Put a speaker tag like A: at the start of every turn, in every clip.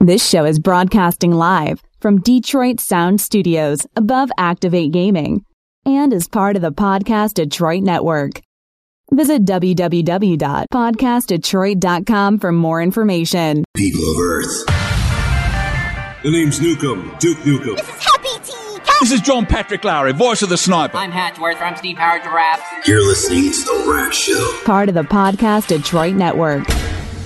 A: This show is broadcasting live from Detroit Sound Studios above Activate Gaming and is part of the Podcast Detroit Network. Visit www.podcastdetroit.com for more information.
B: People of Earth. The name's Newcomb, Duke Newcomb.
C: E
D: This is John Patrick Lowry, voice of the sniper.
E: I'm Hatchworth from Steve Howard Giraffe.
B: You're listening to The Rat Show.
A: Part of the Podcast Detroit Network.
C: Listen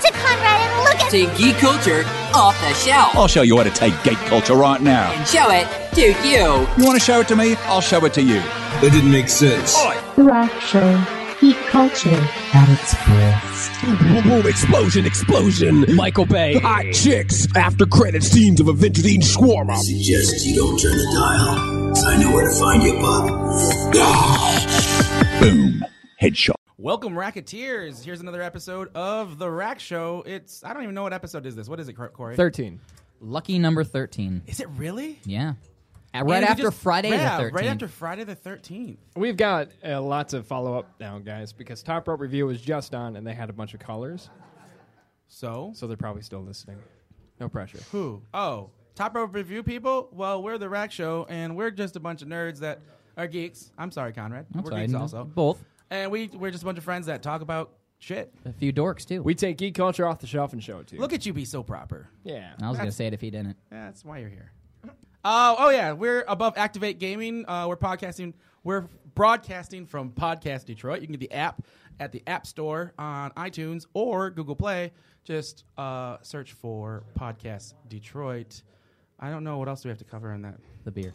C: to Conrad and look at
E: Take geek culture off the shelf
D: I'll show you how to take gate culture right now.
E: and show it to you.
D: You want to show it to me? I'll show it to you.
B: That didn't make sense.
F: The Rock Show, geek culture at its best.
G: Explosion, explosion.
H: Michael Bay.
G: Hot chicks. After credit scenes of Adventure Teen Shawarma.
B: Suggest you don't turn the dial. 'cause I know where to find you, Bob.
D: Boom. Headshot.
I: Welcome, Racketeers. Here's another episode of The Rack Show. It's, I don't even know what episode is this. What is it, Cor- Corey?
J: Uh,
H: 13.
J: Lucky number 13.
I: Is it really?
J: Yeah. Uh, Right
I: And we
J: after
I: just-
J: Friday
I: yeah,
J: the 13th.
I: Right after Friday the 13th.
H: We've got uh, lots of follow up now, guys, because Top Rope Review was just on and they had a bunch of callers,
I: So,
H: so they're probably still listening. No pressure.
I: who? Oh, top rope review people? Well, we're The Rack Show, and we're just a bunch of nerds that are geeks. I'm sorry, Conrad.
J: That's
I: we're
J: right.
I: geeks also.
J: Both.
I: And we, we're just a bunch of friends that talk about shit.
J: A few dorks, too.
H: We take geek culture off the shelf and show it to you.
I: Look at you be so proper.
H: yeah.
J: I was going to say it if he didn't.
I: That's why you're here. Oh, oh yeah, we're above Activate Gaming. Uh, we're podcasting. We're broadcasting from Podcast Detroit. You can get the app at the App Store on iTunes or Google Play. Just uh, search for Podcast Detroit. I don't know what else do we have to cover on that.
J: The beer.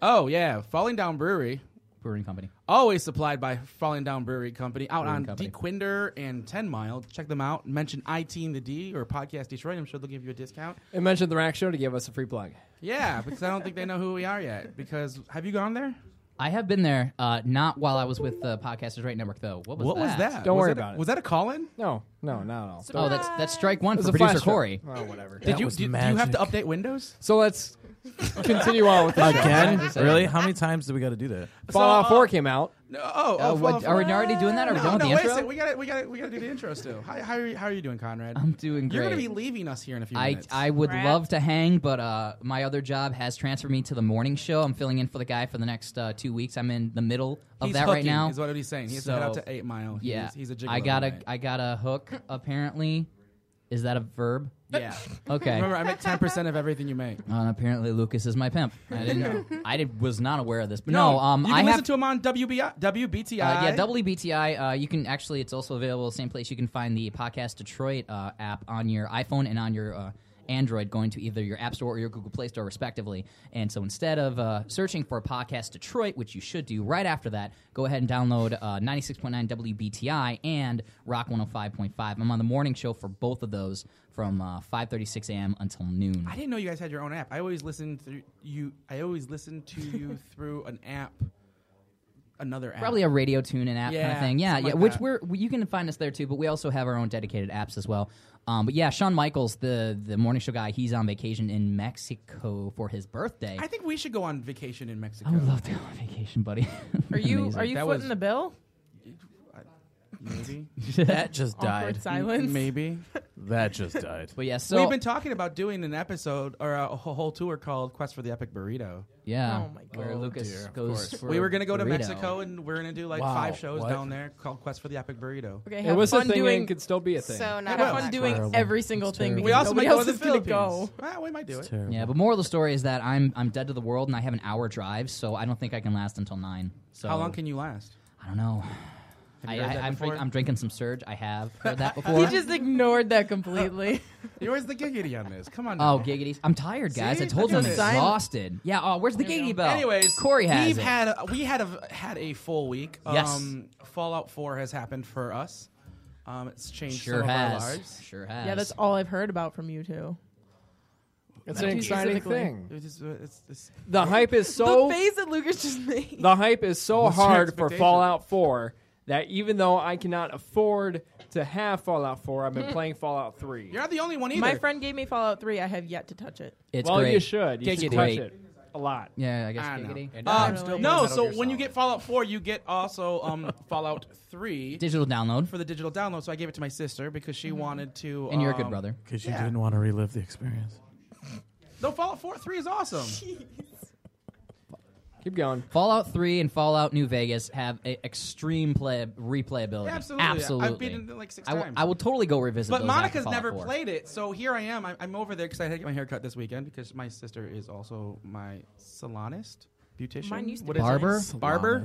I: Oh yeah, Falling Down Brewery,
J: Brewing Company.
I: always supplied by Falling Down Brewery Company out on
J: Company.
I: Dequinder and Ten Mile. Check them out. Mention I Team the D or Podcast Detroit. I'm sure they'll give you a discount.
H: It mentioned the Rack Show to give us a free plug.
I: Yeah, because I don't think they know who we are yet. Because have you gone there?
J: I have been there, uh, not while I was with the Podcasters Right Network, though. What was
I: What
J: that?
I: was that?
H: Don't
I: Was
H: worry
I: that a-
H: about it.
I: Was that a call in?
H: No, no, not at all.
J: Oh, that's that's strike one
H: It was
J: for
H: a
J: producer
H: flash show.
J: Corey.
H: Oh, whatever.
I: Did you do, do you have to update Windows?
H: So let's continue on with the show.
K: Again? really? How many times do we got to do that?
H: Fallout
I: uh,
H: 4 came out.
I: No. Oh,
J: Uh,
I: oh
J: what,
I: well,
J: are we already doing that? Are we
I: no,
J: done with
I: no,
J: the
I: wait
J: intro?
I: a second. We got to we got to we got to do the intro still. How, how, are you, how are you doing, Conrad?
J: I'm doing great.
I: You're going to be leaving us here in a few
J: I,
I: minutes.
J: I would love to hang, but uh, my other job has transferred me to the morning show. I'm filling in for the guy for the next uh, two weeks. I'm in the middle of
I: He's
J: that right
I: hooking,
J: now.
I: Is what he's saying. He's head out
J: So,
I: to Eight Mile. He's,
J: yeah,
I: he's a gigolo.
J: I got a
I: tonight.
J: I got a hook. Apparently, is that a verb?
I: yeah.
J: Okay.
I: Remember, I make ten percent of everything you make.
J: Uh, apparently, Lucas is my pimp. I didn't. I did, was not aware of this. But no, um,
I: you can
J: I
I: listen
J: have
I: to him on WBI, WBTI.
J: Uh, yeah, WBTI. Uh, you can actually, it's also available the same place you can find the Podcast Detroit uh, app on your iPhone and on your uh, Android, going to either your App Store or your Google Play Store, respectively. And so instead of uh, searching for Podcast Detroit, which you should do right after that, go ahead and download uh, 96.9 WBTI and Rock 105.5. I'm on the morning show for both of those from uh, 5.36 a.m. until noon.
I: I didn't know you guys had your own app. I always listen through you. I always listen to you through an app, another app.
J: probably a radio tune in app kind
I: Yeah,
J: of thing. Yeah,
I: something
J: yeah.
I: like
J: which
I: that.
J: we're we, you can find us there too, but we also have our own dedicated apps as well. Um, but yeah, Sean Michaels, the the morning show guy, he's on vacation in Mexico for his birthday.
I: I think we should go on vacation in Mexico.
J: I would love to go on vacation, buddy.
L: Are you are you
I: That
L: footing
I: was-
L: the bill?
I: Maybe,
K: That just died.
L: Awkward silence.
I: maybe.
K: That just died.
J: But yeah, so
I: We've been talking about doing an episode or a wh- whole tour called "Quest for the Epic Burrito."
J: yeah.
L: Oh my God.
J: Where Lucas goes. For
I: we were gonna go to
J: burrito.
I: Mexico, and we're gonna do like
K: Wow,
I: five shows
K: what?
I: down there called "Quest for the Epic Burrito."
L: Okay,
H: It
L: have
H: was a
L: fun
H: thing
L: doing
H: and could still be a thing.
L: so not
I: It
L: have
I: was.
L: fun doing
K: Terrible.
L: every single
K: It's
L: thing.
K: terrible.
L: Because
I: We also
L: nobody
I: might go
L: else
I: to the
L: is gonna
I: Philippines.
L: go.
I: Ah, we might do it.
J: Yeah, but moral of the story is that I'm I'm dead to the world and I have an hour drive, so I don't think I can last until nine. So
I: How long can you last?
J: I don't know.
I: Have
J: I,
I: you heard
J: I,
I: that
J: I'm,
I: before?
J: drink, I'm drinking some Surge. I have heard that before.
L: He just ignored that completely.
I: You're always the giggity on this. Come on. now.
J: Oh, giggities. I'm tired, guys.
I: See?
J: I told you
I: That's
J: I'm
I: what I'm
L: saying.
J: exhausted. Yeah, oh, where's the giggity bell?
I: Anyways,
J: Corey has
I: we've
J: it.
I: had a, we had a had a full week. Um,
J: Yes.
I: Fallout Four has happened for us. Um, it's changed
J: sure
I: some of our
J: has.
I: lives.
J: Sure has.
L: yeah, that's all I've heard about from you two.
H: it's an
L: Not
H: exciting
L: specifically.
H: thing.
I: It is- it's- it's-
H: The hype is so
L: the face that Lucas just made.
H: the hype is so
I: your
H: hard for
I: expectation?
H: Fallout 4 that even though I cannot afford to have Fallout 4, I've been playing Fallout 3.
I: you're not the only one either.
L: My friend gave me Fallout 3. I have yet to touch it.
J: It's
H: well,
J: great.
H: you should. You
J: It's
H: should touch
J: great.
H: it. a lot.
J: Yeah, I guess
I: I know.
J: giggity.
I: Uh,
J: I'm still
I: no,
J: playing
I: so
J: Metal Gear
I: when you get Fallout 4, you get also um, Fallout 3
J: Digital download. Mm-hmm.
I: for the digital download. So I gave it to my sister because she wanted to.
J: And you're a good
I: um,
J: brother.
K: Because you
I: yeah.
K: didn't want to relive the experience.
I: No, Fallout 4 3 is awesome.
J: Keep going. Fallout 3 and Fallout New Vegas have a extreme play replayability.
I: Absolutely.
J: Absolutely.
I: I've beaten it like six
J: I will-
I: times.
J: I will totally go revisit
I: But
J: those
I: Monica's
J: after Fallout
I: never
J: 4.
I: played it, so here I am. I'm, I'm over there because I had to get my hair cut this weekend because my sister is also my salonist, beautician.
L: Mine used to
I: What
L: be
I: is it?
L: Barber?
I: Barber.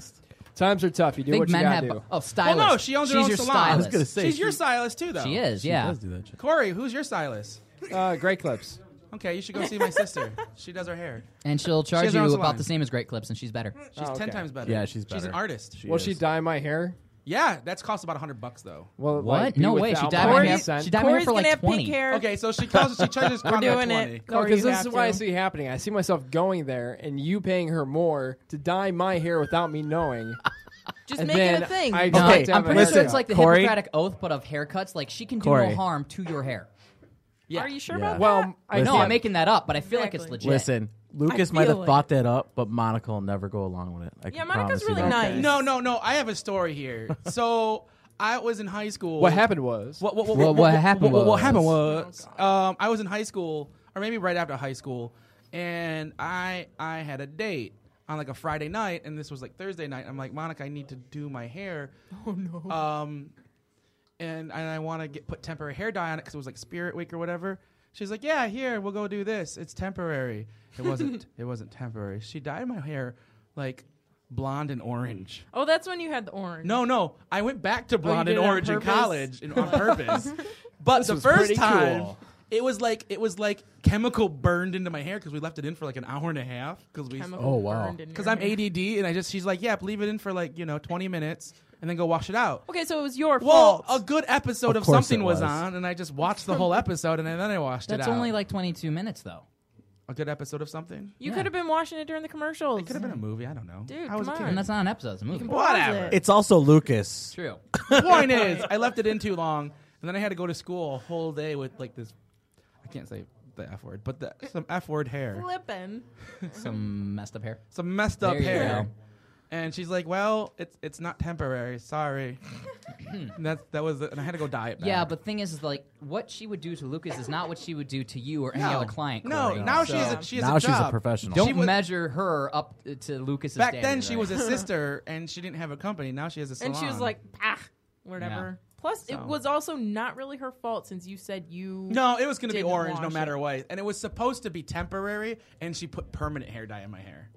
H: Times are tough. You do
I: Think
H: what you
I: men
H: gotta
I: have-
H: do.
I: oh, Well, no, she owns her own salon. she's your stylist too, though.
H: She is, She yeah. does do that shit.
I: Corey, who's your stylist?
H: Uh, Great Clips.
I: Okay, you should go see my sister. She does her hair.
J: And she'll
I: She
J: charge
I: has her own
J: you
I: salon.
J: about the same as Great Clips, and she's better.
I: She's ten times better. She's an artist.
H: Will she dye my hair?
I: Yeah, that's cost about hundred bucks though.
H: Well,
J: What?
H: like,
J: No
H: be
J: way, she
H: without
J: dyed my hair-
H: consent?
J: she dyed my hair Corey's for, gonna like, have pink 20. hair.
I: Okay, so she calls. She charges.
H: We're
I: Conrad
H: doing
I: 20.
H: it. No, because this is what I see happening. I see myself going there and you paying her more to dye my hair without me knowing.
J: Just
H: And
J: make it
H: then
J: a thing.
H: I
J: Okay,
H: don't have
J: I'm
H: a
J: pretty sure
H: haircut.
J: it's like the
H: Corey?
J: Hippocratic Oath, but of haircuts. Like she can do
K: Corey.
J: no harm to your hair.
I: Yeah.
J: Are you
K: sure Yeah. about that?
J: Well, I
K: Listen.
J: know I'm making that up, but I feel like it's legit.
K: Listen, Lucas might have thought that up, but Monica will never go along with it. I can promise you that.
I: No, no, no. I have a story here. So I was in high school.
H: What happened was-
I: What, what, what,
K: What-
I: what,
K: what happened
I: What, what
K: was-
I: happened was. Um, I was in high school, or maybe right after high school, and I I had a date on like a Friday night, and this was like Thursday night. I'm like, Monica, I need to do my hair. Oh no.
L: Uh-huh.
I: Um, and, and I want to get put temporary hair dye on it because it was like Spirit Week or whatever. She's like, yeah, here we'll go do this. It's temporary. It wasn't. it wasn't temporary. She dyed my hair like blonde and orange.
L: Oh, that's when you had the orange.
I: No, no. I went back to
L: you
I: blonde
L: did
I: and
L: it on
I: orange in
L: purpose?
I: college and on
L: Oh.
I: purpose. But
L: This
I: the
L: was
I: first
L: pretty
I: time,
L: cool.
I: it was like it was like chemical burned into my hair because we left it in for like an hour and a half because we.
L: Chemical Oh, wow. burned in your
I: Because I'm
L: hair.
I: ADD and I just she's like, yeah, leave it in for like you know 20 minutes and then go wash it out.
L: Okay, so it was your
I: Well,
L: fault.
I: a good episode
K: Of
I: of,
K: course
I: something
K: it
I: was.
K: was.
I: on, and I just watched the whole episode, and then I washed
J: That's
I: it out.
J: only like 22 minutes though.
I: a good episode of something.
L: You could have been watching it during the commercials. It could have
I: been a movie. I don't know.
L: Dude,
I: I was
L: come
I: a kid.
L: on.
J: And that's not an episode. It's a movie.
L: pause Whatever.
K: It's also Lucas.
J: True.
I: Point is, I left it in too long, and then I had to go to school a whole day with like this. I can't say the f word, but the, some f word hair,
L: Flippin'.
J: Some messed up hair.
I: some messed up
J: There you
I: hair.
J: go.
I: And she's like, "Well, it's it's not temporary. Sorry." And that's that was, the, and I had to go dye it. Back.
J: Yeah, but thing is, is like what she would do to Lucas is not what she would do to you or any
I: No.
J: other client.
I: No,
J: Corey.
I: now she has a- she has a Now she's a job. professional.
J: Don't
I: She was-
J: measure her up to Lucas's.
I: back
J: standard,
I: then she
J: right?
I: was a sister, and she didn't have a company. Now she has a salon.
L: And she was like, ah, whatever. Plus, it
I: So-
L: was also not really her fault since you said you.
I: "No, it was going to be
L: didn't
I: orange no
L: wash
I: matter
L: it.
I: what." And it was supposed to be temporary, and she put permanent hair dye in my hair.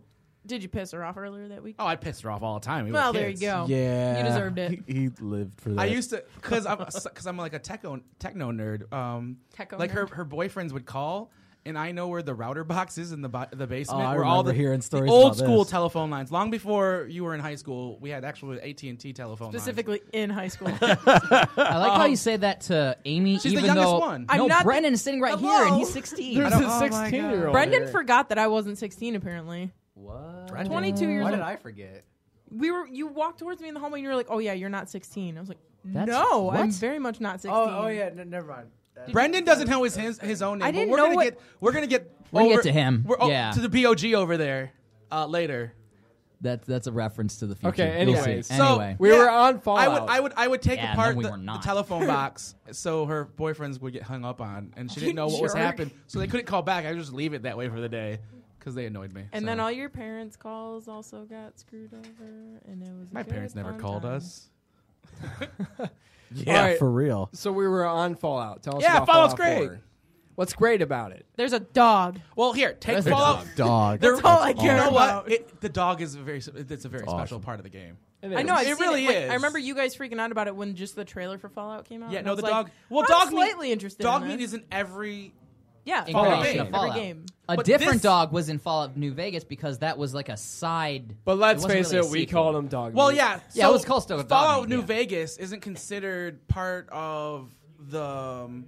L: Did you piss her off earlier that week?
I: Oh, I pissed her off all the time. We were
L: Well, there you
I: kids.
L: go.
K: Yeah.
L: You deserved it.
K: He, he lived for that.
I: I used to because I'm because I'm like a techno techno nerd. Um,
L: Techo
I: like her
L: nerd.
I: her boyfriends would call, and I know where the router box is in the bo- the basement.
K: Oh, I
I: where all the
K: remember hearing
I: the
K: stories
I: old
K: about
I: school
K: this.
I: telephone lines. Long before you were in high school, we had actual AT and T telephone
L: Specifically in high school.
J: I like how you Uh, say that to Amy.
I: She's the
J: even
I: youngest
J: though,
I: one.
J: No,
L: I'm not the-
J: Brendan is sitting right here, and
L: Hello?
J: he's 16.
L: There's
I: a Oh my 16-year-old
L: Brendan
I: here.
L: forgot that I wasn't 16, apparently.
J: What?
L: 22 years
M: Why
L: old.
M: did I forget?
L: We were you walked towards me in the hallway and you were like, "Oh yeah, you're not 16." I was like,
M: That's-
L: "No, I'm
M: what?
L: very much not 16."
M: Oh, oh yeah, n- never mind.
I: lines. Brendan doesn't know his his, his own
L: I
I: name. but
L: didn't
I: we're
L: know
I: gonna
L: what-
I: get we're gonna get
J: We're gonna get
I: over-
J: to him.
I: We're, oh,
J: Yeah.
I: to the BOG over there uh, later.
J: That's that's a reference to the future.
H: Okay,
J: You'll see.
H: anyways.
I: So
J: anyway,
H: we were on
I: I
H: Fallout.
I: would I would I would take
J: Yeah,
I: apart
J: no, we
I: the,
J: were
I: the
J: not.
I: telephone box so her boyfriends would get hung up on, and she
L: You
I: didn't know what was
L: jerk.
I: happening, so they couldn't call back. I would just leave it that way for the day because they annoyed me.
L: And
I: so.
L: then all your parents' calls also got screwed over, and it was a
I: my
L: good
I: parents never
L: fun
I: called
L: time.
I: us.
K: Yeah, for real.
H: So we were on Fallout. Tell us
I: Yeah,
H: about
I: Fallout's
H: Fallout
I: great.
H: 4. What's great about it?
L: There's a dog.
I: Well, here, take
H: There's a
I: Fallout.
K: dog.
I: They're-
L: That's all I
I: you
L: care
I: know
L: about.
I: What? It, the dog is a very it's a very special part of the game.
L: I know. I've
I: it
L: seen
I: really
L: Like,
I: is.
L: I remember you guys freaking out about it when just the trailer for Fallout came out.
I: Yeah,
L: and
I: no,
L: I was
I: the
L: like,
I: dog. Well,
L: I'm
I: dog meat-
L: slightly interested.
I: dog
L: in
I: meat
L: this.
I: is in every
L: Yeah,
I: Fallout
J: Incarnation
I: game.
J: of Fallout.
L: game.
J: A
I: But
J: different
I: this-
J: dog was in Fallout New Vegas because that was like a side.
H: But let's
J: wasn't
H: face
J: really a
H: it, we
J: sequel.
H: called him dog.
I: Well,
H: meat.
I: yeah.
J: Yeah,
I: so
J: it was called Stone of
I: Fallout
J: Dog Meat,
I: New
J: yeah.
I: Vegas isn't considered part of the um,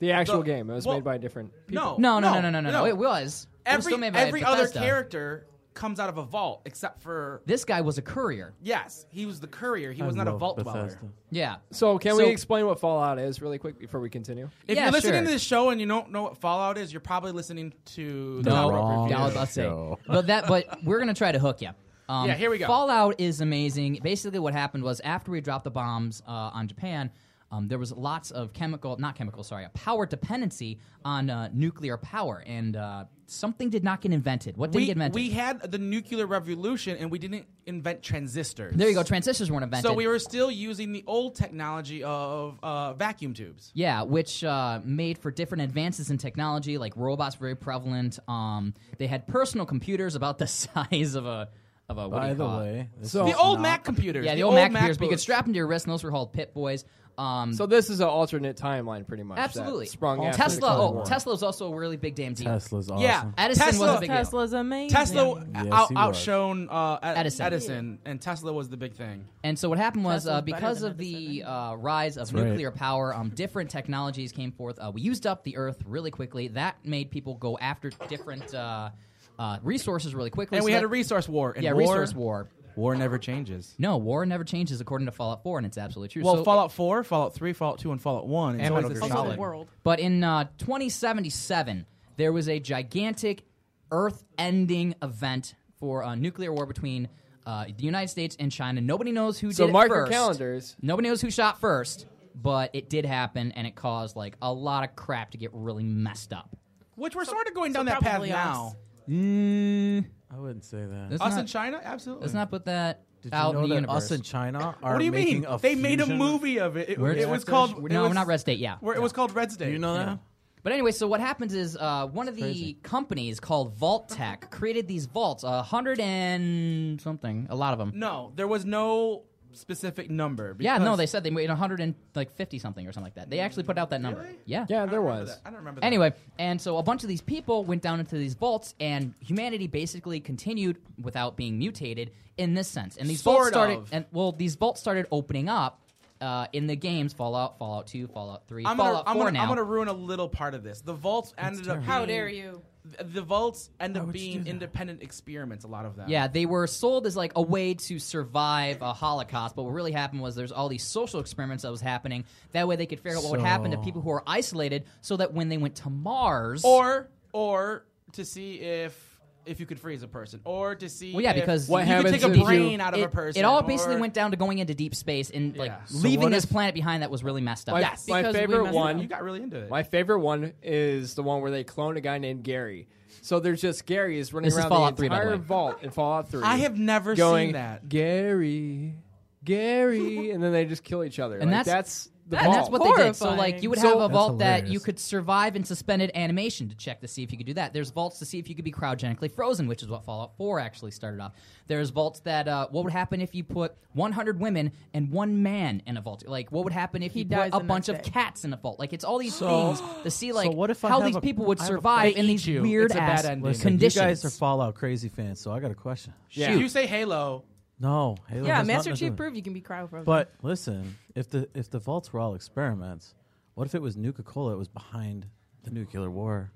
H: The actual
I: the-
H: game. It was
I: well,
H: made by different people.
I: No,
J: No, no, no, no, no, no. It was. It was
I: Every
J: still made by
I: every other
J: Bethesda.
I: character comes out of a vault, except for
J: This guy was a courier.
I: yes, he was the courier. He
J: I
I: was not a
J: love
I: vault
J: Bethesda.
I: dweller.
J: Yeah.
H: So can
I: So-
H: we explain what Fallout is really quick before we continue?
I: If you're listening to this show and you don't know what Fallout is, you're probably listening to the
J: no,
I: Rock Review.
J: I was about to say. But that, but we're gonna try to hook you. Um,
I: Yeah, here we go.
J: Fallout is amazing. Basically, what happened was after we dropped the bombs uh, on Japan, um, there was lots of chemical, not chemical, sorry, a power dependency on uh, nuclear power, and uh, something did not get invented. What did
I: we,
J: get invented?
I: we had the nuclear revolution and we didn't invent transistors.
J: there you go. Transistors weren't invented.
I: So we were still using the old technology of uh, vacuum tubes.
J: Yeah, which uh, made for different advances in technology, like robots were very prevalent. Um, they had personal computers about the size of a of a. What do
K: By
J: you
K: the
J: call it?
K: way,
I: this The is old not- Mac computers,
J: Yeah, the,
I: the
J: old,
I: old
J: Mac,
I: Mac
J: computers. But you could
I: books.
J: strap them to your wrist, and those were called Pit Boys. Um,
H: So this is an alternate timeline, pretty much. that
J: absolutely,
H: sprung after the
J: Tesla.
H: Cold
J: Oh,
H: War.
J: Tesla's also a really big damn deal.
K: Tesla's awesome.
I: Yeah,
J: Edison was
I: Tesla-
J: a big deal.
L: Tesla's amazing.
I: Tesla
K: Yes,
I: out,
K: he was.
I: outshone uh, Ed-
J: Edison.
I: Edison. and Tesla was the big thing.
J: And so what happened was
L: Tesla's
J: uh,
L: better
J: because
L: than
J: of the uh, rise of
K: That's right.
J: nuclear power, um, different technologies came forth. Uh, we used up the Earth really quickly. That made people go after different uh, uh, resources really quickly.
I: And
J: So
I: we had
J: that-
I: a resource war. And
J: yeah,
I: war,
J: resource war.
I: War never changes.
J: No, war never changes according to Fallout 4, and it's absolutely true.
I: Well,
J: So-
I: Fallout 4, Fallout 3, Fallout 2, and Fallout 1. And,
L: Also
I: Metal Gear
L: the
I: Solid.
L: world.
J: But in uh, 2077, there was a gigantic Earth ending event for a nuclear war between uh, the United States and China. Nobody knows who
H: So
J: did
H: mark
J: it
H: your
J: first.
H: calendars.
J: Nobody knows who shot first, but it did happen, and it caused like a lot of crap to get really messed up.
I: Which we're sort of going down
L: so
I: that path
L: probably us.
I: now.
K: Mm. I wouldn't say that.
J: Let's
I: Us
J: Mm. not-
I: in China? Absolutely.
J: Let's not put that
K: Did you
J: out
K: know
J: in the
K: that
J: universe.
K: us in China are
I: what do you
K: making
I: mean?
K: a
I: They made a
K: fusion?
I: movie of it. It,
K: Where
I: it
K: is
I: was
K: that
I: called.
J: no,
I: it
J: we're
I: was-
J: not Red State. Yeah,
I: where- It was called Red State.
K: You know that?
J: But anyway, so what happens is uh, one of the companies called Vault Tech created these vaults, a hundred and something, a lot of them.
I: No, there was no specific number.
J: Yeah, no,
I: because-
J: they said they made 100 and like 50 something or something like that. They actually put out that number. Yeah.
H: Yeah, there was.
I: I don't remember. That.
J: Anyway, and so a bunch of these people went down into these vaults, and humanity basically continued without being mutated in this sense. And these vaults
I: Sort
J: started,
I: of.
J: and well, these vaults started opening up uh, in the games Fallout, Fallout 2, Fallout 3,
I: I'm gonna,
J: Fallout 4
I: I'm, gonna,
J: now.
I: I'm gonna ruin a little part of this. The vaults ended up.
L: How
I: being-
L: dare you?
I: th- The vaults end up
K: would you do
I: being
K: that?
I: independent experiments. A lot of them.
J: Yeah, they were sold as like a way to survive a Holocaust, but what really happened was there's all these social experiments that was happening. That way they could figure out what would happen to
K: So-
J: people who are isolated, so that when they went to Mars,
I: Or or to see if if you could freeze a person, or to see.
J: well, yeah,
I: if
J: because
H: What
I: you
H: happens
I: could take
H: if
I: a
H: you-
I: brain out of
J: it,
I: a person.
J: It all basically
I: or-
J: went down to going into deep space and like
I: Yeah. So
J: leaving
K: what
J: this
K: if-
J: planet behind that was really messed up.
H: My-
J: yes,
H: my
J: because we
H: favorite
J: messed it
H: one-
J: up.
I: You got really into it.
H: My favorite one is the one where they clone a guy named Gary. So there's just Gary is running
J: This is
H: around
J: Fallout
H: the
J: 3, by the
H: entire
J: way.
H: vault in Fallout 3.
I: I have never
H: going,
I: seen that.
H: Gary, Gary, and then they just kill each other.
J: And
H: Like,
J: that's-
H: that's the
J: and
H: vault.
J: that's what they did. So, like, you would
H: So-
J: have a
H: That's
J: vault that
K: hilarious.
J: you could survive in suspended animation to check to see if you could do that. There's vaults to see if you could be cryogenically frozen, which is what Fallout 4 actually started off. There's vaults that uh, what would happen if you put 100 women and one man in a vault? Like, what would happen if
L: He
J: you
L: dies
J: put a
L: the
J: bunch of
L: next day.
J: cats in a vault? Like, it's all these
K: So-
J: things to see, like,
K: what if I
J: how
K: have
J: these
K: a-
J: people would
K: I have a-
J: survive
I: They
J: in
I: eat
J: these
I: you.
J: weird
I: It's a
J: ass
I: bad ending.
K: Listen,
J: conditions.
K: You guys are Fallout crazy fans, so I got a question.
H: Yeah.
I: You say Halo.
K: No, Halo
L: Yeah,
K: has
L: Master
K: nothing to do
L: Chief
K: with it.
L: proved you can be cryo frozen.
K: But listen, if the if the vaults were all experiments, what if it was Nuka Cola that was behind the nuclear war?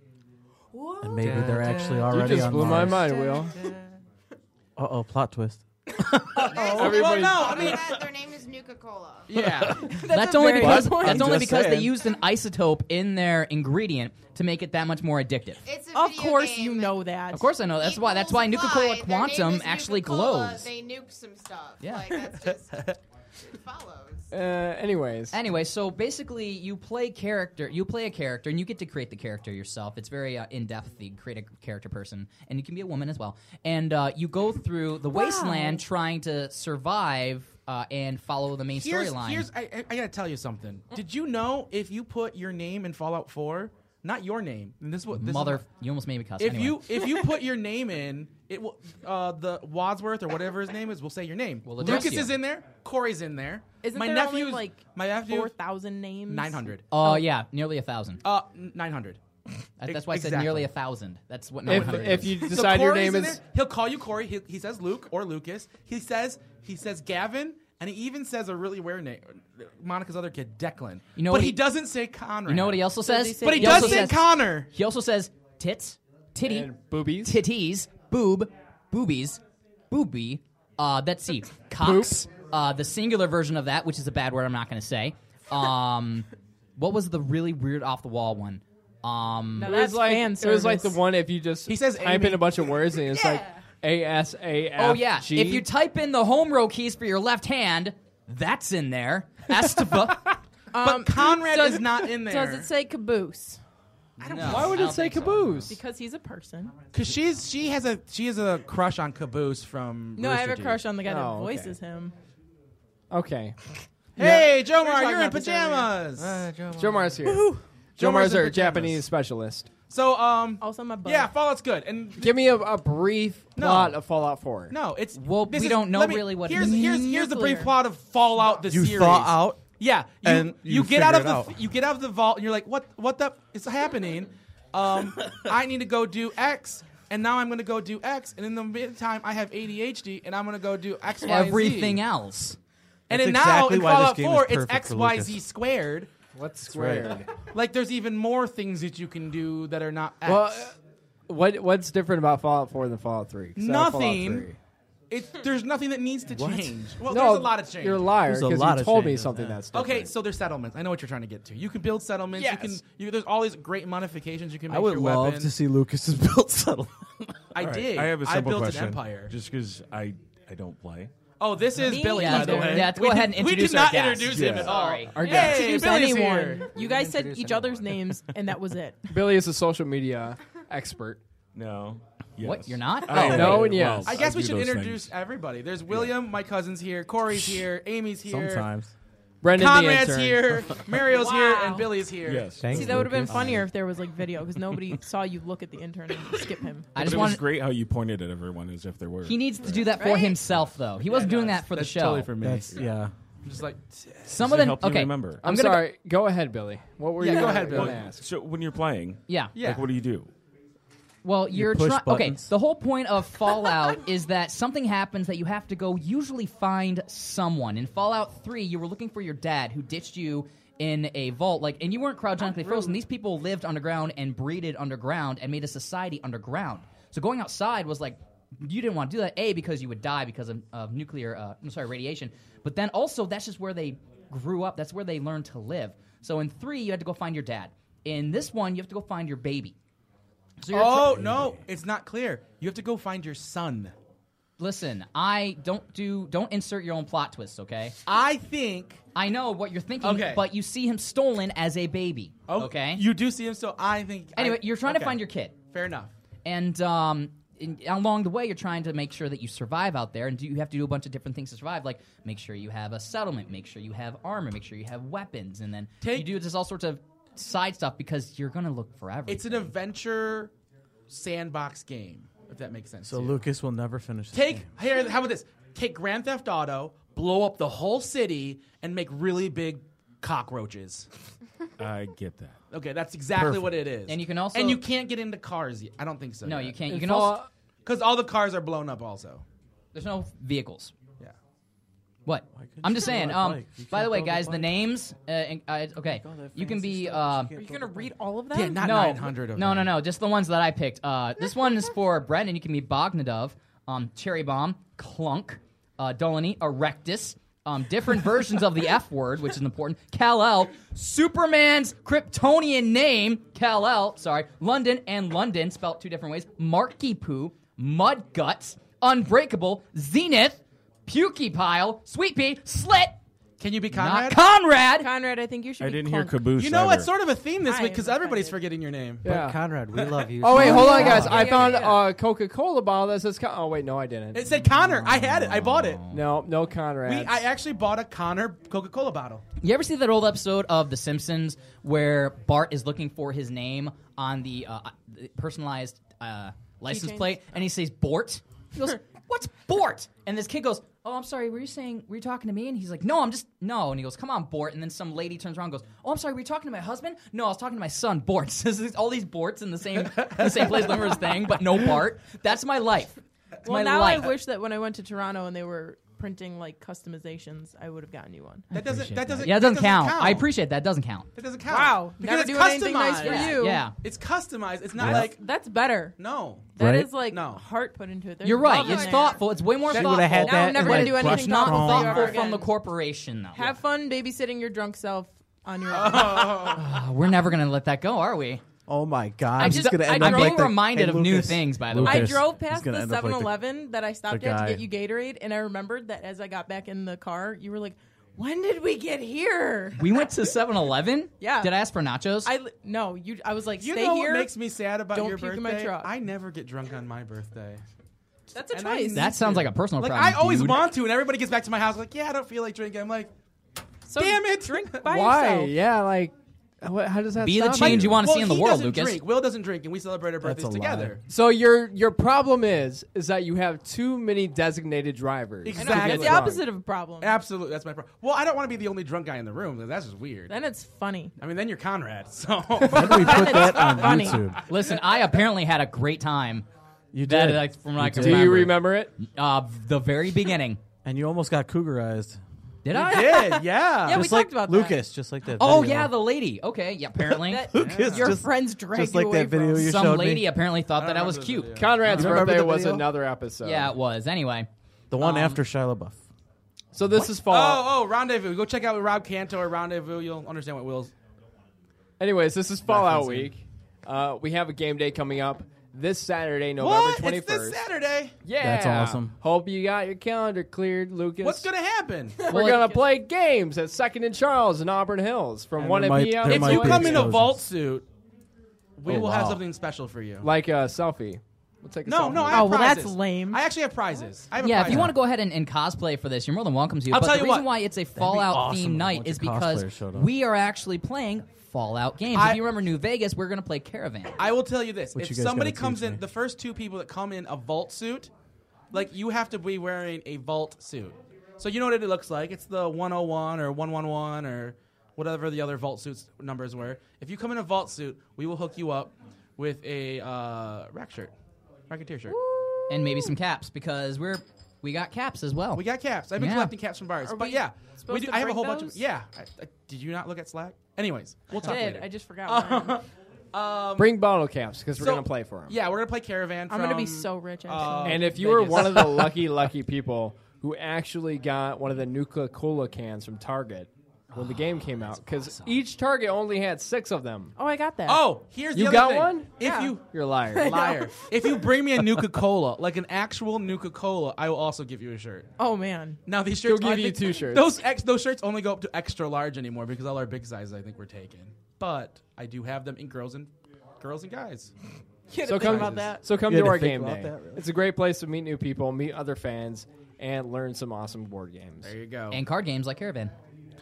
K: And maybe they're actually
H: you
K: already
H: just
K: on
H: blew my
K: Mars.
H: mind, Will.
K: Uh oh, plot twist.
I: Oh.
H: Everybody's-
I: well, no, I mean,
C: their name is Nuka Cola.
I: yeah.
J: That's,
L: a
J: only
L: very
J: because
L: good point.
J: that's
K: I'm
J: only
K: just
J: because they
K: saying.
J: used an isotope in their ingredient to make it that much more addictive.
C: It's a
L: of
C: video
L: course
C: game
L: you
C: that
L: know that.
J: Of course, I know. That's why. That's why
C: equals
J: Nuka Cola
C: pie. Their name
J: Quantum
C: is
J: actually
C: Nuka-Cola.
J: glows.
C: They nuke some stuff.
J: Yeah.
C: Like, that's just, it follows.
H: Uh, anyways,
J: Anyway, so basically, you play character. You play a character, and you get to create the character yourself. It's very uh, in depth. You create a character person, and you can be a woman as well. And uh, you go through the wasteland trying to survive uh, and follow the main
I: Here's,
J: storyline.
I: here's I, I, I gotta tell you something. Did you know if you put your name in Fallout 4, not your name, and this is what this is
J: Mother,
I: what-
J: you almost made me cuss.
I: if
J: Anyway.
I: you if you put your name in, it will uh, the Wadsworth or whatever his name is will say your name.
J: Will address
I: Lucas
J: you.
I: is in there. Corey's in there.
L: Isn't
I: my
L: there
I: nephew's
L: only like
I: my nephew
L: four thousand names?
I: nine hundred.
J: oh yeah, nearly a thousand.
I: Uh, nine hundred.
J: That- that's why I said
I: exactly.
J: nearly a thousand. That's what
H: if,
J: 900
H: if
J: is.
H: you decide your name is
I: he'll call you Corey. He, he says Luke or Lucas. He says he says Gavin, and he even says a really weird name, Monica's other kid, Declan.
J: You know
I: but
J: what
I: he,
J: he-
I: doesn't say Conrad.
J: You know what he also
L: Does
J: says?
L: he say-
I: But he,
L: He
I: does
J: also
I: say
J: says-
I: Connor.
J: He also says tits, titty,
H: and boobies,
J: titties, boob, boobies, booby. Uh, let's see, cocks. Uh, the singular version of that, which is a bad word, I'm not going to say. Um, what was the really weird off the wall one? Um,
H: it was like it was like the one if you just
J: He says
H: type in
J: Amy.
H: a bunch of words and it's like A S A F.
J: Oh yeah, if you type in the home row keys for your left hand, that's in there. Esteva.
L: Um,
I: Conrad
L: does-
I: is not in there.
L: Does it say caboose? I
J: don't.
I: Why would I it don't say think so. caboose?
L: Because he's a person.
I: Cause she's she has a she has a crush on Caboose from.
L: No, I have
I: Rooster
L: a
I: Teeth.
L: crush on the guy that
I: Oh, okay.
L: voices him.
H: Okay.
I: Hey,
L: We were
I: Jomar,
L: talking
I: you're in
L: about this earlier.
I: pajamas.
K: Uh,
H: Jomar's here.
I: Woohoo.
H: Jomar's
I: Jomar's in
H: our
I: pajamas.
H: Japanese specialist.
I: So um,
L: also my butt.
I: Yeah, Fallout's good. And
H: Give me a, a brief
I: No.
H: plot of Fallout 4.
I: no, it's
J: well,
I: this
J: we
I: is-
J: don't know
I: let me-
J: really what it
I: Here's
J: is.
I: here's here's the brief
J: Nuclear.
I: plot of Fallout the
K: You
I: series.
K: thaw out?
I: Yeah, you,
K: And
I: you,
K: you
I: get out of
K: figure
I: the
K: it
I: f- you get out of the vault and you're like, what what the is happening? Um, I need to go do X. And now I'm going to go do X, and in the meantime, I have ADHD, and I'm going to go do X, Y, Z.
J: Everything else.
I: And
K: That's
I: then now
K: exactly
I: in
K: why this
I: Fallout
K: game is
I: 4, it's
K: perfect for
I: XYZ
K: Lucas.
I: squared.
H: What's
K: right.
H: squared?
I: like there's even more things that you can do that are not X.
H: Well, uh, what what's different about Fallout 4 than Fallout 3? 'Cause I have Fallout
I: Nothing.
H: 3.
I: it's, there's nothing that needs to
H: What?
I: change. Well,
H: No,
I: there's a lot of change.
H: You're a liar
K: There's a
H: because
K: lot
H: you
K: of
H: told me
K: changes,
H: something
K: yeah.
H: that's different.
I: Okay, so there's settlements. I know what you're trying to get to. You can build settlements. You can.
H: Yes.
I: You, there's all these great modifications you can make.
K: I would
I: your
K: love
I: weapon.
K: to see Lucas's built settle.
I: I
M: All right,
I: did.
M: I have a
I: I
M: simple
I: built an
M: question.
I: empire.
M: Just because I I don't play.
I: Oh, this is
L: Me
I: Billy. by the
L: either.
I: way,
L: Yeah, let's
I: we
L: go
I: did,
L: ahead and
I: we
L: introduce
I: did
L: our
I: not
L: guest.
I: introduce him
L: Yeah.
I: at all.
L: Sorry.
H: Our
I: Yay,
H: guest.
L: Introduce
I: Billy's
L: anyone.
I: here.
L: You guys said each other's names, and that was it.
H: Billy is a social media expert.
M: No.
J: What? You're not?
H: Oh, no and yes.
I: I guess we
M: do
I: should
M: those
I: introduce everybody. There's William, my cousin's here. Corey's here. Amy's here.
H: Brendan the
I: Conrad's
H: intern.
I: here. Mario's here,
L: Wow.
I: and Billy's here.
M: Yes.
L: See, that would have been funnier if there was like video because nobody saw you look at the intern and skip him.
M: I
J: just
M: just
J: wanna-
M: want. great how you pointed at everyone as if there were.
J: He needs to do that for
L: Right?
J: himself, though. He wasn't doing that for the
M: That's
J: show.
M: totally for me.
K: That's yeah.
I: I'm just like
J: Some
M: Does
J: of
M: it
J: them.
M: help you
J: okay,
M: remember?
H: I'm,
J: gonna
H: sorry. Go ahead, Billy. What were
I: Yeah,
H: you
I: go ahead,
H: gonna
I: Billy.
H: ask?
M: So when you're playing,
J: Yeah.
M: Like, what do you do?
J: Well, you're
K: push
J: trying. Okay,
K: buttons.
J: the whole point of Fallout is that something happens that you have to go usually find someone. In Fallout 3, you were looking for your dad who ditched you in a vault, like, and you weren't cryogenically frozen. These people lived underground and breeded underground and made a society underground. So going outside was like you didn't want to do that. A because you would die because of, of nuclear, uh, I'm sorry, radiation. But then also that's just where they grew up. That's where they learned to live. So in three, you had to go find your dad. In this one, you have to go find your baby. So you're
I: Oh no, it's not clear. You have to go find your son.
J: Listen, I don't do don't insert your own plot twists, okay?
I: I think.
J: I know what you're thinking,
I: Okay.
J: but you see him stolen as a baby.
I: Oh,
J: okay.
I: You do see him, so I think.
J: anyway,
I: I-
J: you're trying to
I: okay.
J: find your kid,
I: Fair enough.
J: and um, in, along the way, you're trying to make sure that you survive out there, and do, you have to do a bunch of different things to survive, like make sure you have a settlement, make sure you have armor, make sure you have weapons, and then
I: Take-
J: you do just all sorts of side stuff because you're gonna look forever.
I: It's an adventure sandbox game, if that makes sense.
K: So
I: to you.
K: Lucas will never finish. this
I: take
K: game.
I: here. How about this? Take Grand Theft Auto, blow up the whole city, and make really big cockroaches.
M: I get that.
I: Okay, that's exactly
M: Perfect.
I: what it is.
J: And you can also-
I: and you can't get into cars. Yet. I don't think so.
J: no,
I: yet.
J: you can't. You
H: In
J: can
H: Fallout-
J: also
I: Because all the cars are blown up. Also,
J: there's no vehicles.
I: yeah.
J: What?
K: couldn't
J: I'm
K: you
J: just
K: go on
J: saying.
K: a
J: Um,
K: bike? You
J: by
K: can't
J: the
K: go
J: way,
K: on a
J: guys, the
K: bike.
J: names. Uh, and, uh, okay,
K: all that
J: you can
K: fancy
J: be.
K: stuff,
J: Uh,
K: you
L: Are you
K: can't
L: gonna
K: go
L: read all of that?
I: Yeah, not
J: no,
I: 900 of
J: no,
I: them.
J: no, no. Just the ones that I picked. Uh, this one is for Brendan. You can be Bognadov, um, Cherry Bomb, Clunk, uh, Dolany, Erectus. Um, different versions of the F word, which is important. Kal El, Superman's Kryptonian name, Kal El. Sorry, London and London spelt two different ways. Marky Poo, Mudguts, Unbreakable, Zenith, Pukey Pile, Sweet Pea, Slit,
I: Can you be
J: not
I: Conrad?
J: Conrad.
L: Conrad, I think you should.
M: I
L: be
M: didn't hear
L: clunk.
M: caboose.
I: you know
M: either.
I: what? Sort of a theme this
L: I
I: week
L: am
I: because everybody's
L: offended.
I: forgetting your name.
K: But
H: Yeah.
K: Conrad, we love you.
H: Oh wait,
K: so
H: hold on,
K: much.
H: guys. I
L: yeah,
H: found
L: yeah.
H: a Coca-Cola bottle that says. Con- oh wait, no, I didn't.
I: It said Connor. I had it. I bought it.
H: no, no, Conrad.
I: We, I actually bought a Connor Coca-Cola bottle.
J: You ever see that old episode of The Simpsons where Bart is looking for his name on the uh, the personalized uh, license
L: Keychains?
J: plate, and he says Bort? He goes, "What's Bort?" And this kid goes, "Oh, I'm sorry. Were you saying were you talking to me?" And he's like, "No, I'm just no." And he goes, "Come on, Bort." And then some lady turns around, and goes, "Oh, I'm sorry. Were you talking to my husband?" No, I was talking to my son, Bort. So there's all these Borts in the same in the same place looking for his thing, but no Bart. That's my life. It's
L: Well,
J: my
L: now
J: life.
L: I wish that when I went to Toronto and they were printing like customizations, I would have gotten you one.
I: That doesn't. That doesn't.
J: yeah, it doesn't,
I: that
J: count. I appreciate that. It doesn't count.
I: That doesn't count.
L: Wow,
I: because
L: never
I: it's
L: doing anything
I: customized.
L: nice for Yeah. you. Yeah.
I: it's customized. It's not
J: That's-
I: like
L: that's better.
I: No,
L: That is
J: Right?
L: like
I: No.
L: heart put into it. There's
J: You're right.
L: love
J: It's
L: in it.
J: thoughtful. It's way more
L: She
J: thoughtful.
L: would've had Now that I'm never and, gonna like, do anything brushed
J: not
L: not home.
J: thoughtful
L: ever
J: from the
L: again.
J: corporation, though.
L: Have fun babysitting your drunk self on your
I: Oh.
J: own. Uh, we're never gonna let that go, are we?
K: Oh my God!
J: I
K: I'm
J: just-
K: gonna end
J: I
K: up
J: drove-
K: like the-
J: reminded
K: hey,
J: of new
K: Lucas,
J: things, by the way.
K: Lucas
L: I drove
K: is
L: past
K: gonna
L: the
K: end up like
L: 7 Eleven that I stopped
K: the
L: at to
K: guy.
L: get you Gatorade, and I remembered that as I got back in the car, you were like, When did we get here?
J: We went to 7-Eleven.
L: Yeah.
J: Did I ask for nachos?
L: I li- no, you. I was like,
I: You
L: stay
I: know
L: here.
I: what makes me sad about
L: don't
I: your
L: puke
I: birthday?
L: in my truck.
I: I never get drunk on my birthday.
L: That's a
I: And I
L: choice.
I: need
J: That sounds
I: to.
J: like a personal
I: Like
J: problem,
I: I always
J: dude.
I: want to, and everybody gets back to my house like, yeah, I don't feel like drinking. I'm like,
L: so
I: damn it,
L: drink
I: by
H: Why? Yeah, like, wha- how does that
J: Be the
H: stop
J: change you wanna
I: well,
J: see in the
I: he
J: world,
I: doesn't
J: Lucas.
I: Drink. Will doesn't drink, and we celebrate our birthdays
H: a lie.
I: together.
H: So your your problem is is that you have too many designated drivers.
I: Exactly.
L: It's the opposite of a problem.
I: Absolutely, that's my problem. Well, I don't want to be the only drunk guy in the room. 'cause That's just weird.
L: Then it's funny.
I: I mean, then you're Conrad. So
K: Funny. YouTube.
J: Listen, I apparently had a great time. You
K: did.
J: like, from what
K: You
J: I can
K: did. Do you
H: remember it?
J: Uh, the very beginning.
K: and you almost got cougarized.
J: Did
K: You
J: I?
K: did,
I: yeah.
L: Yeah, we
K: just like
L: talked about that.
K: Lucas, just like that.
J: Oh
K: video.
J: yeah, the lady. Okay, yeah. Apparently,
L: That-
K: Lucas
L: your
K: just-
L: friends dragged
K: just like
L: you
K: that
L: away from
K: video
L: us.
K: you
J: some
K: showed me.
J: lady apparently thought that I was cute.
H: Conrad's
K: You remember
H: birthday
K: the
H: was
K: video?
H: another episode.
J: Yeah, it was. Anyway,
K: the one
J: um,
K: after Shia LaBeouf.
H: So this is fall.
I: Oh, oh, rendezvous. Go check out with Rob Cantor rendezvous. You'll understand what Will's.
H: Anyways, this is Fallout
I: Referencing.
H: Week. Uh, we have a game day coming up this Saturday, November
I: What?
H: twenty
I: It's this
H: first.
I: Saturday.
H: Yeah,
K: That's awesome.
H: Hope you got your calendar cleared, Lucas.
I: What's gonna happen?
H: We're gonna play games at Second and Charles in Auburn Hills from
K: And
H: one
K: there might-
H: p.m.
K: there
H: to
K: might
I: You
K: be
I: come in a
K: explosions.
I: vault suit. We
H: Oh,
I: will have
H: wow.
I: something special for you.
H: like a selfie. We'll take a
I: No,
H: selfie.
I: no. I have
L: Oh, well, that's
I: prizes.
L: lame.
I: I actually have prizes. I have a
J: Yeah,
I: prize
J: if you want to go ahead and, and cosplay for this, you're more than welcome to.
I: I'll
J: but
I: tell
J: the
I: you
J: reason why
I: what.
J: it's a
K: be
J: Fallout
K: awesome
J: themed
K: if a
J: night
K: bunch
J: is
K: of
J: because
K: cosplayers showed up.
J: we are actually playing Fallout games.
I: I-
J: if you remember New Vegas, we're gonna play Caravan.
I: I will tell you this:
K: What
I: if
K: you guys
I: somebody
K: gotta
I: comes
K: teach
I: in,
K: me.
I: the first two people that come in a vault suit, like you have to be wearing a vault suit. So you know what it looks like? It's the 101 or 111 or whatever the other vault suits numbers were. If you come in a vault suit, we will hook you up with a uh, rack shirt, racketeer shirt.
J: and maybe some caps because we're we got caps as well.
I: We got caps. I've been
J: Yeah.
I: collecting caps from bars,
L: Are
I: but
L: we
I: yeah, we
L: supposed
I: do.
L: to
I: I have a
L: bring
I: whole bunch
L: those?
I: of yeah. I, I, did you not look at Slack? Anyways, we'll talk
L: did.
I: later.
L: I just forgot. Um, mine.
H: Bring bottle caps because we're
I: So-
H: gonna play for them.
I: yeah, we're gonna play Caravan.
L: I'm gonna be
I: from,
L: so rich,
I: uh,
L: actually.
H: And if you were
I: Vegas.
H: one of the lucky, lucky people who actually got one of the Nuka Cola cans from Target when the game came out, because each Target only had six of them.
L: oh, I got that.
I: Oh, here's
H: You
I: the other
H: got
I: thing.
H: one?
I: If
L: Yeah.
I: you
H: You're a liar.
I: liar, if you bring me a Nuka Cola, like an actual Nuka Cola, I will also give you a shirt.
L: Oh man.
I: Now these shirts,
H: They'll give
I: I
H: you
I: think-
H: two shirts.
I: Those ex, those shirts only go up to extra large anymore because all our big sizes I think were taken. But I do have them in girls and girls and guys.
L: Can't
H: So
L: think
H: come,
L: about that.
H: so come
K: You
H: to
K: had to
H: our
K: think
H: game
K: about
H: day.
K: that, really?
H: It's a great place to meet new people, meet other fans, and learn some awesome board games.
I: There you go.
J: and card games like Caravan.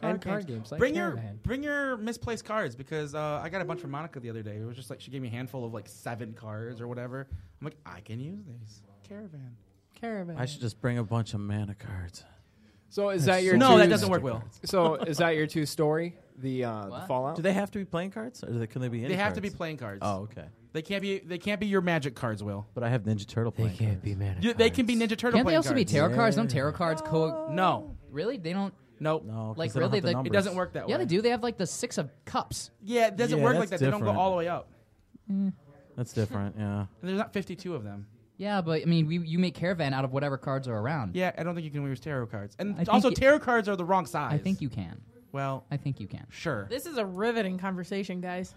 H: and card games. Like
I: bring your
H: Caravan.
I: bring your misplaced cards because uh, I got a bunch from Monica the other day. It was just like she gave me a handful of like seven cards or whatever. I'm like, I can use these. Caravan. Oh.
K: I should just bring a bunch of mana cards.
H: So is that your
I: No,
H: two-
I: that doesn't work well.
H: So is that your two story? The, uh, the
J: What?
H: Fallout.
K: Do they have to be playing cards, or do they, can they be? Any
I: They have to be
K: cards?
I: playing cards.
K: Oh, okay.
I: They can't be they can't be your magic cards, Will.
K: But I have Ninja Turtle playing. cards.
H: be mad.
I: You- they can be Ninja Turtle
J: Can't they
I: playing
J: also be
I: cards.
J: tarot cards? No tarot cards. Co-
I: No.
J: really? They don't.
I: Nope.
K: No, 'cause
J: Like,
K: they don't
J: really,
K: have the
J: like, it
K: numbers.
I: It doesn't work that way.
J: Yeah, they do. They have like the six of cups.
I: Yeah, it doesn't
K: Yeah,
I: work like that.
K: that's
I: They don't go
K: different.
I: all the way up.
K: That's different. Yeah.
I: And there's not 52 of them.
J: Yeah, but I mean, we, you make Caravan out of whatever cards are around.
I: Yeah, I don't think you can use tarot cards. And
J: I think
I: also,
J: it-
I: tarot cards are the wrong size.
J: I think you can.
I: Well,
J: I think you can.
I: sure.
L: This is a riveting conversation, guys.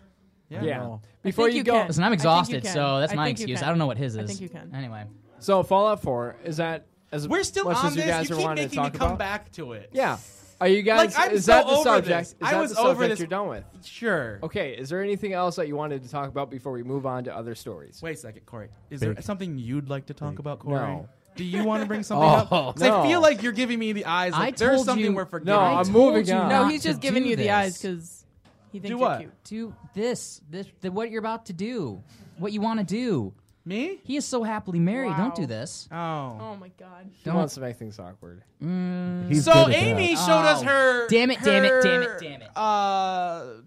I: Yeah.
H: Yeah.
K: No.
H: Before
L: think
H: you,
L: you
H: go,
L: can.
J: Listen, I'm
L: I think you
J: exhausted,
L: can.
J: so that's
L: I
J: my
L: think you
J: excuse.
L: can.
J: I don't know what his is.
L: I think you can.
J: Anyway,
H: so Fallout Four is that as
I: We're still
H: much
I: on
H: as you
I: this.
H: guys
I: you
H: are
I: keep
H: wanting to
I: making me
H: talk
I: come
H: about?
I: back to it.
H: Yeah. Are you guys?
I: Like, I'm
H: is
I: so
H: that the
I: over
H: subject?
I: this.
H: Is
I: I
H: that
I: was
H: the
I: over
H: subject
I: this.
H: you're done with?
I: Sure.
H: Okay. Is there anything else that you wanted to talk about before we move on to other stories?
I: Wait a second, Corey. Is there
K: Big.
I: something you'd like to talk about, Corey?
H: No.
I: Do you want to bring something up? 'Cause
H: no.
I: I feel like you're giving me the eyes. Like,
J: I
I: there's
J: told
I: something
J: you-
I: we're
J: No,
I: forgetting.
H: I'm
J: I told
H: moving
J: you
H: on.
J: not
L: No, he's
J: to
L: just
J: do
L: giving you
J: this.
L: the eyes because he thinks
I: what?
L: you're cute.
J: do this, this, the, what you're about to do, what you want to do.
I: Me?
J: He is so happily married. Don't do
I: Wow.
J: this.
I: Oh.
L: Oh my god.
H: He
J: Don't-
H: wants to make things awkward.
J: Mm.
H: He's
I: so Amy showed us
J: Oh.
I: her.
J: Damn it! Damn it! Damn it!
I: her,
J: Damn it!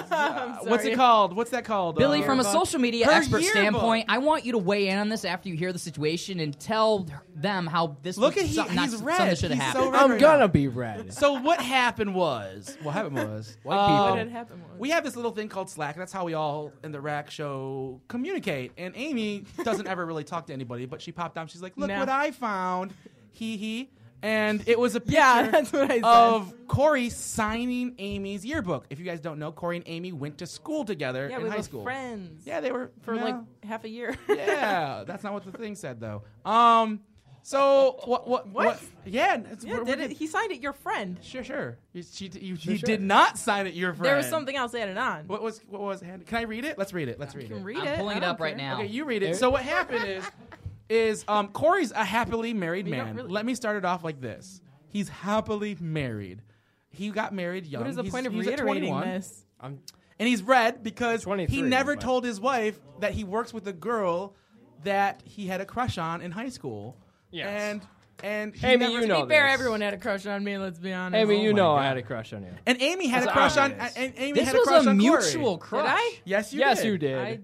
I: Uh, what's
J: sorry.
I: it called? What's that called?
J: Billy,
I: Uh,
J: from a
I: yearbook?
J: social media
I: Her
J: expert
I: yearbook.
J: standpoint, I want you to weigh in on this after you hear the situation and tell them how this
I: Look
J: was
I: at he-
J: something, not
I: he's
J: something
I: red.
J: that should have
I: He's so
J: happened.
I: red I'm right now. gonna
H: be red.
I: So what happened was what happened was
H: White
I: um,
H: people. What had
L: happened was-
I: we have this little thing called Slack. That's how we all in the rack show communicate. And Amy doesn't ever really talk to anybody, but she popped on. She's like, "Look
L: No.
I: what I found." Hee hee. And it was a picture
L: Yeah, that's what I said.
I: of Corey signing Amy's yearbook. If you guys don't know, Corey and Amy went to school together
L: Yeah,
I: in
L: we
I: high
L: were
I: school.
L: friends.
I: Yeah, they were
L: for
I: no.
L: like half a year.
I: Yeah, that's not what the thing said though. Um, so what? What? What? Yeah, it's,
L: Yeah,
I: we're-
L: did
I: we're-
L: it, he signed it your friend.
I: Sure, sure. You, she, you,
L: Sure,
I: he
L: sure.
I: did not sign it. Your friend.
L: There was something else added on.
I: What was? What was? Can I read it? Let's read it. Let's read
L: can
I: it.
L: read I'm it. pulling I it don't up right care. now.
I: Okay, you read it. So what happened is, is um, Corey's a happily married
L: We don't
I: man.
L: really-
I: Let me start it off like this. He's happily married. He got married young.
L: is the
I: He's-
L: point of
I: he's at
L: reiterating
I: 21.
L: this?
I: and he's red because he
H: 23,
I: never
H: but-
I: told his wife that he works with a girl that he had a crush on in high school.
H: Yes.
I: And and he
H: Amy,
I: never- Oh
H: you know
L: To be fair,
H: this.
L: everyone had a crush on me. Let's be honest.
H: Amy, you
J: Oh
H: know I had a crush on you.
I: And Amy had
H: That's
I: a crush on.
H: obvious.
I: And Amy
H: This
I: had a
H: was
I: crush
H: a
I: on Corey.
H: mutual Did crush. I?
I: Yes, you
H: Yes,
I: did.
H: you did. I-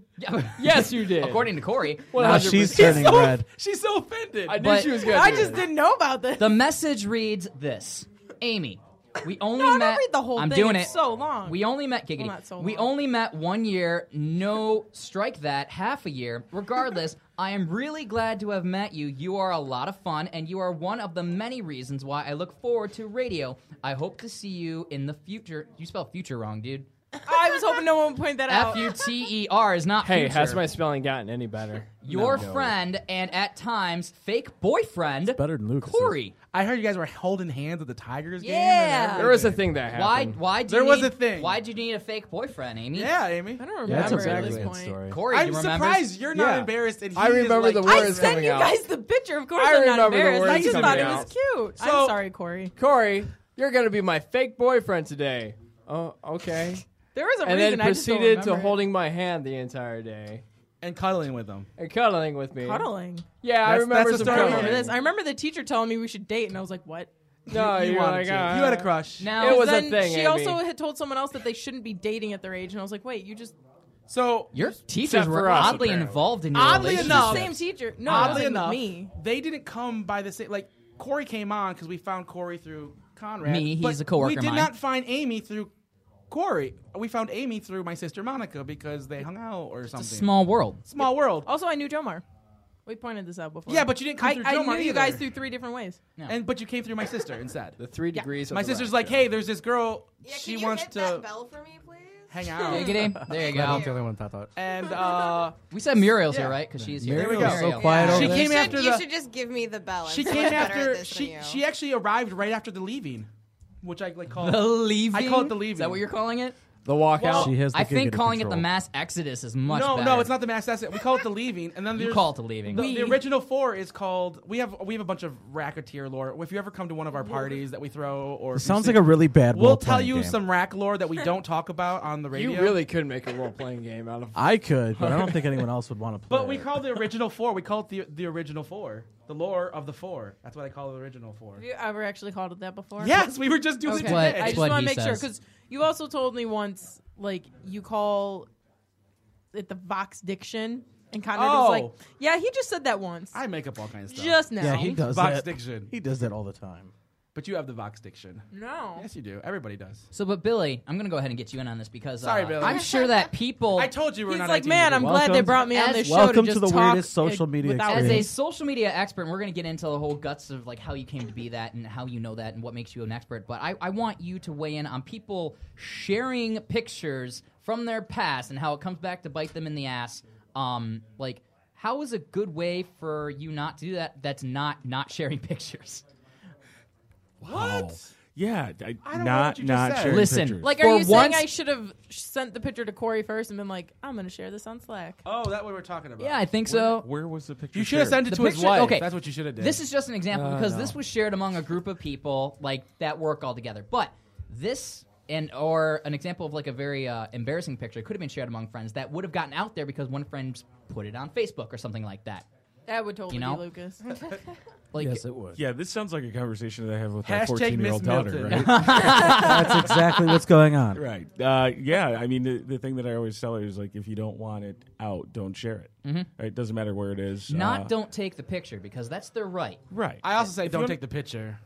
H: yes, you did.
J: According to Corey.
K: Now she's turning
I: so-
K: red.
I: She's so offended.
H: I knew
J: But-
H: she was good.
L: I just didn't know about this.
J: The message reades this: Amy, we only
L: No, don't
J: met.
L: read the whole
J: I'm
L: thing.
J: doing
L: It's
J: it.
L: so long.
J: We only met. Giggity.
L: Well, not so
J: we
L: long.
J: only met one year. No, strike that. Half a year. Regardless, I am really glad to have met you. You are a lot of fun, and you are one of the many reasons why I look forward to radio. I hope to see you in the future. You spelled future wrong, dude.
L: I was hoping no one would point that
J: F
L: out.
J: U T E R is not.
H: Hey,
J: future.
H: has my spelling gotten any better?
J: Your
H: No.
J: friend and at times fake boyfriend. better than Lucas. Corey.
I: I heard you guys were holding hands at the Tigers game.
J: Yeah.
I: and
H: There was a
I: everything.
H: thing that
J: Why?
H: happened.
J: Why? Do
I: There
J: you
I: was
J: need-
I: a thing.
J: Why'd you need a fake boyfriend, Amy?
I: Yeah, Amy. I
L: don't remember
J: Yeah, that's
L: at
J: exactly
L: this
J: it.
L: point.
K: Story.
J: Corey,
I: I'm
J: you remember?
I: surprised you're not
H: Yeah.
I: embarrassed. And he
H: I
I: is
H: remember
I: like-
H: the
L: I
H: words
L: sent
H: coming
L: you
H: out.
L: guys the picture. Of course,
H: I
L: I am not
H: remember the
L: embarrassed. I
H: words
L: just
H: coming
L: thought
H: out.
L: it was cute.
I: So-
L: I'm sorry, Corey.
H: Corey, you're gonna be my fake boyfriend today. Oh, okay.
L: There was a
H: and
L: reason
H: then
L: I just don't
H: proceeded to
L: remember it.
H: holding my hand the entire day
I: and cuddling with them.
H: and cuddling with me.
L: cuddling.
H: Yeah, I
I: That's-
H: remember
I: that's the
H: some
L: I
I: story.
L: remember
H: cuddling.
L: this. I remember the teacher telling me we should date, and I was like, "What?"
H: No, you,
I: you
H: were
I: wanted
H: like,
I: to.
H: uh,
I: You had a crush.
J: Now,
H: It was a
L: Then
H: thing.
L: she
H: Amy.
L: also had told someone else that they shouldn't be dating at their age, and I was like, "Wait, you just
I: So
J: your teachers
H: Except
J: were
H: for us,
J: oddly
H: apparently.
J: involved in your
I: Oddly
J: relationship.
I: enough-
L: same teacher." No, it
I: oddly
L: wasn't
I: enough,
L: me.
I: they didn't come by the same. Like Corey came on because we found Corey through Conrad.
J: Me, he's
I: but
J: a coworker
I: We did
J: of mine.
I: not find Amy through Corey. We found Amy through my sister Monica because they hung out or
J: It's
I: something.
J: a small world.
I: small world.
L: Also, I knew Jomar. We pointed this out before.
I: Yeah, but you didn't come
L: I,
I: through
L: I
I: Jomar
L: knew
I: either.
L: you guys through three different ways.
I: and but you came through my sister instead.
H: the three degrees. of
I: My
H: the
I: sister's
H: left,
I: like,
H: yeah.
I: hey, there's this girl. she wants to
C: for me, please?
I: hang out.
J: Giggity. There you
K: I don't
J: go.
K: think they want that thought.
I: and uh,
J: We said Muriel's
I: Yeah.
J: here, right? Because she's here.
K: Muriel's
I: There we go.
K: so quiet
I: she
K: over there.
I: came after the.
C: just give me the bell.
I: she came after. She she actually arrived right after the leaving, which I like call.
J: The leaving.
I: I call it the leaving.
J: Is that what you're calling it?
H: the walkout.
K: She has the
J: I think
K: giggity
J: calling it
K: control.
J: the mass exodus is much
I: no,
J: better.
I: no, it's not the mass asset. We call it the leaving, and then
J: You
I: there's-
J: call it the leaving.
I: The,
J: We-
I: the original four is called. We have we have a bunch of racketeer lore. If you ever come to one of our parties that we throw, or if
K: It
I: you
K: sounds
I: see-
K: like a really bad.
I: We'll
K: role
I: tell
K: playing
I: you
K: game.
I: some rack lore that we don't talk about on the radio.
H: You really could make a role playing game out of.
K: I could, but I don't think anyone else would want to play.
I: But we
K: it.
I: call the original four. We call it the the original four. The lore of the four. That's what I call the original four.
L: Have you ever actually called it that before?
I: Yes, we were just doing
J: Okay.
I: it
J: What-
I: today.
L: I just
J: what
L: want to
J: he
L: make sure
J: says.
L: because you also told me once, like you call it the Vox Diction, and Conrad
I: Oh.
L: was like, "Yeah, he just said that once,
I: I make up all kinds of stuff.
L: just now."
K: Yeah, he does
I: Vox
K: that.
I: diction.
K: He does that all the time.
I: But you have the Vox diction.
L: No,
I: Yes, you do. Everybody does.
J: So, but Billy, I'm gonna go ahead and get you in on this because uh,
I: Sorry, Billy.
J: I'm sure that people
I: I told you we we're
L: he's
I: not.
L: like,
I: 19
L: "Man, I'm
I: today."
L: glad they
K: Welcome-
L: brought me on
J: As-
L: this show
K: welcome
L: to
K: to
L: just
K: the
L: talk
K: weirdest social
L: it-
K: media
L: without
J: as a
K: experience.
J: social media expert, and we're going to get into the whole guts of like how you came to be that and how you know that and what makes you an expert. But I, I want you to weigh in on people sharing pictures from their past and how it comes back to bite them in the ass. Um, like how is a good way for you not to do that? That's not not sharing pictures.
I: What?
M: Oh, Yeah, I,
I: I don't know what
M: not
I: you just
M: not
I: said.
M: sharing
J: Listen,
M: pictures.
L: Like,
J: For
L: are you saying
J: once-
L: I should have sent the picture to Corey first and been like, "I'm going to share this on Slack"?
I: Oh, that what we're talking about.
J: Yeah, I think
M: where,
J: so.
M: where was the picture?
I: You should have
M: shared?
I: sent it
J: The
I: to his
J: picture-
I: wife.
J: okay.
I: That's what you should have done.
J: This is just an example
H: Uh,
J: because
H: no.
J: this was shared among a group of people like that work all together. But this and or an example of like a very uh, embarrassing picture could have been shared among friends that would have gotten out there because one friend put it on Facebook or something like that.
L: That would totally
J: You know?
L: be Lucas.
J: Like,
K: yes, it would.
M: Yeah, this sounds like a conversation that I have with my
I: Hashtag
M: 14 year old
I: Miss
M: daughter,
I: Milton.
M: right?
K: That's exactly what's going on.
M: Right. Uh, yeah, I mean, the, the thing that I always tell her is like, if you don't want it out, don't share it.
J: Mhm.
M: Right? It doesn't matter where it is.
J: Not
M: uh,
J: don't take the picture because that's their right.
M: Right.
I: I also
M: If
I: say
M: you
I: don't
M: don't-
I: take the picture.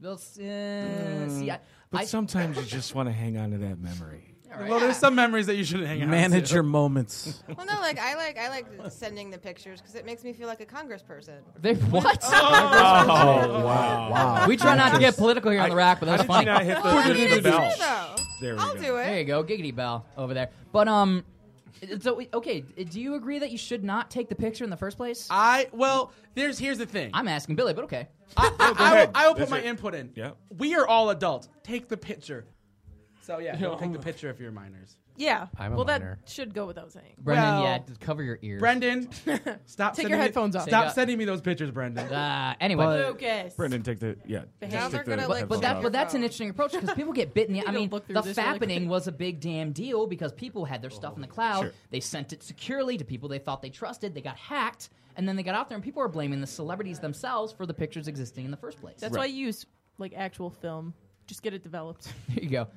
J: They'll s- uh, see.
I: Hmm.
J: I,
M: But
J: I-
M: sometimes you just want to hang on to that memory.
I: Well, there's some memories that you shouldn't hang out.
K: Manage
I: to.
K: your moments.
N: Well, no, like I like I like sending the pictures because it makes me feel like a congressperson.
J: They what?
N: Oh,
M: Oh, wow.
J: Wow. We try not to get political here on the rack, but that
M: How
J: was funny.
M: did you not hit the, the bell? There we
N: I'll
M: go.
N: do it.
J: There you go, giggity bell over there. But um, so we- okay, do you agree that you should not take the picture in the first place?
I: I well, there's here's the thing.
J: I'm asking Billy, but okay.
I: I, I will,
M: ahead.
I: I will put
M: That's
I: my
M: it.
I: input in.
M: Yeah.
I: We are all adults. Take the picture. So yeah, don't take the picture if you're minors.
L: yeah.
J: I'm a
L: well,
J: minor.
L: that should go without saying.
J: Brendan,
I: Well-
J: yeah, just cover your ears.
I: Brendan, stop.
L: Take
I: sending
L: your
I: me-
L: headphones off.
I: Stop
J: Take a-
I: sending me those pictures, Brendan.
J: Ah, anyway.
I: But-
L: Lucas.
M: Brendan, take the yeah. just
J: Behave. Now
M: take
N: they're
M: the
N: gonna, like,
M: headphones
J: But
M: off.
J: that, but that's an interesting approach because people get bitten. I
L: need to
J: mean,
L: look through
J: the
L: this really
J: fappening
L: quick.
J: was a big damn deal because people had their stuff in
K: Oh,
J: the cloud.
M: Sure.
J: They sent it securely to people they thought they trusted. They got hacked, and then they got out there, and people are blaming the celebrities themselves for the pictures existing in the first place.
L: That's why you use like actual film. Just get it developed.
J: Here you go.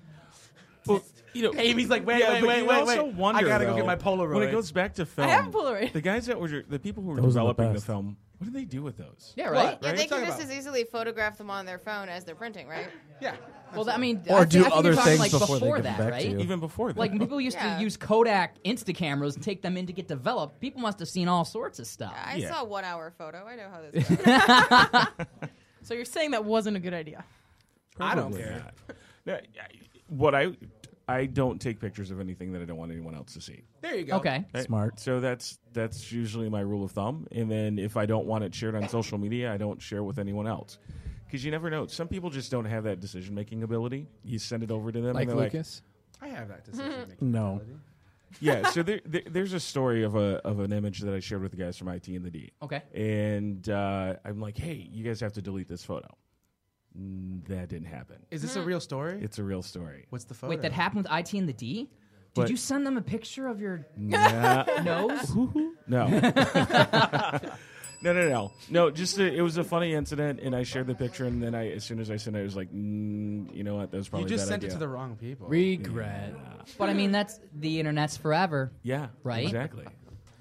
M: Well, you know,
I: Amy's like, wait,
M: yeah,
I: wait,
M: but
I: wait,
M: you
I: wait,
M: also
I: wait.
M: Wonder,
I: I gotta go
M: though,
I: get my Polaroid.
M: When it goes back to film,
L: have a Polaroid.
M: The guys that were the people who were
K: Those are the
M: developing the
K: best.
M: film, what do they do with those?
J: Yeah, right.
N: Yeah,
M: Right?
N: they
M: Talk
N: can just
M: about
N: as easily photograph them on their phone as they're printing, right?
I: Yeah.
J: Well, I mean,
K: Or
J: I think-
K: do
J: I think
K: other
J: you're talking,
K: things
J: like,
K: before
J: before,
K: they
J: that,
K: give them back to
J: right?
K: you.
M: Even before that,
J: Like when people used
N: Yeah.
J: to use Kodak Insta cameras and take them in to get developed. People must have seen all sorts of stuff.
N: I
M: Yeah.
N: saw one hour photo. I know how this goes.
L: So you're saying that wasn't a good idea.
I: I don't
M: Probably
I: care.
M: not. No, I- what I I don't take pictures of anything that I don't want anyone else to see.
I: There you go.
J: Okay.
M: Right?
K: Smart.
M: So that's that's usually my rule of thumb. And then if I don't want it shared on social media, I don't share with anyone else. Because you never know. Some people just don't have that decision making ability. You send it over to them,
O: Like
M: and they're
O: Lucas.
I: I have that decision. making
K: No.
I: ability.
M: yeah, so there, there, there's a story of a of an image that I shared with the guys from IT and the D.
J: Okay.
M: And uh, I'm like, hey, you guys have to delete this photo. Mm, That didn't happen.
I: Is this a real story?
M: It's a real story.
I: What's the photo?
J: Wait, that happened with IT and the D. Did
M: But-
J: you send them a picture of your
M: Nah.
J: nose?
M: No. no, no, no, no. Just a, it was a funny incident, and I shared the picture, and then I, as soon as I sent it, I was like, mm, you know what, that was
I: You
M: probably a
I: just
M: bad
I: sent it
M: idea.
I: to the wrong people.
O: Regret.
J: But I mean, that's the internet's forever.
M: yeah,
J: Right?
M: exactly.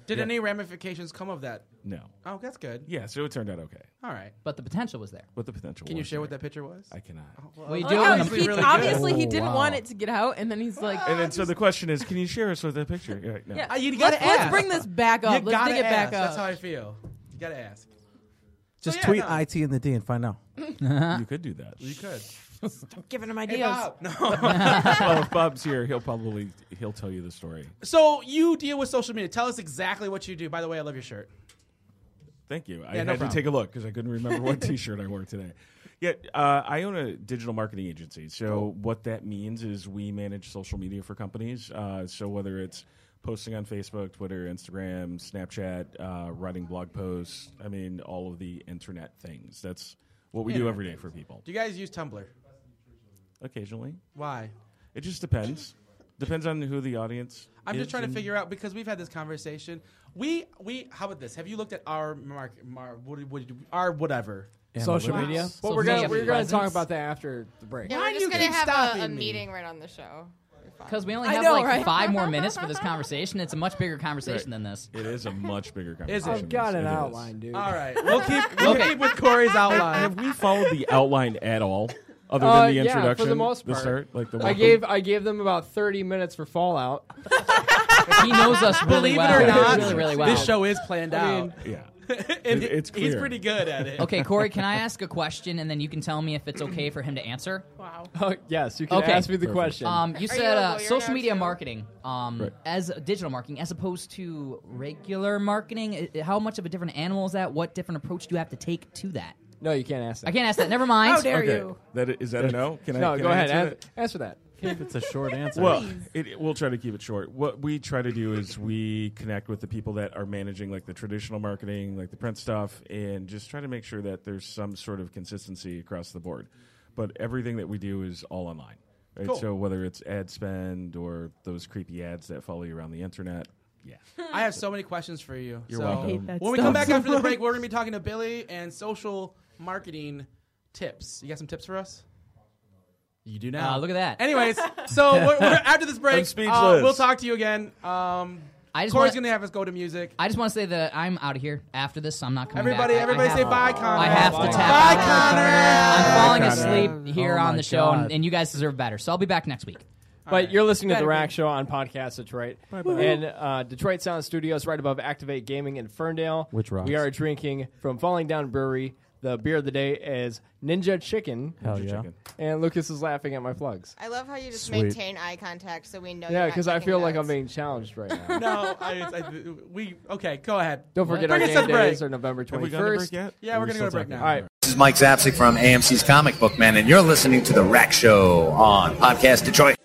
I: Did
M: Yeah.
I: any ramifications come of that?
M: No,
I: Oh, that's good.
M: yeah, so it turned out okay,
I: All right.
J: But the potential was there.
M: but the potential.
I: Can you
M: was
I: share what
M: there.
I: that picture was? Oh,
M: I cannot.
J: What you
L: Like,
J: doing?
L: obviously,
I: really good.
L: obviously he
K: Oh,
L: didn't
K: wow.
L: want it to get out, and then he's like,
M: And then, so the question is, can you share us with that picture? You're like, no.
L: yeah,
I: Uh, you gotta
L: let's, let's
I: ask.
L: bring this back up.
I: you
L: let's
I: gotta
L: dig it
I: ask.
L: back up.
I: That's how I feel. You gotta ask.
K: Just
I: yeah,
K: tweet
I: no.
K: IT and the D and find out.
M: You could do that.
I: You could.
L: giving him
I: Hey,
L: ideas.
I: Bob. No.
M: well, if Bob's here, he'll probably he'll tell you the story.
I: So you deal with social media. Tell us exactly what you do. By the way, I love your shirt.
M: Thank you. I
I: Yeah,
M: had
I: no
M: to
I: problem.
M: take a look because I couldn't remember what T-shirt I wore today. Yeah, uh, I own a digital marketing agency. So what that means is we manage social media for companies. Uh, so whether it's posting on Facebook, Twitter, Instagram, Snapchat, uh, writing blog posts, I mean, all of the internet things. That's what we do every day for people.
I: Do you guys use Tumblr?
M: Occasionally,
I: Why?
M: it just depends. Depends on who the audience.
I: I'm
M: is
I: just trying to
M: and-
I: figure out because we've had this conversation. We we how about this? Have you looked at our mark, mar, what, do- what, do- our whatever?
O: Social
K: Analytics.
O: media.
J: So
O: But we're gonna
J: media
O: we're gonna talk
J: presence.
O: about that after the break.
N: Yeah,
I: Why
N: we're
I: do you
N: just gonna
I: keep
N: have
I: stopping
N: a, a
I: me?
N: meeting right on the show. You're fine.
J: Because we only
L: I
J: have
L: know,
J: like
L: right?
J: five more minutes for this conversation. It's a much bigger conversation than this.
M: It is a much bigger conversation.
I: I've
M: Yes,
O: Got an
M: it is.
O: outline, dude.
I: All right, we'll keep we'll keep with Corey's outline.
M: Have we followed the outline at all, other
O: Uh,
M: than the
O: yeah, for
M: introduction?
O: the most
M: The
O: part.
M: start, like the
O: I gave I gave them about thirty minutes for Fallout.
J: He knows us really
I: Believe
J: well.
I: it or not,
J: really, really well.
I: this show is planned
O: I
I: out.
O: mean-
M: Yeah.
I: And
M: It- it's
I: he's
M: clear.
I: pretty good at it.
J: Okay, Corey, can I ask a question and then you can tell me if it's okay for him to answer?
L: Wow.
O: Oh, yes, you can
J: Okay.
O: ask me the
M: Perfect.
O: question.
J: Um, you
N: Are
J: said
N: you a
J: uh,
N: lawyer
J: social
N: now,
J: media
N: too?
J: marketing um,
M: Right.
J: as digital marketing as opposed to regular marketing. I- How much of a different animal is that? What different approach do you have to take to that?
O: no, you can't ask that.
J: I can't ask that. Never mind.
L: How dare
M: Okay.
L: you?
M: That i- is that a no? Can I?
O: No,
M: can
O: go
M: I
O: ahead.
M: answer
O: Ask, ask for that.
K: If it's a short answer.
M: that? Well, it, it- we'll try to keep it short. What we try to do is we connect with the people that are managing like the traditional marketing, like the print stuff, and just try to make sure that there's some sort of consistency across the board. But everything that we do is all online. Right?
I: Cool.
M: So whether it's ad spend or those creepy ads that follow you around the internet, yeah.
I: I have so many questions for you.
M: You're
I: so
M: welcome. I hate that
I: when we
M: stuff
I: come back
M: so
I: after the
M: much.
I: break, we're going to be talking to Billy and social marketing tips. You got some tips for us? You do now.
J: Uh, look at that.
I: Anyways, so we're, we're after this break,
J: I'm
I: uh,
J: speechless.
I: we'll talk to you again. Um,
J: I just
I: Corey's
J: wanna-
I: going to have us go to music.
J: I just want to say that I'm out of here after this. I'm not coming
I: Everybody,
J: back. I- I
I: everybody
J: have-
I: say bye, Conrad.
J: I have to
I: Bye.
J: tap
I: Bye,
J: out.
I: Conrad.
J: I'm falling
I: Bye,
J: asleep
I: Conrad.
J: here
I: Oh
J: on
I: my
J: the show, and,
I: God.
J: and you guys deserve better. So I'll be back next week.
H: But you're listening to
J: Better
H: the
J: be.
H: Rack Show on Podcast Detroit
J: Bye-bye.
H: and uh, Detroit Sound Studios, right above Activate Gaming in Ferndale.
K: Which rocks.
H: We are drinking from Falling Down Brewery. The beer of the day is Ninja Chicken.
K: Hell Ninja yeah. Chicken.
H: And Lucas is laughing at my plugs.
N: I love how you just
H: Sweet.
N: maintain eye contact so we know.
H: yeah,
N: because
H: because I feel like I'm being challenged right now.
I: no, I, I, we okay. Go ahead.
H: Don't forget
I: Bring
H: our
I: us to
H: game
I: the break.
H: days are November
I: Have we gone to
H: 21st.
I: break yet? Yeah, we're,
H: We're
I: gonna go to
H: still
I: break now.
H: talking. All right.
B: This is Mike Zapsik from AMC's Comic Book Man, and you're listening to The Rack Show on Podcast Detroit.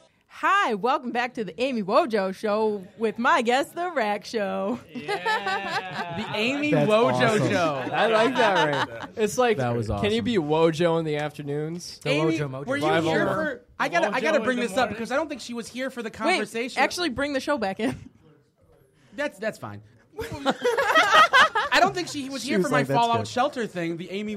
L: Hi, welcome back to the Amy Wojo Show with my guest, The Rack Show.
I: the Amy
H: That's
I: Wojo
H: awesome.
I: Show.
H: I like that. Right? It's like
I: That was
H: Can you
I: awesome.
H: be Wojo in the afternoons?
I: Amy, were you here for? I gotta, I gotta bring this up because I don't think she was here for the
L: Wait,
I: conversation.
L: actually, bring the show back in.
I: that's that's fine. I don't think she was
H: She
I: here
H: was
I: for my
H: like, "That's
I: Fallout
H: good."
I: Shelter thing, the Amy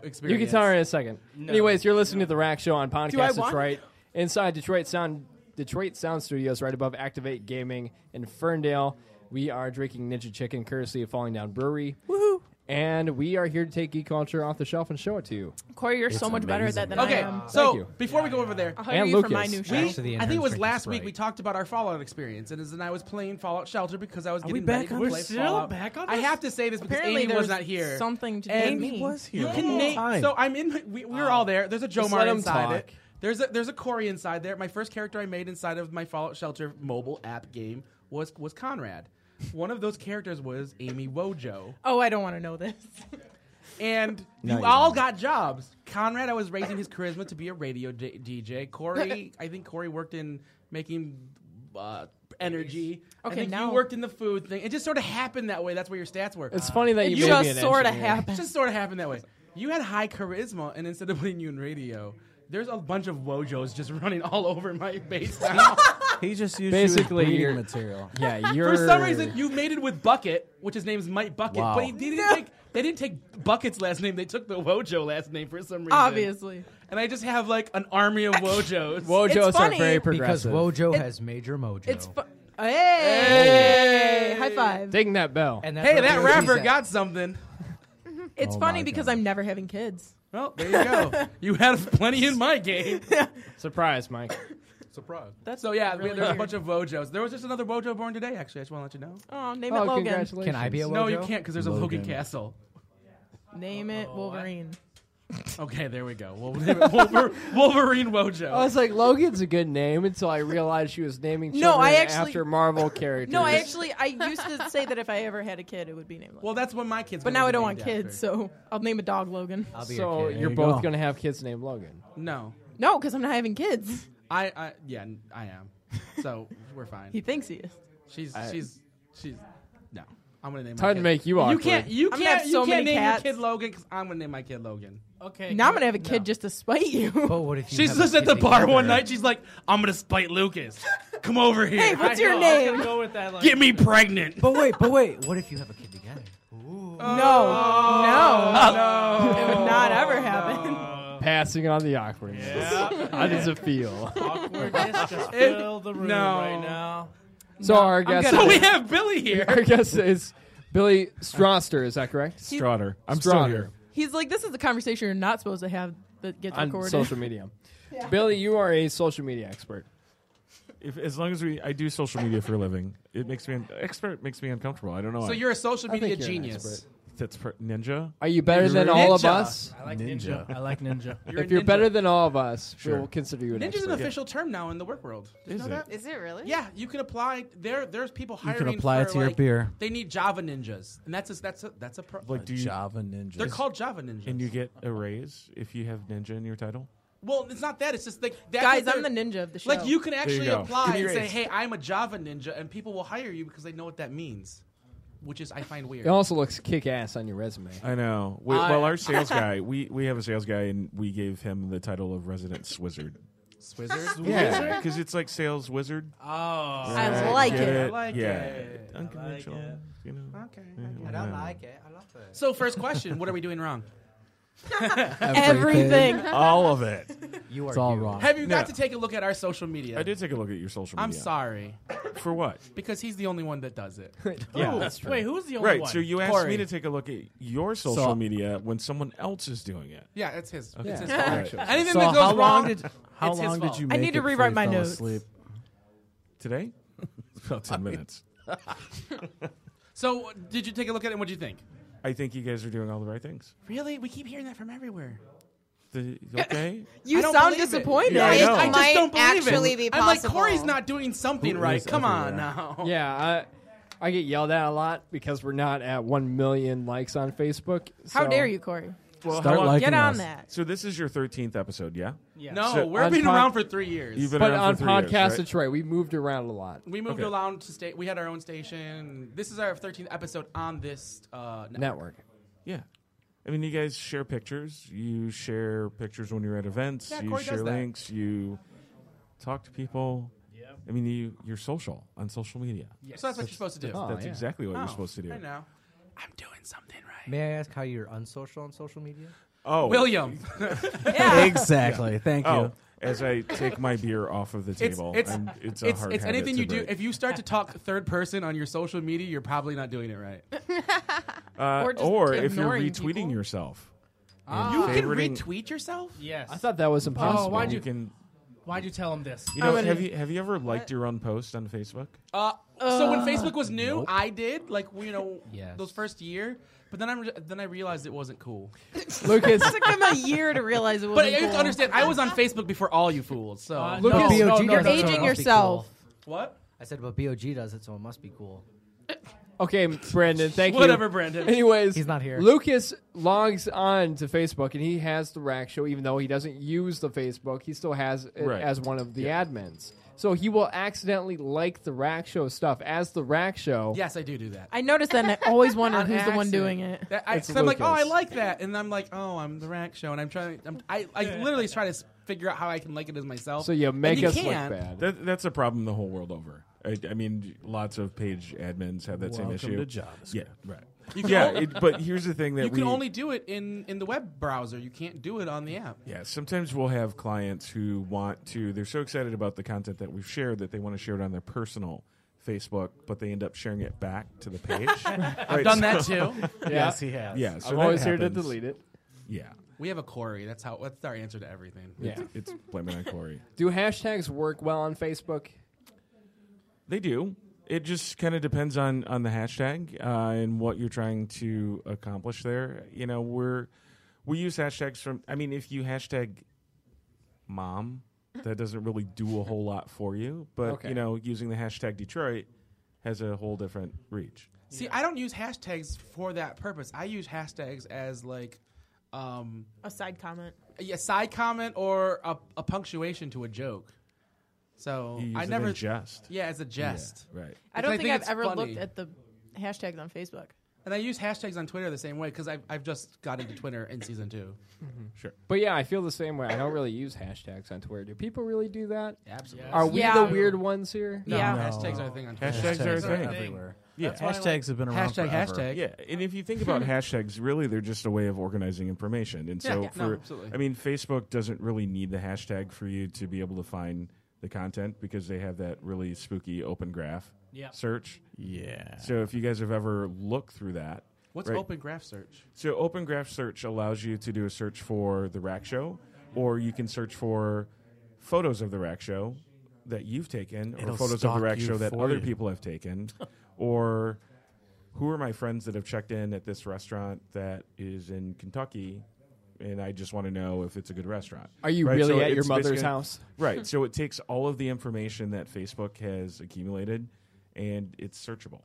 H: You
I: experience.
H: can tell her in a second.
I: No.
H: Anyways, you're listening to the Rack Show on
I: Do I
H: Podcast
I: want-
H: Detroit, inside Detroit Sound, Detroit Sound Studios, right above Activate Gaming in Ferndale. We are drinking Ninja Chicken, courtesy of Falling Down Brewery. Woohoo! And we are here to take geek culture off the shelf and show it to you.
L: Corey, you're so
H: It's
L: much better at that than
H: amazing.
L: I
I: Okay,
L: am.
H: Thank
I: so
H: you.
I: before we go over there,
L: I'll
H: hire And you for Lucas. my new show.
I: We-
H: Back to the
I: I think it was
H: interns
I: last
H: drinking
I: week we talked about our Fallout experience, and then I was playing Fallout Shelter because I was
L: Are we
I: getting
L: back
I: ready to
L: on
I: play
L: this? Still
I: Fallout.
L: back on
I: I
L: this?
I: have to say this because
L: Apparently
I: Amy
L: there's
I: was not here.
L: something to
I: and
L: Amy was
I: You
L: here the
I: can
L: whole
I: name.
L: time.
I: So I'm in. We, we
L: Oh.
I: were all there. There's a Joe
L: Just
I: Mar
L: let 'em
I: inside it.
L: talk.
I: There's a there's a Corey inside there. My first character I made inside of my Fallout Shelter mobile app game was was Conrad. One of those characters was Amy Wojo
L: Oh, I don't want to know this.
I: and
L: No,
I: you
L: you
I: all got jobs. Conrad, I was raising his charisma to be a radio j- DJ. Corey, I think Corey worked in making uh, energy. I
L: Okay,
I: think
L: now-
I: you worked in the food thing. It just sort of happened that way. That's where your stats were.
H: It's funny that It you may be
I: just
H: just an sorta engineer.
I: happened.
H: happened.
I: Just sort of happened that way. You had high charisma, and instead of putting you in radio, there's a bunch of wojos just running all over my base now.
K: He just used
H: Basically,
K: you as
H: you're-
K: breeding material.
H: Yeah,
I: For some reason, you made it with Bucket, which his name is Mike Bucket,
K: Wow.
I: but he didn't take. They didn't take Bucket's last name. They took the Wojo last name for some reason.
L: Obviously.
I: And I just have like an army of Wojos.
L: Wojos It's are funny. very
P: Because Wojo has major mojo.
L: It's fu- hey!
I: Hey!
L: high five.
H: Ding that bell.
P: And
I: hey, that rapper got something.
L: It's
I: Oh
L: funny
I: my
L: because I'm never having kids.
I: Well, Oh, there you go. you had plenty in my game.
H: Surprise, Mike.
I: Surprise. so yeah, we-
L: really
I: there's a
L: weird.
I: bunch of Wojos. There was just another Wojo born today. Actually, I just want to let you know.
L: Oh, name it Logan.
P: Can I be a
I: No, you
P: Wojo?
I: can't because there's a Logan,
P: Logan.
I: Castle.
L: Name
I: Oh,
L: it Wolverine.
I: Okay, there we go. We'll name it Wolver- Wolverine Wojo.
H: I was like, Logan's a good name until I realized she was naming
L: No,
H: children
L: I actually-
H: after Marvel characters.
L: No, I actually I used to say that if I ever had a kid, it would be named Logan.
I: Well, that's what my kids.
L: But
I: gonna
L: now
I: be
L: I don't want
I: named
L: kids, so I'll name a dog Logan.
H: so
I: kid.
H: you're
I: There you
H: both
I: go.
H: gonna have kids named Logan.
I: No,
L: no, because I'm not having kids.
I: I, I yeah, n- I am. So we're fine.
L: He thinks he is.
I: She's
L: I-
I: she's she's no. I'm gonna name. my
H: Time to
I: kid-
H: make you
I: You
H: awkward.
I: can't. You
L: I'm gonna have
I: can't.
L: so
I: you can't
L: many
I: name
L: cats.
I: your kid Logan because I'm gonna name my kid Logan. Okay.
L: Now I'm gonna have a kid just to spite you.
P: But what if
I: She's just at the bar one night. She's like, "I'm gonna spite Lucas. Come over here.
L: Hey, what's your name?
I: Get me pregnant."
P: But wait, but wait. What if you have a kid together?
L: No, no,
I: Oh, no.
L: it would not ever happen.
I: Uh,
H: Passing on the awkwardness. How does it feel?
Q: Awkwardness just
I: It-
Q: filled the room
I: no.
Q: right now.
H: So our guest.
I: So we have Billy here.
H: Our guest is Billy Stroster. Is that correct?
L: He's- Strotter.
H: I'm
I: still here.
L: He's like, this is the conversation you're not supposed to have that gets
H: on
L: recorded.
H: social media. Billy, you are a social media expert.
M: If, as long as we, I do social media for a living. It makes me an expert. Makes me uncomfortable. I don't know.
I: So
M: why.
I: you're a social
H: I
I: media
H: think you're an
I: genius.
H: expert.
M: That's per- ninja.
H: Are you better than all of us?
I: I like ninja.
Q: I like ninja.
I: You're a
H: if you're
I: ninja.
H: better than all of us,
M: Sure.
H: we'll consider you an
I: Ninja's an
H: expert.
I: official term now in the work world. Did
M: Is
I: you know
M: it?
I: that?
N: Is it really?
I: Yeah, you can apply. There, there's people
K: You
I: hiring.
K: can apply it
I: for,
K: to your
I: like,
K: beer.
I: They need Java ninjas, and that's a, that's a, that's a pro-
M: Like, do you,
K: Java ninja.
I: They're called Java ninjas.
M: And you get a raise if you have ninja in your title.
I: Well, it's not that. It's just like that's
L: Guys,
I: what
L: I'm
I: they're-
L: the ninja of the
I: Like
L: show.
I: you can
L: There you
I: actually
M: go. Give
I: apply
M: me
I: and
M: your
I: say,
M: ace.
I: "Hey, I'm a Java ninja," and people will hire you because they know what that means, which is I find weird.
H: It also looks kick ass on your resume.
M: I know. We,
I: I-
M: well, our sales guy, we, we have a sales guy, and we gave him the title of resident wizard.
I: Swizzard?
M: Yeah, because it's like sales wizard.
I: Oh.
M: Right,
I: I like
M: get
I: it. I like
M: yeah.
I: it. I like
M: Unconventional.
I: it.
M: You know. Okay.
P: I don't like it. I love it.
I: So, first question: What are we doing wrong?
L: Everything.
M: All of it.
P: You
I: are
M: It's all you. wrong.
I: Have you got
M: No.
I: to take a look at our social media?
M: I did take a look at your social media.
I: I'm sorry.
M: For what?
I: Because he's the only one that does it.
M: Yeah,
I: Who?
M: that's true.
I: Wait, who's the only
M: right,
I: one?
M: so you asked
I: Corey.
M: me to take a look at your
I: So-
M: social media when someone else is doing it.
I: Yeah, it's his.
M: Okay.
I: It's his
M: Yeah.
I: fault.
M: All right.
I: Anything
M: So
I: that goes
M: how long
I: wrong,
M: did-
K: how
I: it's his
K: long did
I: fault.
K: you I make need to it before rewrite you my fell notes. asleep?
M: Today? About 10 minutes.
I: so, uh, did you take a look at it? and What did you think?
M: I think you guys are doing all the right things.
I: Really, we keep hearing that from everywhere.
M: The, okay?
L: You
I: I don't
L: sound
I: believe it.
L: disappointed.
M: Yeah, I
I: just-
M: know.
I: I just
M: Might
I: don't believe
N: actually
I: it.
N: be
I: I'm like,
N: possible.
I: Corey's not doing something
H: Who
I: right.
H: is
I: Come on
H: everywhere.
I: now.
H: Yeah, I, I get yelled at a lot because we're not at 1 million likes on Facebook.
L: How
H: so-
L: dare you, Corey?
M: Well,
H: Start
M: how long-
H: liking Get on us. that.
M: So this is your 13th episode, yeah?
I: Yeah. No,
M: So-
I: we're been around for three years.
M: You've been
H: but
M: around
H: on
M: for
H: Podcast
M: three years, right?
H: Detroit, we moved around a lot.
I: We moved
M: Okay.
I: around to state. We had our own station. This is our 13th episode on this uh,
H: Network.
M: Yeah. I mean, you guys share pictures. You share pictures when you're at events.
I: Yeah,
M: you
I: Corey does
M: share
I: that.
M: links. You talk to people. I mean, you, you're social on social media.
I: So that's what you're supposed to do.
M: That's, that's exactly what
I: Oh,
M: you're supposed to do.
I: I know.
P: May I ask how you're unsocial on social media?
M: Oh,
I: William.
K: Exactly. Thank you.
M: Oh, as I take my beer off of the table,
I: It's
M: I'm- it's,
I: it's,
M: a
I: it's,
M: hard habit
I: anything
M: to
I: you do.
M: break.
I: If you start to talk third person on your social media, you're probably not doing it right.
M: Uh,
I: Or just
M: or if you're
I: ignoring
M: retweeting yourself.
I: Ah. You can retweet yourself?
Q: Yes.
H: I thought that was impossible.
Q: Oh, why'd you,
M: can.
Q: why'd you tell him this?
M: You know, have you have you ever liked your own post on Facebook?
I: Uh, so when
Q: Uh,
I: Facebook was new,
Q: nope.
I: I did like you know
M: Yes.
I: those first year, but then I re- then I realized it wasn't cool.
L: Lucas- It took him a year to realize it
I: But
L: wasn't
I: you have to
L: cool.
I: understand, I was on Facebook before all you fools. So
P: Uh,
L: Lucas,
P: no,
L: no,
P: BOG
L: no,
P: does
L: no,
P: it, so
L: aging
P: it must be
L: yourself.
P: cool. I said, but BOG does it, so it must be cool.
H: Okay, Brandon, thank you.
P: Whatever, Brandon.
H: Anyways,
P: He's not here.
H: Lucas logs on to Facebook and he has the rack show, even though he doesn't use the Facebook, he still has it
M: Right.
H: as one of the admins. So he will accidentally like the rack show stuff as the rack show.
I: Yes, I do do that.
L: I noticed that, and I always wondered
I: On
L: who's the one
I: accident.
L: doing it.
I: That- I,
H: It's
I: so I'm like, oh, I
H: Lucas.
I: like that, and I'm like, oh, I'm the rack show, and I'm trying. I'm, I I literally try to s- figure out how I can like it as myself. Oh, And you can't.
M: That, that's a problem the whole world over. I, I mean, lots of page admins have that
K: Welcome
M: same issue.
K: to JavaScript.
M: Yeah, right.
I: You can
M: yeah,
I: only-
M: it, but here's the thing that
I: you
M: we
I: can only do it in in the web browser. You can't do it on the app.
M: Yeah, sometimes we'll have clients who want to, they're so excited about the content that we've shared that they want to share it on their personal Facebook, but they end up sharing it back to the page.
I: I've
M: Right,
I: done that
M: so-
I: too.
M: Yeah. Yeah, so that
I: I'm always
M: happens.
I: here to
H: delete it.
M: Yeah.
I: We have a Corey. That's how. That's our answer to everything.
H: Yeah.
M: It's, it's blame it on Corey.
H: Do hashtags work well on Facebook?
M: They do. It just kind of depends on on the hashtag uh, and what you're trying to accomplish there. You know, we're we use hashtags from. I mean, if you hashtag mom, that doesn't really do a whole lot for you. But
I: Okay.
M: you know, using the hashtag Detroit has a whole different reach.
I: See, I don't use hashtags for that purpose. I use hashtags as like um,
L: A side comment.
I: a side comment or a, a punctuation to a joke. So
M: You use
I: I
M: it
I: never
M: in jest.
I: Yeah, as a jest.
M: Yeah, right.
L: I don't
I: Because
L: think, I've
I: it's
L: ever
I: funny.
L: looked at the hashtags on Facebook.
I: And I use hashtags on Twitter the same way because I've, I've just got into Twitter in season two.
M: Mm-hmm. Sure.
H: But yeah, I feel the same way. I don't really use hashtags on Twitter. Do people really do that?
I: Absolutely.
H: Are we
L: Yeah.
H: the weird ones here?
I: No, Yeah. hashtags are a thing on Twitter.
M: Hashtags are a
I: Hashtags are a
M: thing
I: thing.
M: everywhere.
I: Yeah. That's why I like- Hashtags have been around Hashtag, forever. hashtag.
M: Yeah, and if you think about hashtags, really they're just a way of organizing information. And so,
I: Yeah, yeah.
M: for
I: No, absolutely.
M: I mean, Facebook doesn't really need the hashtag for you to be able to find the content because they have that really spooky open graph
I: Yeah.
M: search.
K: Yeah.
M: So if you guys have ever looked through that,
I: What's
M: right-
I: open graph search?
M: so Open Graph Search allows you to do a search for the rack show, or you can search for photos of the rack show that you've taken, or
K: It'll
M: photos of
K: stalk
M: the rack
K: you
M: show that
K: for
M: other
K: you.
M: people have taken, or who are my friends that have checked in at this restaurant that is in Kentucky, and I just want to know if it's a good restaurant.
H: Are you really at your
M: it's
H: mother's
M: basically-
H: house?
M: Right. so it takes all of the information that Facebook has accumulated, and it's searchable.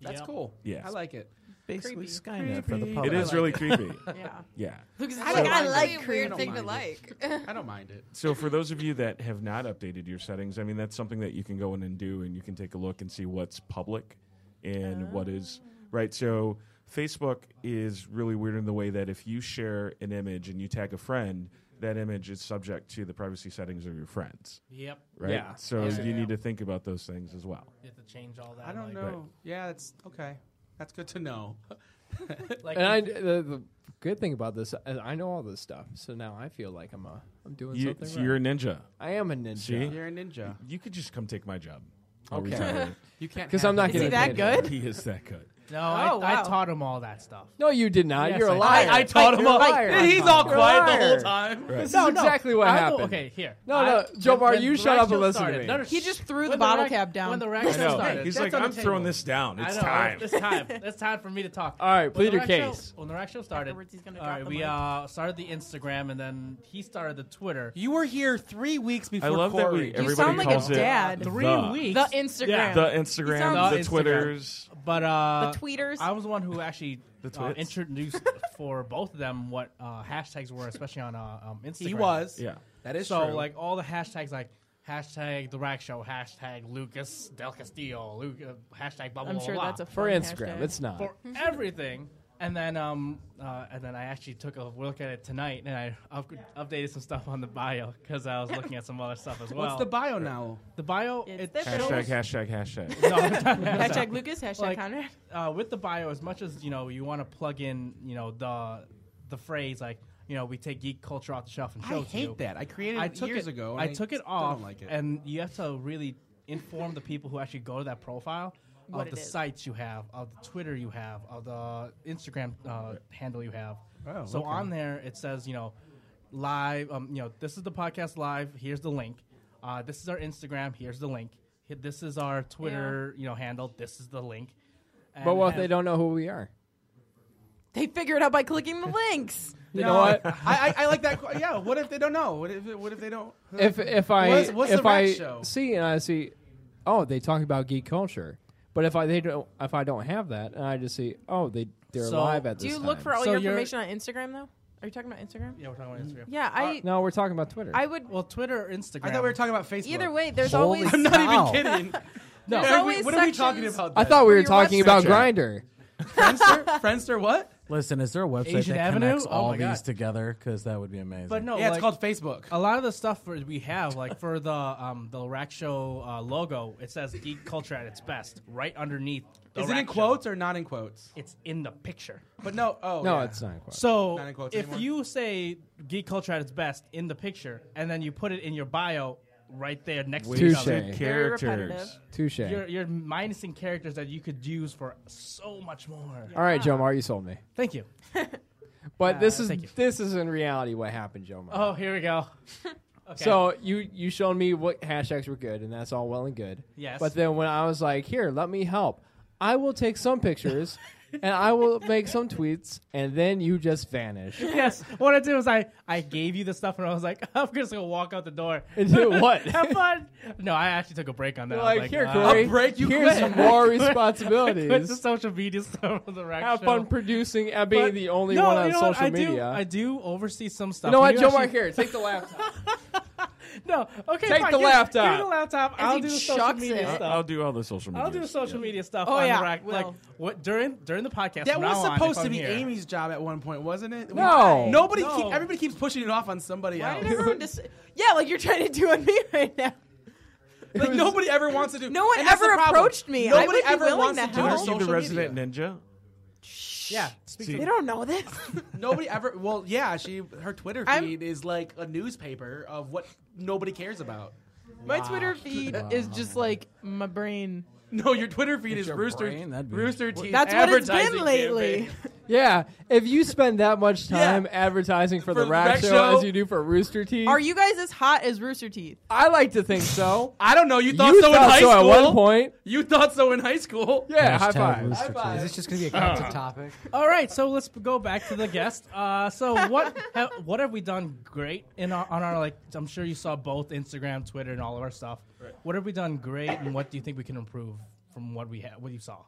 I: That's cool.
M: Yes.
I: I like it.
K: Basically
I: Skynet
K: for the public.
M: It is really creepy.
I: yeah.
M: Yeah.
I: Lucas is
N: I
I: like,
N: don't
I: I
N: mind
I: like
N: it.
I: cream.
N: weird
I: I don't
N: thing to
I: mind
N: like.
I: I don't mind it.
M: So for those of you that have not updated your settings, I mean that's something that you can go in and do, and you can take a look and see what's public and what is right. So Facebook is really weird in the way that if you share an image and you tag a friend, that image is subject to the privacy settings of your friends.
I: Yep.
M: Right.
I: Yeah.
M: So
I: Yeah.
M: you need to think about those things as well.
P: You have to change all that.
I: I
P: like-
I: don't know. Yeah, that's okay. That's good to know.
P: like,
H: and I, the, the good thing about this, uh, I, I know all this stuff, so now I feel like I'm a, I'm doing
M: You,
H: something.
M: so
H: right.
M: you're a ninja.
H: I am a ninja.
M: See?
I: You're a ninja.
M: You could just come take my job. I'll
H: Okay.
M: retire.
H: You can't 'Cause have I'm not it. Is he getting that paid. good?
M: He is that good.
P: no, I,
L: Oh,
P: I
L: wow.
P: taught him all that stuff.
H: No, you did not.
P: Yes,
H: you're a
P: I-
H: liar.
P: I- I taught him
H: You're
P: all-
H: liar.
P: He's all
H: You're a
P: quiet the
H: liar.
P: whole time. Right.
H: This
P: No,
H: is
P: no.
H: exactly what
P: I will-
H: happened.
P: okay, here.
H: No, no,
P: I-
H: Joe
P: when-
H: Bar,
P: when
H: you
P: the
H: shut up
P: Rational
H: and listen
P: started-
H: to me.
P: no, no,
L: He just threw
P: when
L: the bottle
P: rac-
L: cap down.
P: When the
L: I
P: rack
M: know.
P: started.
M: He's
P: That's
M: like,
P: on the
M: "I'm throwing
P: table."
M: this down.
P: I
M: It's
P: know,
M: time."
P: It's time. It's time for me to talk.
H: All right,
P: When
H: plead
P: the
H: your
P: rack show-
H: case.
P: When the rack show started,
L: Afterwards, he's gonna
P: all
L: drop
P: right,
L: the
P: we
L: mic.
P: uh, started the Instagram, and then he started the Twitter.
I: You were here three weeks
M: I
I: before.
M: love that we
I: Corey.
M: everybody calls it the-
P: Three weeks.
L: The Instagram.
M: Yeah. The Instagram,
P: You sound-
M: the Twitters.
P: but uh,
L: The tweeters.
P: I was the one who actually
M: The
P: uh,
M: twits.
P: introduced for both of them what uh, hashtags were, especially on uh, um, Instagram.
I: He was.
M: Yeah.
I: That is
P: so.
I: true.
P: Like all the hashtags, like hashtag the Rack Show, hashtag Lucas Del Castillo, Luke, uh, hashtag blah blah
L: I'm
P: blah,
L: sure
P: blah.
L: that's a
H: For
L: fun
H: Instagram,
L: hashtag.
H: it's not.
P: for everything. And then, um, uh, and then I actually took a look at it tonight, and I up- updated some stuff on the bio because I was looking at some other stuff as well.
I: What's the bio now?
P: The bio.
L: It's
P: it
L: the
P: shows-
M: Hashtag, hashtag, hashtag.
P: No, I'm not-
L: Hashtag Lucas, hashtag
P: Like,
L: Conrad.
P: Uh, with the bio, as much as you know, you want to plug in, you know, the the phrase like, you know, we take geek culture off the shelf and
I: I
P: show it to
I: hate
P: you.
I: that. I created it
P: took
I: years ago, and
P: I,
I: I
P: took it
I: still don't
P: off,
I: like it.
P: and you have to really inform the people who actually go to that profile
L: What
P: of the
L: it is.
P: sites you have, of the Twitter you have, of the Instagram uh, handle you have.
I: Oh,
P: so
I: okay.
P: on there it says, you know, live. Um, you know, this is the podcast live. Here's the link. Uh, this is our Instagram. Here's the link. Hi- This is our Twitter, you know, handle. This is the link.
H: But
P: And
H: what
P: it
H: if they
P: has-
H: don't know who we are?
L: They figure it out by clicking the links.
H: You know what?
I: I, I, I like that. qu- Yeah. What if they don't know? What if what if they don't?
H: if if I
I: What's- what's
H: if
I: the rack
H: I
I: show?
H: see and I see, oh, they talk about geek culture, but if I they don't if I don't have that and I just see, oh, they they're
P: So-
H: live at
L: Do
H: this.
L: you look
H: time.
L: for all
P: So
L: your
P: you're-
L: information on Instagram though? Are you talking about Instagram?
P: Yeah, we're talking about Instagram.
L: Yeah, I
H: No, we're talking about Twitter.
L: I would
P: Well, Twitter or Instagram.
I: I thought we were talking about Facebook.
P: Uh,
L: either way. There's
H: Holy
L: always
H: I'm not even
L: Wow.
H: kidding.
I: kidding.
L: There's
I: What are we-
L: always
I: what are we talking
L: sections-
I: about?
H: I thought we
L: For
H: were
L: your
H: talking
L: website.
H: about Grinder.
I: Friendster. Friendster. What?
K: Listen, is there a website
P: Asian
K: that
P: Avenue?
K: connects
P: Oh
K: all
P: my God.
K: these together? Because that would be amazing.
P: But no,
I: yeah,
P: like,
I: it's called Facebook.
P: a lot of the stuff for, we have, like for the um, the Rack Show uh, logo, it says geek culture at its best right underneath. The
I: Is it in
P: Rack Show.
I: quotes or not in quotes?
P: It's in the picture.
I: But no. Oh.
H: No,
I: yeah.
H: it's not. Quite.
P: So
I: Not in quotes
P: if
I: anymore?
P: you say geek culture at its best in the picture, and then you put it in your bio right there next to each other,
H: Touche.
L: Very repetitive.
M: characters.
H: Touche.
P: you're, you're minusing characters that you could use for so much more.
H: All right, Joe Mar, you sold me.
P: Thank you.
H: But
P: Uh,
H: this is
P: thank you.
H: this is in reality what happened, Joe Mar.
P: Oh, here we go. Okay.
H: So you you showed me what hashtags were good, and that's all well and good.
P: Yes.
H: But then when I was like, "Here, let me help," I will take some pictures, and I will make some tweets, and then you just vanish.
P: yes, what I did was I, I gave you the stuff and I was like, I'm just gonna walk out the door.
H: And do what?
P: Have fun. No, I actually took a break on that.
H: You're
P: I was
H: like, here,
P: uh,
H: Corey,
I: I'll break you
H: here's
I: quit."
H: some more
P: I quit the
H: responsibilities.
P: social media stuff of the rack
H: Have
P: show.
H: fun producing and being
P: But-
H: the only
P: No,
H: one
P: you
H: on
P: know what?
H: social
P: I do-
H: media.
P: I do oversee some stuff.
H: you know
P: When
H: what, Joe Mar,
P: actually-
H: here, take the laptop.
P: No, okay,
H: Take
P: fine.
H: the
P: give,
H: laptop.
P: Give me the laptop. I'll
L: he
P: do the social
L: chucks
P: media
L: it.
M: I'll,
P: stuff.
M: I'll do all the social media.
P: I'll do social media stuff.
L: Oh,
P: on
L: yeah,
P: the rack. like
L: Will.
P: what during during the podcast.
I: That
P: from
I: was
P: now on, if
I: supposed to
P: I'm
I: be
P: here.
I: Amy's job at one point, wasn't it? We-
H: No.
I: nobody.
P: No.
I: Keep, everybody keeps pushing it off on somebody
L: Why
I: else.
L: did everyone just? Yeah, like you're trying to do on me right now.
I: like nobody ever wants to do.
L: No one
I: and that's the
L: ever
I: problem.
L: approached me. I
I: Nobody
L: would be
I: ever
L: willing
I: wants
L: to
I: to, do
L: help.
I: their
M: Are
L: Aren't
M: you the
I: social
M: resident
I: media.
M: ninja?
P: Yeah.
M: See-
L: They don't know this.
I: Nobody ever. Well, yeah, she her Twitter
L: I'm-
I: feed is like a newspaper of what nobody cares about.
L: My Twitter feed is just like my brain.
I: No, your Twitter feed is
K: your
I: Rooster
K: brain, that'd be-
I: Rooster Teeth.
L: That's what it's
I: advertising
L: been lately.
I: campaign.
H: yeah, if you spend that much
I: Yeah.
H: time advertising for, the
I: For
H: rack
I: Rack
H: show,
I: Show.
H: as you do for Rooster Teeth,
L: Are you guys as hot as Rooster Teeth?
H: I like to think so.
I: I don't know. You thought so in high
H: so
I: school.
H: at one point.
I: You thought so in high school.
H: Yeah, high
K: Hashtag
H: five.
K: Rooster Teeth.
P: five.
K: Is this just going to be a constant topic?
P: All right, so let's go back to the guest. Uh, so what ha- what have we done great in our, on our like? I'm sure you saw both Instagram, Twitter, and all of our stuff. What have we done great, and what do you think we can improve from what we ha- what you saw?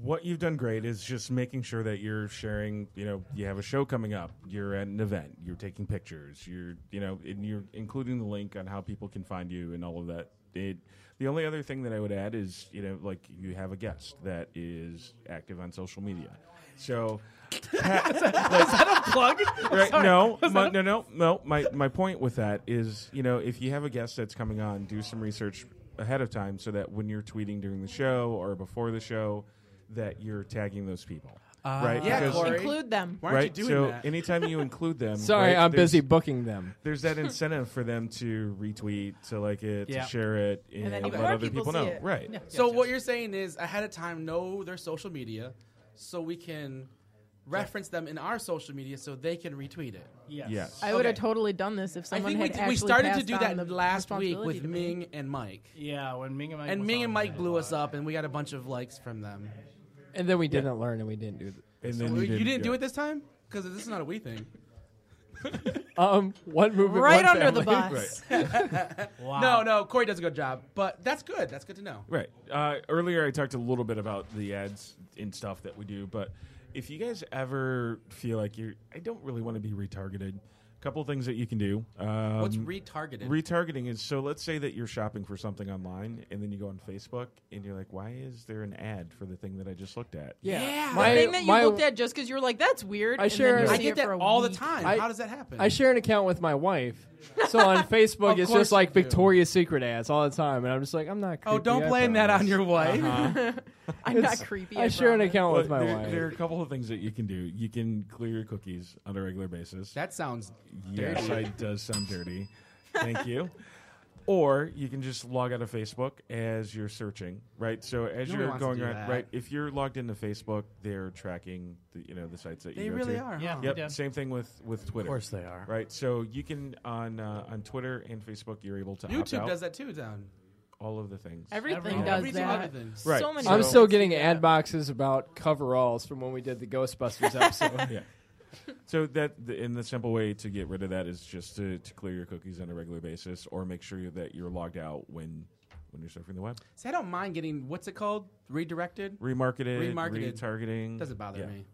M: what you've done great is just making sure that you're sharing you know you have a show coming up you're at an event you're taking pictures you're you know and you're including the link on how people can find you and all of that it. The only other thing that I would add is, you know, like you have a guest that is active on social media. So,
P: Is that a plug? I'm
M: Right,
P: sorry.
M: no,
P: Was
M: my,
P: that
M: no, no, no. My my point with that is, you know, if you have a guest that's coming on, do some research ahead of time so that when you're tweeting during the show or before the show, that you're tagging those people.
P: Ah.
M: right?
P: Yeah,
M: Because-
P: Corey. Include them. Why aren't
M: right?
P: you doing
M: so
P: that?
M: anytime you include them,
H: Sorry,
M: right,
H: I'm
M: there's-
H: busy booking them.
M: There's that incentive for them to retweet, to like it,
H: Yeah.
M: to share it,
H: And
M: and,
H: then
M: let
H: more
M: other
H: people
M: people,
H: see
M: know.
H: it.
M: Right.
H: Yeah.
I: So what you're saying is ahead of time know their social media, so we can reference them in our social media so they can retweet it.
M: Yes.
L: I would have
I: Okay.
L: totally done this if
I: I
L: someone
I: think we,
L: had
I: d- we
L: actually
I: started to
L: passed
I: do
L: on
I: that
L: the
I: last week
L: responsibility
I: with
L: to me.
I: Ming and Mike.
P: Yeah, when Ming and Mike
I: and
P: was
I: Ming
P: on,
I: and
P: we
I: Mike
P: did
I: blew us up, and we got a bunch of likes from them.
H: And then we didn't learn, and we didn't do.
M: And
I: So we- you, didn't do it this time because this is not a we thing.
H: Um, one movement,
I: Right
H: one
I: under the
H: family.
I: bus.
P: Wow.
I: No, no, Corey does a good job, but that's good. That's good to know.
M: Right. Uh, earlier, I talked a little bit about the ads and stuff that we do, but if you guys ever feel like you're, I don't really want to be retargeted. A couple things that you can do. Um,
I: What's retargeted?
M: Retargeting is so. Let's say that you're shopping for something online, and then you go on Facebook, and you're like, "Why is there an ad for the thing that I just looked at?"
L: Yeah,
H: My-
L: the thing that you
H: my-
L: looked at just because you were like, "That's weird."
H: I
L: and then
H: share.
L: you
H: I
L: see
H: get
L: it for
I: that
L: a
I: all the
L: week.
I: time.
H: I-
I: How does that happen?
H: I share an account with my wife. So on Facebook,
I: Of
H: it's
I: course
H: just like
I: you do.
H: Victoria's Secret ads all the time, and I'm just like, I'm not. Creepy,
I: Oh, don't
H: I
I: blame that
H: promise.
I: on your wife.
H: Uh-huh.
L: I'm not
H: It's-
L: creepy.
H: I share an
L: promise.
H: account with my
M: there,
H: wife.
M: There are a couple of things that you can do. You can clear your cookies on a regular basis.
I: That sounds
M: yes,
I: dirty.
M: it does sound dirty. Thank you. Or you can just log out of Facebook as you're searching, right? So as
I: Nobody
M: you're
I: wants to
M: going
I: do
M: around,
I: that.
M: right? If you're logged into Facebook, they're tracking the you know the sites that
I: They
M: you go
I: really
M: to.
I: are, huh?
M: Yep.
I: Yeah.
M: Same thing with with Twitter.
K: course they are.
M: Right. So you can on uh, on Twitter and Facebook, you're able to opt
I: YouTube
M: out
I: does that too, down.
M: all of the things.
L: Everything
I: Every-
L: does
I: every single
L: that.
I: other thing.
M: Right.
L: So many.
H: I'm
L: people
H: still
L: see
H: getting
L: that.
H: ad boxes about coveralls from when we did the Ghostbusters episode.
M: yeah. So that the, and the simple way to get rid of that is just to, to clear your cookies on a regular basis, or make sure that you're logged out when when you're surfing the web.
I: See, I don't mind getting what's it called? Redirected.
M: Remarketed,
I: Remarketed.
M: retargeting
I: Doesn't bother
M: Yeah.
I: me.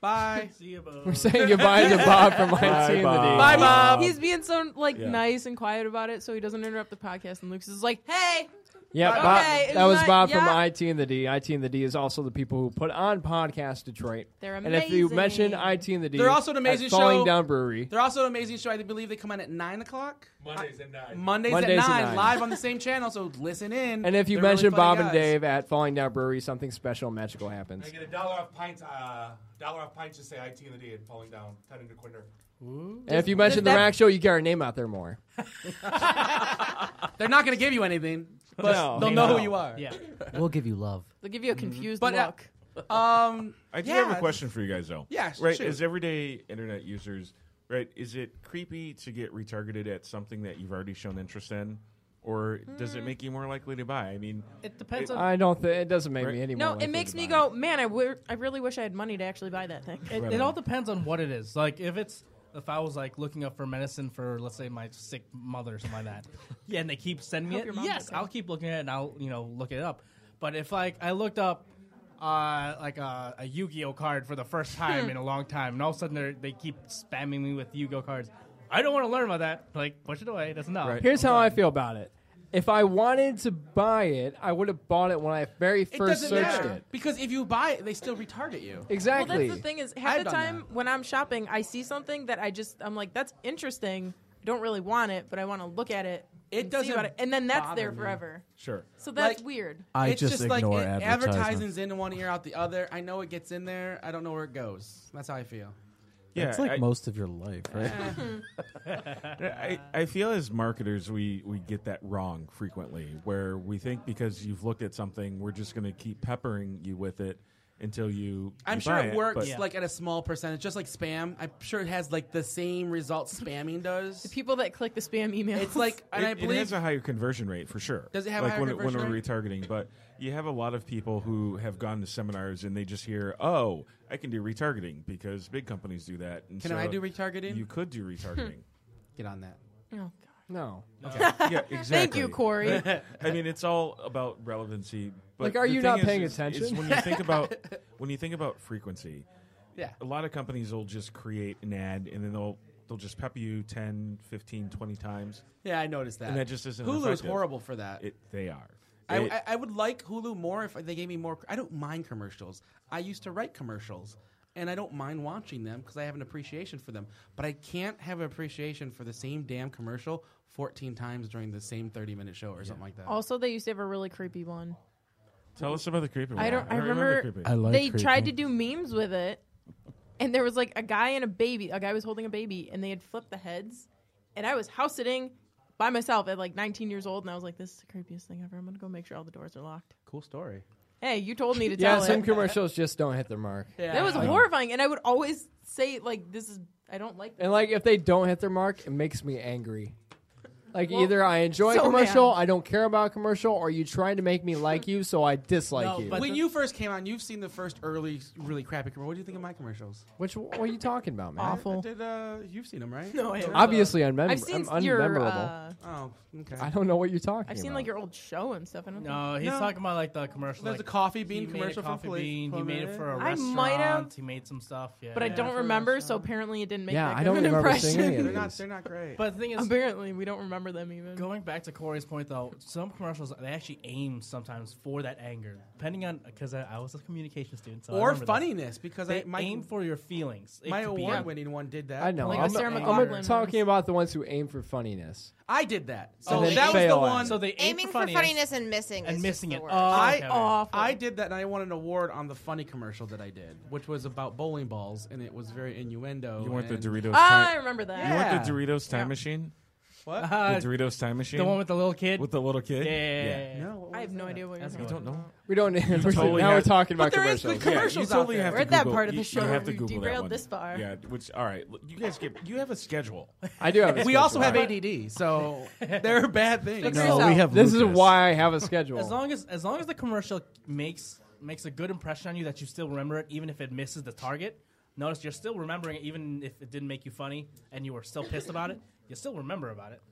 I: Bye.
P: See you, bud.
H: We're saying goodbye to Bob from
M: Bye,
H: IMC and the
M: Bob.
H: D.
M: Bye,
L: Bob.
M: Bob.
L: He's being so like
M: Yeah.
L: nice and quiet about it, so he doesn't interrupt the podcast. And Lucas is like, "Hey,
H: Yeah,
L: Okay,
H: Bob.
L: it's
H: that was
L: not-
H: Bob
L: yeah.
H: from IT and the D. IT and the D is also the people who put on Podcast Detroit.
L: They're
H: And if you mention
L: amazing.
H: IT and the D,
I: They're also an
H: at
I: amazing
H: Falling
I: show.
H: Down Brewery.
I: They're also an amazing show. I believe they come on at nine o'clock. Mondays at nine. Mondays,
H: Mondays
I: at,
H: at
I: nine,
H: nine.
I: live on the same channel. So listen in.
H: And if you
I: They're really
H: mention
I: funny
H: Bob and
I: guys.
H: Dave at Falling Down Brewery, something special and magical happens.
Q: I get a dollar off pint. Uh, dollar off pints. Just say IT in the day and falling down. Ten in the corner.
H: And if you mention the
L: that-
H: Rack Show, you get our name out there more.
I: they're not going to give you anything, but
H: No.
I: they'll know who you are.
P: Yeah.
J: We'll give you love.
L: They'll give you a
H: Mm-hmm.
L: confused
I: But, uh,
L: look."
I: Um,
M: I do
I: yeah,
M: have a question for you guys though.
I: Yeah,
M: Right.
I: shoot.
M: As everyday internet users, right, is it creepy to get retargeted at something that you've already shown interest in, or does
I: Hmm.
M: it make you more likely to buy? I mean,
P: It depends on.
H: I don't think it doesn't make me any more.
L: No,
H: likely
L: it makes
H: to
L: me
H: buy
L: go, man. I wi- I really wish I had money to actually buy that thing.
P: It, it all depends on what it is. Like if it's if I was like looking up for medicine for let's say my sick mother or something like that, yeah, and they keep sending me
L: Hope
P: it.
L: your mom's
P: Yes,
L: okay.
P: I'll keep looking at it and I'll you know look it up. But if like I looked up uh, like a, a Yu-Gi-Oh card for the first time in a long time, and all of a sudden they they keep spamming me with Yu-Gi-Oh cards. I don't want to learn about that. Like push it away. That's enough.
M: Right.
H: Here's how I feel about it. If I wanted to buy it, I would have bought it when I very
I: It
H: first
I: doesn't
H: searched
I: matter
H: it.
I: because if you buy it, they still retarget you.
L: Well,
H: Exactly.
L: that's the thing is, half
I: I've
L: the
I: done
L: time when I'm shopping, I see something that I just I'm like, that's interesting. I don't really want it, but I want to look at it.
I: It
L: and see
I: doesn't
L: about it, and then that's
I: bother
L: there
I: me.
L: forever.
M: sure.
L: So that's
I: Like-
L: weird.
K: I
I: it's
K: just
I: just,
K: ignore
I: like it-
K: advertisements.
I: advertising's in one ear out the other. I know it gets in there. I don't know where it goes. That's how I feel.
M: Yeah,
K: it's like
M: I-
K: most of your life, right?
M: I, I feel as marketers we, we get that wrong frequently where we think because you've looked at something we're just going to keep peppering you with it until you
I: I'm
M: you
I: sure
M: buy
I: it works
M: but-
I: like at a small percentage, just like spam. I'm sure it has like the same results spamming does.
L: The people that click the spam email.
I: It's like, and
M: it,
I: I
M: it
I: believe
M: has a higher conversion rate for sure.
I: Does it have a
M: like
I: higher
M: when, it- when
I: conversion
M: we're retargeting? But you have a lot of people who have gone to seminars and they just hear, "Oh, I can do retargeting because big companies do that." And
I: Can
M: so
I: I do retargeting?
M: You could do retargeting.
I: get on that.
L: oh,
H: no.
M: yeah, exactly.
L: Thank you, Corey.
M: I mean, it's all about relevancy. But
H: Like, are
M: the
H: you
M: thing
H: not
M: is-
H: paying
M: is- is
H: attention?
M: when you think about when you think about frequency,
I: Yeah.
M: a lot of companies will just create an ad and then they'll they'll just pep you 10, 15, 20 times.
I: Yeah, I noticed that.
M: And that just isn't
I: Hulu is
M: effective.
I: horrible for that.
M: It, they are.
I: I,
M: It-
I: I, I would like Hulu more if they gave me more. I don't mind commercials. I used to write commercials, and I don't mind watching them because I have an appreciation for them. But I can't have an appreciation for the same damn commercial 14 times during the same 30 minute show or something like that.
L: Also, they used to have a really creepy one.
M: Tell us about the creepy one.
L: I don't. I, remember.
M: creepy.
L: they tried to do memes with it, and there was like a guy and a baby. A guy was holding a baby, and they had flipped the heads. And I was house sitting by myself at like 19 years old, and I was like, "This is the creepiest thing ever." I'm gonna go make sure all the doors are locked.
I: Cool story.
L: Hey, you told me to
H: yeah,
L: tell
H: some
L: it.
H: commercials just don't hit their mark.
L: That was
H: Like-
L: horrifying, and I would always say like, "This is I don't like."
H: And like, if they don't hit their mark, it makes me angry. Like
L: Well,
H: either I enjoy
L: so
H: a commercial,
L: mad.
H: I don't care about a commercial, or you trying to make me like you, so I dislike
I: No,
H: you.
I: but when you first came on, you've seen the first early, really crappy commercials. What do you think of my commercials?
H: Which what are you talking about, man?
I: I did, uh, you've seen them, right?
L: No, I haven't.
H: Obviously, unmem-
L: I've seen
H: I'm
L: your.
H: unmemorable.
L: Uh,
I: Oh, okay.
H: I don't know what you're talking.
L: I've seen like your old show and stuff. I don't
P: Oh, No,
L: think
P: he's talking about like the commercial.
I: There's
P: like,
I: a coffee
P: he
I: bean
P: made
I: commercial
P: A
I: for
P: coffee
I: Fla-
P: bean. He made it for a
L: I
P: restaurant.
L: might have,
P: He made some stuff. Yeah,
L: but I don't remember, so apparently it didn't make
P: Yeah,
L: that
P: I
L: good
P: don't
L: of an
P: remember
L: impression.
P: seeing any of They're
I: not- these. they're not great.
P: But the thing is-
L: apparently we don't remember them even.
P: Going back to Corey's point, though, some commercials they actually aim sometimes for that anger, depending on because I, I was a communication student, so I
I: or
P: remember this.
I: funniness because
P: they
I: I my,
P: aim for your feelings. It
I: My
P: could be-
I: award-winning one did that.
H: I know.
P: Like
H: I'm,
P: the Sarah
H: I'm
P: McLachlan ones.
H: talking about the ones who aim for funniness.
I: I did that.
H: So
I: So
P: Oh,
H: they
I: that was the
H: fail at
I: one.
H: it.
P: So they aim
N: Aiming for funniness and missing
P: and
N: is just
P: missing
N: the
P: it.
N: worst.
P: Oh,
I: I
P: okay.
I: I did that, and I won an award on the funny commercial that I did, which was about bowling balls, and it was very innuendo.
M: You weren't the
I: and-
M: Doritos.
L: Ah,
M: time-
L: I remember that.
M: You weren't the
I: Oh, Yeah.
M: Doritos time machine.
I: What?
P: Uh,
M: the Doritos time machine.
P: the one with the little kid.
M: With the little kid.
P: Yeah, yeah, yeah, yeah.
I: No,
L: I have no idea what you're talking
M: don't know.
H: We don't.
M: You
H: we're-
M: totally
H: now we're
M: have-
H: talking
M: But
H: about
M: there is
H: commercials.
M: good commercials
H: Yeah,
M: you totally have
L: We're
M: to
L: at that
M: Google-
L: part of the
M: you-
L: show
M: You have
L: where
M: to
L: we
M: Google
L: derailed
M: that one.
L: this far.
M: Yeah, which all right. look, You guys get. You have a schedule.
H: I do have. A
I: We
H: schedule.
I: also have
H: All right.
I: ADD, so there are bad things.
H: No, we have. This is
P: Lucas.
H: why I have a schedule.
P: As long as as long as the commercial makes makes a good impression on you that you still remember it, even if it misses the target. Notice you're still remembering it, even if it didn't make you funny and you were still pissed about it. You still remember about it,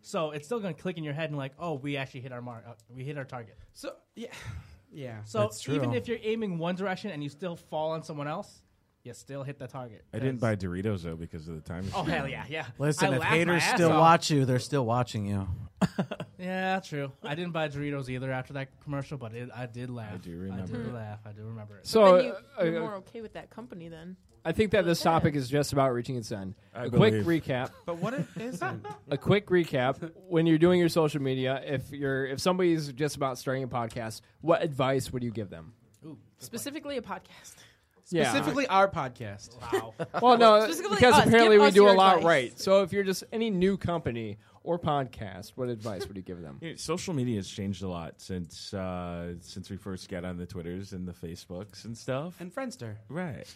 P: so it's still going to click in your head and like, oh, we actually hit our mark. Uh, we hit our target.
I: So yeah, yeah.
P: So even if you're aiming one direction and you still fall on someone else, you still hit the target.
M: I didn't buy Doritos though because of the time.
P: Oh
M: machine.
P: hell yeah, yeah.
K: Listen,
P: I
K: if
P: laughed my
K: haters
P: ass
K: still
P: off.
K: watch you, they're still watching you.
P: Yeah, true. I didn't buy Doritos either after that commercial, but it, I did laugh. I do
M: remember
P: I did
M: it.
P: laugh. I do remember it.
H: So,
L: then you,
H: uh,
L: you're
H: uh,
L: more okay with that company then.
H: I think that this topic is just about reaching its end.
M: I
H: A quick
M: believe.
H: recap.
I: But what it isn't?
H: a quick recap when you're doing your social media if you're if somebody's just about starting a podcast what advice would you give them
L: Specifically, a podcast.
H: Yeah.
I: Specifically, our podcast.
P: Wow.
H: well no
L: Specifically
H: because
L: us.
H: apparently
L: Give
H: we
L: us
H: do a
L: your
H: lot
L: advice.
H: right so if you're just any new company or podcast what advice would you give them
M: You know, social media has changed a lot since uh, since we first got on the Twitters and the Facebooks and stuff.
I: and Friendster
M: right.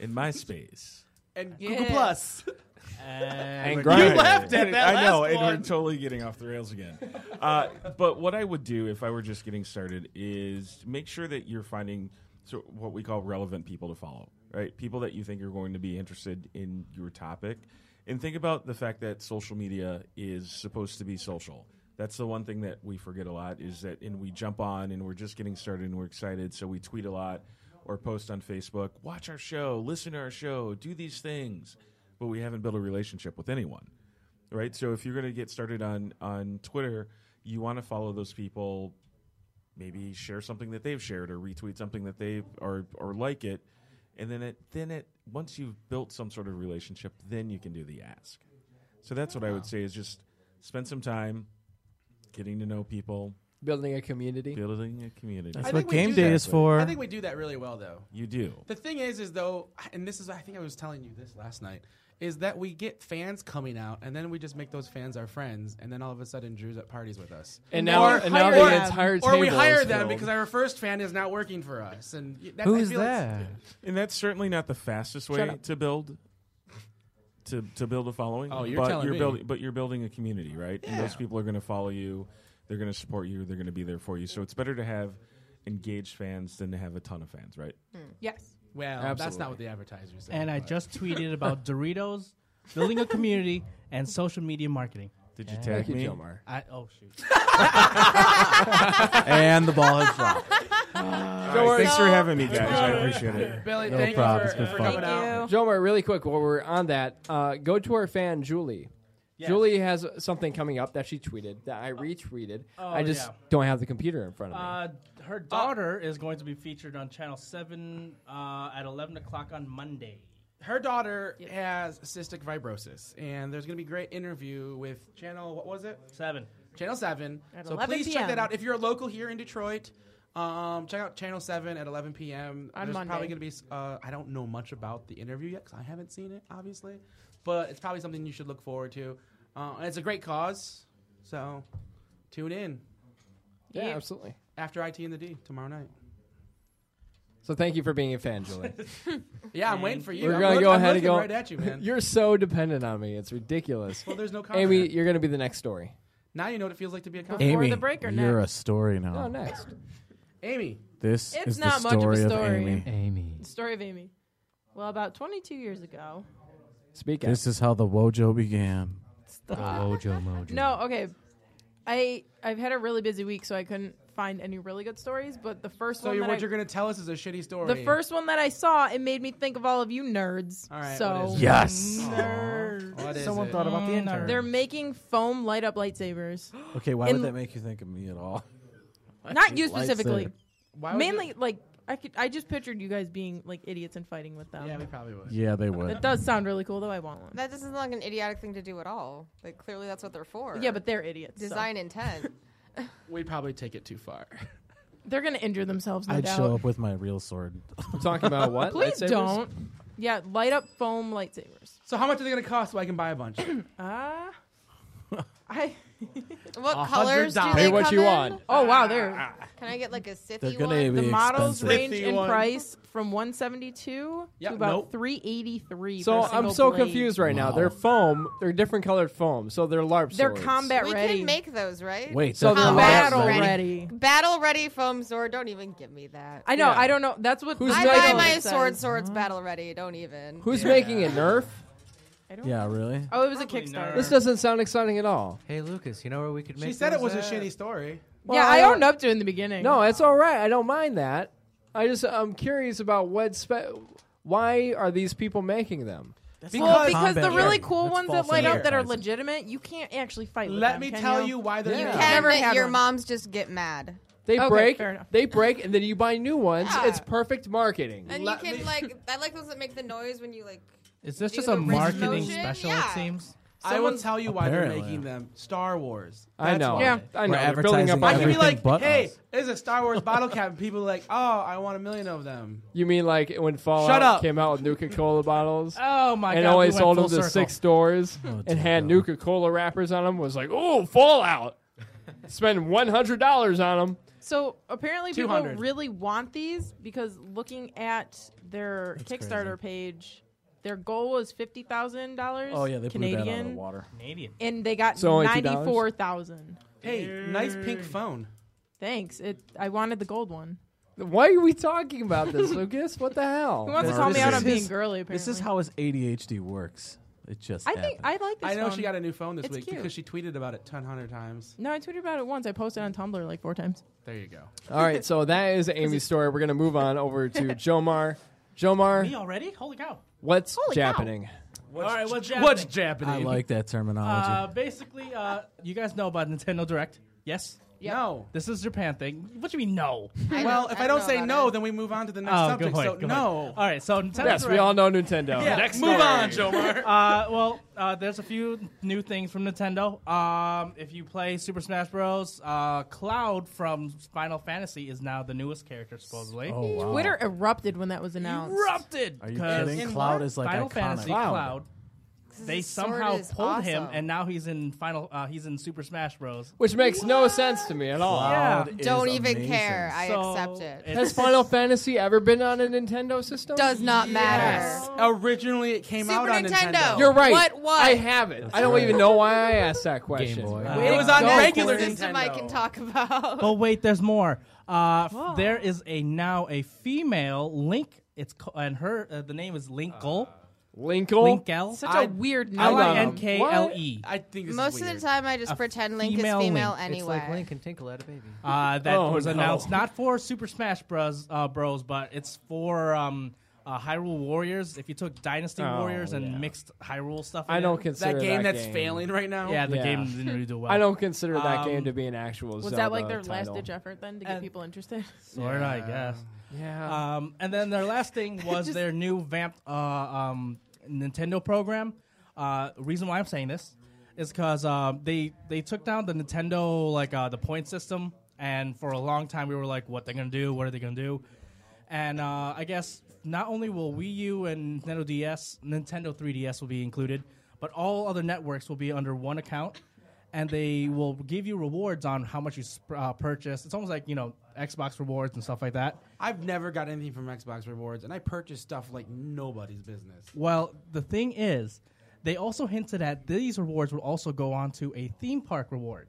M: In MySpace.
I: and
L: Yeah.
I: Google Plus.
M: We're
H: Grindr.
M: getting-
H: You laughed
I: at that
M: I know,
I: last
M: Oh, and
I: one.
M: we're totally getting off the rails again. Uh, but what I would do if I were just getting started is make sure that you're finding so what we call relevant people to follow, right? People that you think are going to be interested in your topic, and think about the fact that social media is supposed to be social. That's the one thing that we forget a lot is that, and we jump on and we're just getting started and we're excited, so we tweet a lot or post on Facebook, watch our show, listen to our show, do these things, but we haven't built a relationship with anyone right? So if you're going to get started on on Twitter, you want to follow those people, maybe share something that they've shared or retweet something that they or or like it, and then it then it once you've built some sort of relationship, then you can do the ask. So that's what I would say is just spend some time getting to know people,
H: building a community
M: building a community.
K: That's
I: I
K: what
I: think we
K: game
I: do
K: day
I: that.
K: is for.
I: I think we do that really well, though.
M: You do.
I: The thing is, is though, and this is, I think I was telling you this last night, is that we get fans coming out, and then we just make those fans our friends, and then all of a sudden Drew's at parties with us.
H: And now-
I: Or-
H: and now
I: or-
H: the entire
I: Or we
H: table
I: hire
H: is
I: them
H: filled.
I: because our first fan is not working for us. And y- that's, I
K: Who's
I: feel it's-
K: that?
M: And that's certainly not the fastest
I: Shut
M: way
I: up.
M: to build to, to build a following.
I: Oh, you're
M: but
I: telling
M: you're
I: me.
M: building but you're building a community, right? And those
I: Yeah.
M: people are going to follow you. They're going to support you. They're going to be there for you. So it's better to have engaged fans than to have a ton of fans, right?
L: Yes.
I: Well, that's
H: Absolutely.
I: not what the advertisers say.
P: And I just tweeted about Doritos, building a community, and social media marketing.
M: Did you
H: thank
M: tag
P: oh.
H: you
M: me?
H: Jomar.
P: I oh shoot.
K: and the ball has dropped.
M: All right, thanks for having me, guys. I appreciate it.
P: Billy, No thank you problem. for- It's been for fun. coming out.
H: Joe Murray, really quick while we're on that, uh, go to our fan Julie. Julie has something coming up that she tweeted that I retweeted.
P: Oh,
H: I just
P: yeah.
H: don't have the computer in front of me.
P: Uh, her daughter is going to be featured on Channel 7 uh, at 11 o'clock on Monday.
I: Her daughter has cystic fibrosis, and there's going to be a great interview with Channel, what was it?
P: Seven.
I: Channel 7.
P: At
I: so
P: 11
I: please check that
P: PM.
I: out. If you're a local here in Detroit, um, check out Channel 7 at 11 p.m.
P: On
I: there's
P: Monday.
I: probably going to be, s- uh, I don't know much about the interview yet because I haven't seen it, obviously, but it's probably something you should look forward to. Uh, and it's a great cause, so tune in.
H: Yeah, Yeah. absolutely.
I: After IT and the D tomorrow night.
H: so thank you for being a fan, Julie.
I: Yeah, I'm waiting for you.
H: We're
I: I'm
H: gonna
I: look-
H: go
I: I'm
H: ahead and
I: looking
H: go.
I: right at you, man.
H: You're so dependent on me. It's ridiculous.
I: Well, there's no
H: Amy,
I: contract.
H: you're gonna be the next story.
I: Now you know what it feels like to be a cop.
K: Amy, you're a story now.
I: Oh,
H: next.
I: Amy.
K: This
L: It's
K: is
L: not
K: the
L: much of
K: story
L: a story.
K: Amy.
J: Amy.
L: The story of Amy. Well, about 22 years ago.
H: Speak
K: This is how the Wojo began.
L: The
J: Wojo Mojo.
L: No, okay. I I've had a really busy week, so I couldn't find any really good stories. But the first
I: So
L: one
I: you-
L: that
I: what
L: I-
I: you're going to tell us is a shitty story.
L: the first one that I saw, it made me think of all of you nerds. All
I: right,
L: so
I: what is it?
K: Yes.
L: nerds. Mm.
K: What is Someone it? thought about the intern.
L: They're making foam light up lightsabers.
K: Okay, why
L: In-
K: would that make you think of me at all?
L: Not you specifically.
I: Why would
L: Mainly, like I could, I just pictured you guys being like idiots and fighting with them. Yeah, we
I: probably would.
K: Yeah, they would.
L: That does sound really cool, though. I want one.
N: That doesn't sound like an idiotic thing to do at all. Like clearly that's what they're for.
L: Yeah, but they're idiots, so.
N: Design intent.
I: We'd probably take it too far.
L: They're gonna injure themselves, no
K: I'd
L: doubt.
K: show up with my real sword.
H: talking about what?
L: Please don't. Yeah, light up foam lightsabers.
I: So how much are they going to cost so I can buy a bunch?
L: Ah. I.
N: what colors do they
I: Pay what
N: come
I: you
N: in?
I: want.
L: Oh wow, they're
K: Ah,
N: Can I get like a Sithy
K: They're gonna
N: one?
K: be
L: the models
K: expensive.
L: range
K: Smithy
L: in
K: one.
L: price from 172
I: Yep,
L: to about
H: nope.
L: 383.
H: So
L: for a
H: I'm
L: single
H: so
L: blade.
H: confused right now. They're foam. They're different colored foam. So they're LARP
L: They're
H: swords.
L: combat
N: we
L: ready.
N: can make those, right?
H: Wait,
L: so
H: so
L: they're
H: they're
L: battle
H: combat
L: ready.
H: ready.
N: Battle ready foam sword. Don't even give me that.
L: I know. I don't know. That's what
N: Who's I buy my sword swords battle ready. Don't even.
H: Who's making a Nerf?
K: Yeah, really?
L: Oh, it was a Kickstarter.
H: This doesn't sound exciting at all.
R: Hey, Lucas, you know where we could
I: She
R: make
I: said it was
R: those
I: a
R: at?
I: shitty story.
L: yeah, I owned up to it in the beginning.
H: No, it's all right. I don't mind that. I just I'm curious about what spe- why are these people making them?
L: well, because the really cool ones that light up that are legitimate, you can't actually fight. With
I: Let
L: them,
I: me
L: can
I: tell
L: you?
I: you why
H: they're
L: You
H: Yeah.
L: can
H: legitimate.
L: never
N: Admit
L: have
N: your
L: one.
N: moms just get mad.
H: They
L: Okay,
H: break,
L: fair enough.
H: they break, and then you buy new ones.
N: Yeah.
H: It's perfect marketing.
N: And
L: Let
N: you can
L: me-
N: like, I like those that make the noise when you like.
P: Is this
N: do
P: just
N: the
P: a
N: wrist
P: marketing
N: motion.
P: special,
N: Yeah.
P: it seems?
I: I will tell you why
K: Apparently.
I: they're making them. Star Wars.
H: I
I: That's
H: know.
I: why.
H: Yeah. I know. We're They're building up advertising on
I: I
H: it.
I: can be like,
H: everything but
I: hey,
H: us.
I: there's a Star Wars bottle cap. And people are like, oh, I want a million of them.
H: You mean like when Fallout
I: Shut up.
H: came out with Nuka Cola bottles?
I: Oh my
H: and
I: God,
H: only
I: we went
H: sold them
I: full
H: to
I: circle.
H: six stores
P: Oh,
H: and had Nuka Cola wrappers on them. Was like, oh, Fallout. Spend one hundred dollars on them.
L: So apparently, people
H: 200.
L: really want these because looking at their
H: That's
L: Kickstarter page, their goal was fifty thousand dollars.
K: Oh, yeah, they blew that out
L: Canadian,
K: of the water.
P: Canadian,
L: and they got
K: So only $2?
L: ninety four thousand.
I: Hey, nice pink phone.
L: Thanks. It. I wanted the gold one.
H: Why are we talking about this, Lucas? What the hell?
L: Who wants to call me
K: This
L: out
K: is
L: on being
K: his-
L: girly?
K: This is
L: Apparently,
K: how his ADHD works. It just
L: I think I like this.
I: I know
L: phone.
I: she got a new phone this
L: It's
I: week
L: cute.
I: because she tweeted about it 1,200 times.
L: No, I tweeted about it once. I posted on Tumblr like four times.
I: There you go.
H: All right, so that is Amy's story. We're gonna move on over to Jomar.
P: Me
H: Jomar,
P: already? Holy cow.
H: what's
P: Holy cow.
H: happening?
P: What's All right, what's
I: Jap-
P: happening?
I: what's Japanese?
K: I like that terminology.
P: Uh, basically, uh, you guys know about Nintendo Direct. Yes?
I: No.
P: This is Japan thing. What do you mean, no?
I: Well, if I don't say no, then we move on to the next
P: Oh,
I: subject.
P: good point,
I: so
P: good point.
I: no.
P: All right, so Nintendo
H: Yes, we
P: Direct-
H: all know Nintendo.
P: Yeah,
H: Next
P: move
H: story.
P: on, Jomar. uh, well, uh, there's a few new things from Nintendo. Um, if you play Super Smash Bros., uh, Cloud from Final Fantasy is now the newest character, supposedly.
K: Oh, wow.
L: Twitter erupted when that was announced.
P: Erupted.
K: Are you
P: 'cause
K: kidding? Cloud is like
P: Final
K: iconic.
P: Fantasy
K: Cloud.
P: Cloud. They
L: his sword
P: somehow
L: is
P: pulled him,
L: awesome.
P: and now he's in Final. Uh, he's in Super Smash Bros.
H: Which makes no sense to me at all.
P: Cloud
N: is Don't even amazing. care. I accept it.
H: Has Final Fantasy ever been on a Nintendo system?
N: Does not matter.
I: Originally, it came
N: Super
I: out on
N: Nintendo.
I: Nintendo.
H: You're right.
N: What was?
H: I haven't. I don't
N: right.
H: even know why I asked that question.
P: Uh,
N: Way
I: it was
N: to
I: on
N: go,
I: regular
N: Corey. System I
I: Nintendo.
N: can talk about.
P: But Oh, wait, there's more. Uh, f- there is a now a female Link. It's co- and her uh, the name is Linkle.
H: Linkle.
P: Linkle?
L: Such a
P: I-
L: weird
P: I
L: name.
P: like L-I-N-K-L-E.
I: I think this
N: Most
I: is
N: of
I: weird.
N: the time, I just
P: A
N: pretend Link is
P: female Link.
N: female
P: It's
N: anyway.
P: like
R: Link and Tinkle had a baby.
P: Uh, that
R: Oh,
P: was
R: no.
P: announced not for Super Smash Bros. Uh, Bros, but it's for um, uh, Hyrule Warriors. If you took Dynasty
H: Oh,
P: Warriors and
H: yeah.
P: mixed Hyrule stuff,
H: I
P: in
H: don't
P: it.
H: consider that
I: game that's failing right now?
P: Yeah, the game didn't really do well.
H: I don't consider that
P: Um,
H: game to be an actual.
L: Was
H: Zelda
L: that like their
H: title.
L: last ditch effort then to get people interested?
P: Sort of, I guess.
H: Yeah.
P: Um, and then their last thing was their new vamped uh, um, Nintendo program. Uh, reason why I'm saying this is because um, they they took down the Nintendo like uh, the point system, and for a long time we were like, what they're gonna do? What are they gonna do? And uh, I guess not only will Wii U and Nintendo DS, Nintendo 3DS will be included, but all other networks will be under one account, and they will give you rewards on how much you sp- uh, purchase. It's almost like you know Xbox rewards and stuff like that.
I: I've never got anything from Xbox rewards, and I purchase stuff like nobody's business.
P: Well, the thing is, they also hinted at these rewards will also go on to a theme park reward.